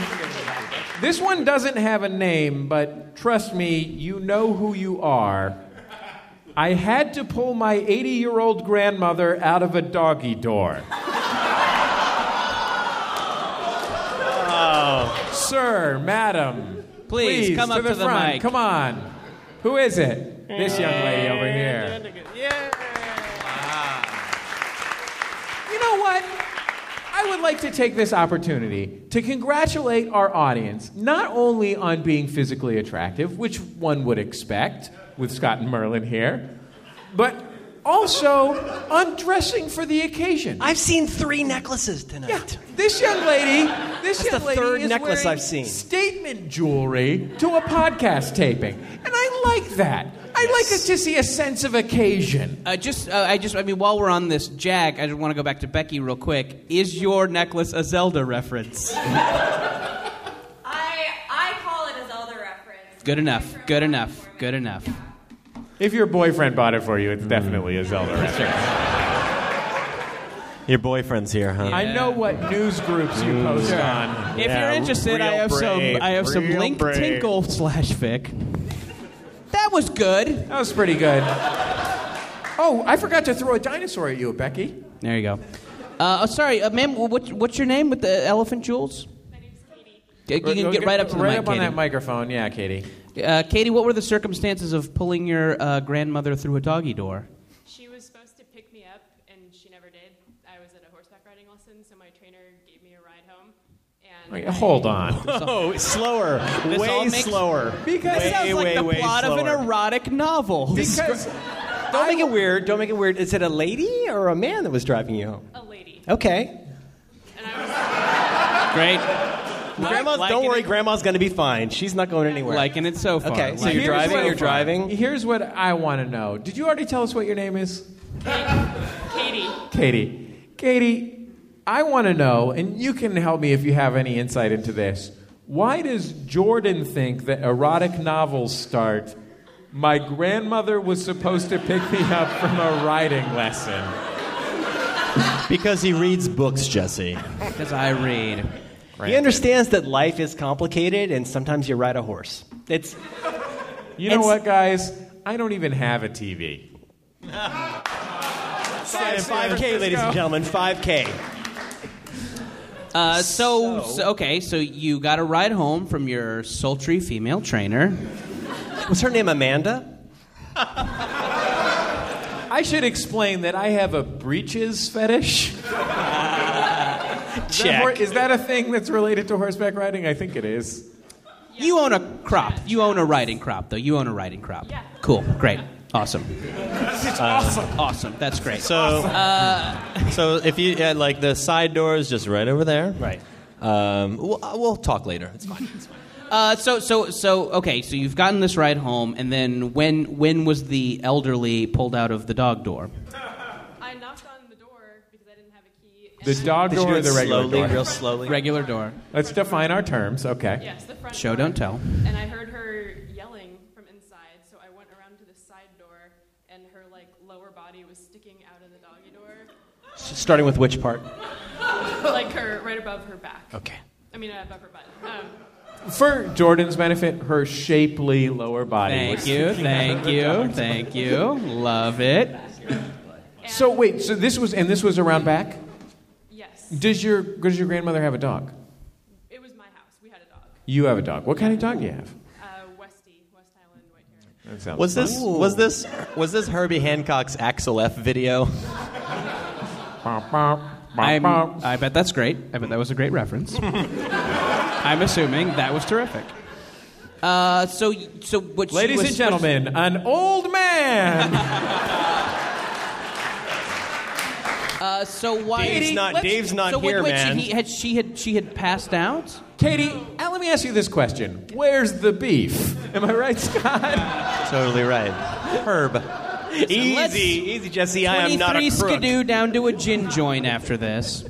Speaker 3: this one doesn't have a name, but trust me, you know who you are. I had to pull my 80 year old grandmother out of a doggy door. Oh. Sir, madam,
Speaker 4: Please, come up
Speaker 3: to the,
Speaker 4: to the
Speaker 3: front.
Speaker 4: mic.
Speaker 3: Come on. Who is it? This young lady over here. You know what? I would like to take this opportunity to congratulate our audience not only on being physically attractive, which one would expect with Scott and Merlin here, but also on dressing for the occasion.
Speaker 2: I've seen three necklaces tonight.
Speaker 3: This young lady, this
Speaker 2: That's
Speaker 3: young
Speaker 2: the
Speaker 3: lady
Speaker 2: third
Speaker 3: is
Speaker 2: necklace
Speaker 3: wearing
Speaker 2: I've seen.
Speaker 3: Statement jewelry to a podcast taping, and I like that. I like us to see a sense of occasion.
Speaker 4: Uh, just, uh, I just, I mean, while we're on this jag, I just want to go back to Becky real quick. Is your necklace a Zelda reference?
Speaker 12: I I call it a Zelda reference.
Speaker 4: Good enough. Good enough. Good enough.
Speaker 3: If your boyfriend bought it for you, it's definitely a Zelda reference.
Speaker 8: Your boyfriend's here, huh?
Speaker 3: I know what news groups you post
Speaker 4: Sure.
Speaker 3: on.
Speaker 4: If you're interested, I have some. I have some link tinkle slash fic. That was good. That
Speaker 3: was pretty good. Oh, I forgot to throw a dinosaur at you, Becky.
Speaker 4: There you go. Uh, oh, sorry, uh, ma'am. What, what's your name with the elephant jewels? My name's Katie. You can get right up to the
Speaker 3: right
Speaker 4: mic,
Speaker 3: up
Speaker 4: Katie.
Speaker 3: on that microphone. Yeah, Katie.
Speaker 4: Uh, Katie, what were the circumstances of pulling your uh, grandmother through a doggy door?
Speaker 7: She was supposed to pick me up, and she never did. I was at a horseback riding lesson, so my trainer gave me a ride home. And
Speaker 3: Wait, hold on.
Speaker 2: Whoa, slower.
Speaker 4: This
Speaker 2: way
Speaker 4: all makes-
Speaker 2: slower.
Speaker 4: Because-
Speaker 2: way,
Speaker 4: This sounds like
Speaker 2: way,
Speaker 4: the
Speaker 2: way
Speaker 4: plot of an
Speaker 2: slower.
Speaker 4: erotic novel.
Speaker 2: Because don't make it weird. Don't make it weird. Is it a lady or a man that was driving you home? A lady. Okay.
Speaker 4: Great.
Speaker 2: Grandma's,
Speaker 3: like
Speaker 2: don't
Speaker 3: it-
Speaker 2: worry, Grandma's going to be fine. She's not going anywhere.
Speaker 4: Liking it so far.
Speaker 2: Okay, so
Speaker 4: Like
Speaker 2: you're
Speaker 4: it.
Speaker 2: driving.
Speaker 3: what-
Speaker 2: you're driving.
Speaker 3: Here's what I want to know. Did you already tell us what your name is?
Speaker 7: Katie,
Speaker 3: Katie. Katie, I want to know, and you can help me if you have any insight into this. Why does Jordan think that erotic novels start? My grandmother was supposed to pick me up from a riding lesson.
Speaker 8: Because he reads books, Jesse.
Speaker 4: Because I read.
Speaker 2: He understands that life is complicated, and sometimes you ride a horse. It's.
Speaker 3: You know what, guys? I don't even have a TV.
Speaker 2: Five K, ladies and gentlemen. Five K.
Speaker 4: Uh, so, so, okay, so you got a ride home from your sultry female trainer.
Speaker 2: Was her name Amanda?
Speaker 3: I should explain that I have a breeches fetish. Is that
Speaker 4: Check.
Speaker 3: hor- is that a thing that's related to horseback riding? I think it is.
Speaker 4: You own a crop. You own a riding crop, though. You own a riding crop. Cool. Great. Awesome. Uh,
Speaker 8: This is awesome.
Speaker 4: Awesome. That's great.
Speaker 8: So, uh, so if you yeah, like the side door is just right over there. Right. Um, we'll,
Speaker 2: uh,
Speaker 8: we'll talk later. It's fine. It's fine.
Speaker 4: Uh, so, so, so, okay, so you've gotten this ride home, and then when, when was the elderly pulled out of the dog door?
Speaker 7: I knocked on the door because I didn't have a key.
Speaker 3: The dog
Speaker 4: Did you
Speaker 3: door
Speaker 4: do
Speaker 3: or
Speaker 4: it
Speaker 3: the regular
Speaker 4: slowly,
Speaker 3: door?
Speaker 4: real slowly? Regular door.
Speaker 3: Let's define our terms, okay?
Speaker 7: Yes, the front
Speaker 4: Show,
Speaker 7: door.
Speaker 4: don't tell.
Speaker 7: And I heard her yelling from inside, so I went around to the side door, and her like lower body was sticking out of the doggy door,
Speaker 2: Starting with which part?
Speaker 7: like her, right above her back.
Speaker 2: Okay.
Speaker 7: I mean, not above her butt. Um,
Speaker 3: For Jordan's benefit, her shapely lower body.
Speaker 4: Thank
Speaker 3: was
Speaker 4: you,
Speaker 3: sticking out
Speaker 4: thank
Speaker 3: of her
Speaker 4: you,
Speaker 3: dog's
Speaker 4: thank
Speaker 3: body.
Speaker 4: you. Love it.
Speaker 3: So wait, so this was and this was around back.
Speaker 7: Yes.
Speaker 3: Does your does your grandmother have a dog?
Speaker 7: it was my house. We had a dog.
Speaker 3: You have a dog. What kind of dog do you have?
Speaker 7: Uh, Westy, West Island White Terrier.
Speaker 3: That sounds
Speaker 8: Was this
Speaker 3: fun.
Speaker 8: was this was this Herbie Hancock's Axel F video?
Speaker 4: I'm, I bet that's great. I bet that was a great reference. I'm assuming that was terrific. Uh, so, so what she
Speaker 3: Ladies
Speaker 4: was-
Speaker 3: and gentlemen, an old man.
Speaker 4: Uh, so why?
Speaker 3: Dave's not-
Speaker 4: let's-
Speaker 3: Dave's not
Speaker 4: so wait,
Speaker 3: here,
Speaker 4: wait,
Speaker 3: man.
Speaker 4: She, he had, she had she had passed out.
Speaker 3: Katie, uh, let me ask you this question: Where's the beef? Am I right, Scott?
Speaker 8: totally right. Herb.
Speaker 4: Let's-
Speaker 5: easy, Jesse.
Speaker 4: Twenty-three skidoo down to a gin joint after this.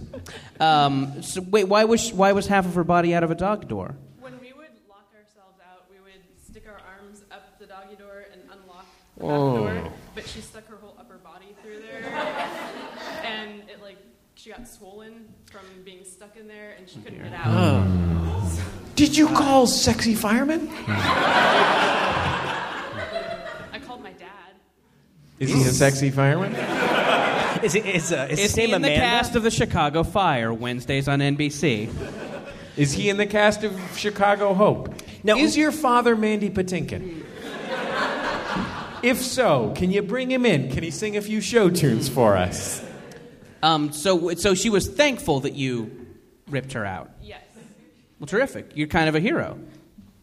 Speaker 4: Um, so wait, why was she- why was half of her body out of a dog door?
Speaker 7: When we would lock ourselves out, we would stick our arms up the doggy door and unlock the back
Speaker 4: Whoa.
Speaker 7: door. But she stuck her whole upper body through there, and it like she got swollen from being stuck in there, and she couldn't get out.
Speaker 3: Did you call sexy fireman?
Speaker 7: I called my dad.
Speaker 3: Is he a sexy fireman?
Speaker 2: Is it is, uh, is
Speaker 4: Is
Speaker 2: his
Speaker 4: he
Speaker 2: name
Speaker 4: in the
Speaker 2: Amanda?
Speaker 4: cast of the Chicago Fire Wednesdays on NBC?
Speaker 3: Is he in the cast of Chicago Hope? Now, is your father Mandy Patinkin? if so, can you bring him in? Can he sing a few show tunes for us?
Speaker 4: Um, so so she was thankful that you ripped her out.
Speaker 7: Yes.
Speaker 4: Well, terrific. You're kind of a hero.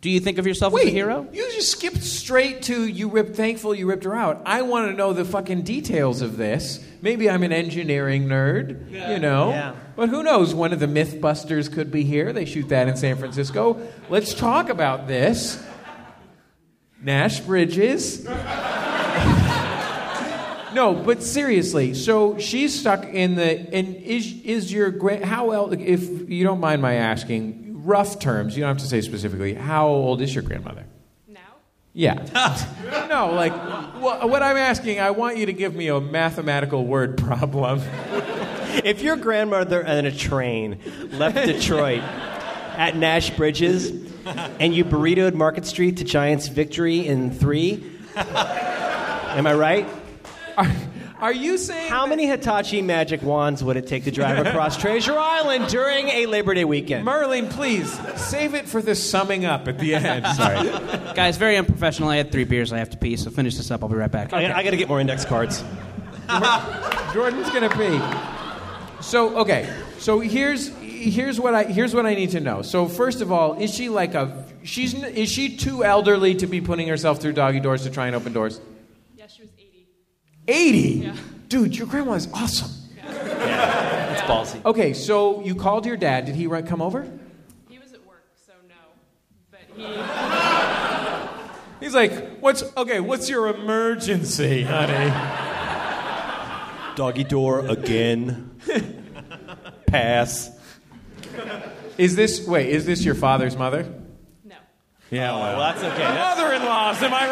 Speaker 4: Do you think of yourself as a hero?
Speaker 3: You just skipped straight to you ripped thankful you ripped her out. I want to know the fucking details of this. Maybe I'm an engineering nerd, you know.
Speaker 2: Yeah.
Speaker 3: But who knows? One of the Mythbusters could be here. They shoot that in San Francisco. Let's talk about this. Nash Bridges. no, but seriously. So she's stuck in the and is is your gra- how else if you don't mind my asking rough terms. You don't have to say specifically. How old is your grandmother? Yeah. no, like, wha what I'm asking, I want you to give me a mathematical word problem.
Speaker 2: If your grandmother and a train left Detroit at Nash Bridges and you burritoed Market Street to Giants victory in three, am I right?
Speaker 3: Are you saying
Speaker 2: how many Hitachi magic wands would it take to drive across Treasure Island during a Labor Day weekend?
Speaker 3: Merlin, please save it for the summing up at the end. Sorry.
Speaker 4: Guys, very unprofessional. I had three beers. I have to pee, so finish this up. I'll be right back.
Speaker 2: I, I got to get more index cards.
Speaker 3: Jordan's gonna pee. So okay, so here's here's what I here's what I need to know. So first of all, is she like a she's n- is she too elderly to be putting herself through doggy doors to try and open doors?
Speaker 7: Yeah, she was 80.
Speaker 3: Eighty, dude, your grandma's awesome.
Speaker 2: It's ballsy.
Speaker 3: Okay, so you called your dad. Did he ri- come over?
Speaker 7: He was at work, so no. But he.
Speaker 3: He's like, what's okay? What's your emergency, honey?
Speaker 8: Doggy door again. Pass.
Speaker 3: Is this wait? Is this your father's mother? No. Yeah. well.
Speaker 2: that's okay.
Speaker 3: Mother-in-laws, am I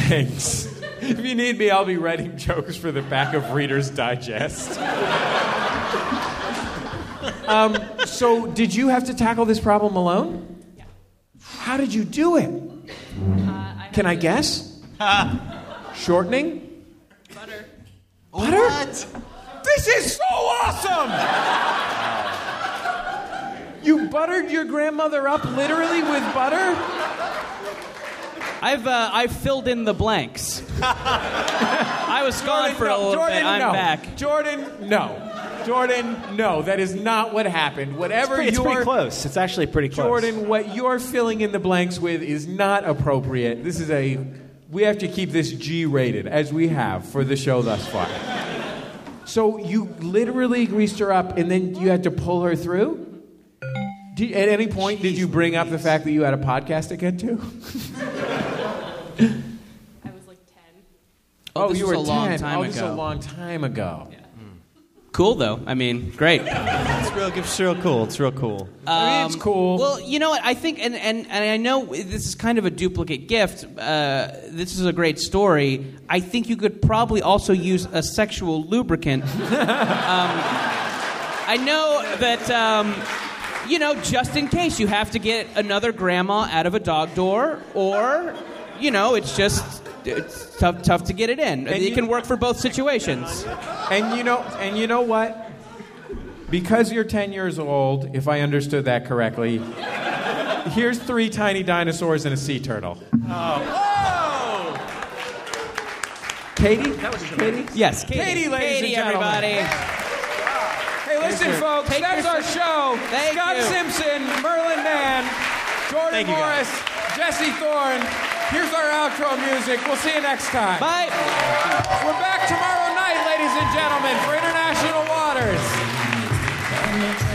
Speaker 3: right? Thanks. If you need me, I'll be writing jokes for the back of Reader's Digest. um, so, did you have to tackle this problem alone? How did you do it? Can Uh, I guess? Shortening? Butter. Butter? This is so awesome! You buttered your grandmother up literally with butter?
Speaker 4: I've uh, I've filled in the blanks. I was gone for a
Speaker 3: no.
Speaker 4: little
Speaker 3: Jordan,
Speaker 4: bit. I'm
Speaker 3: no.
Speaker 4: back.
Speaker 3: Jordan, no. Jordan, no. That is not what happened. Whatever
Speaker 2: It's pretty- it's
Speaker 3: your
Speaker 2: pretty close. It's actually pretty close.
Speaker 3: Jordan, what you're filling in the blanks with is not appropriate. This is a we have to keep this G-rated as we have for the show thus far. So you literally greased her up, and then you had to pull her through. Did, at any point, did you bring up the fact that you had a podcast to get to?
Speaker 4: Oh, this
Speaker 3: you
Speaker 4: was
Speaker 3: were
Speaker 4: a long
Speaker 3: 10.
Speaker 4: time
Speaker 3: oh, This is a
Speaker 4: ago.
Speaker 3: long time ago.
Speaker 4: cool though. I mean, great.
Speaker 8: It's real, it's real cool. It's real cool.
Speaker 3: it's cool.
Speaker 4: Um, Well, you know what? I think, and, and, and I know this is kind of a duplicate gift. Uh, this is a great story. I think you could probably also use a sexual lubricant. um, I know that, um, you know, just in case you have to get another grandma out of a dog door, or, you know, it's just it's tough, tough to get it
Speaker 3: And
Speaker 4: in. it
Speaker 3: you-
Speaker 4: can work for both situations.
Speaker 3: And you know, and you know what? Because you're 10 years old, if I understood that correctly, here's three tiny dinosaurs and a sea turtle.
Speaker 4: Oh.
Speaker 3: Oh. Katie? That was Katie?
Speaker 4: Yes, Katie.
Speaker 3: Katie, ladies
Speaker 4: Katie,
Speaker 3: and gentlemen.
Speaker 4: everybody.
Speaker 3: Hey, listen,
Speaker 4: Thanks for-
Speaker 3: folks,
Speaker 4: take
Speaker 3: that's
Speaker 4: your-
Speaker 3: our show.
Speaker 4: Thank
Speaker 3: Scott
Speaker 4: you.
Speaker 3: Simpson, Merlin Mann, Jordan
Speaker 4: Thank you, guys.
Speaker 3: Morris, Jesse Thorne. Here's our outro music. We'll see you next time.
Speaker 4: Bye.
Speaker 3: We're back tomorrow night, ladies and gentlemen, for International Waters.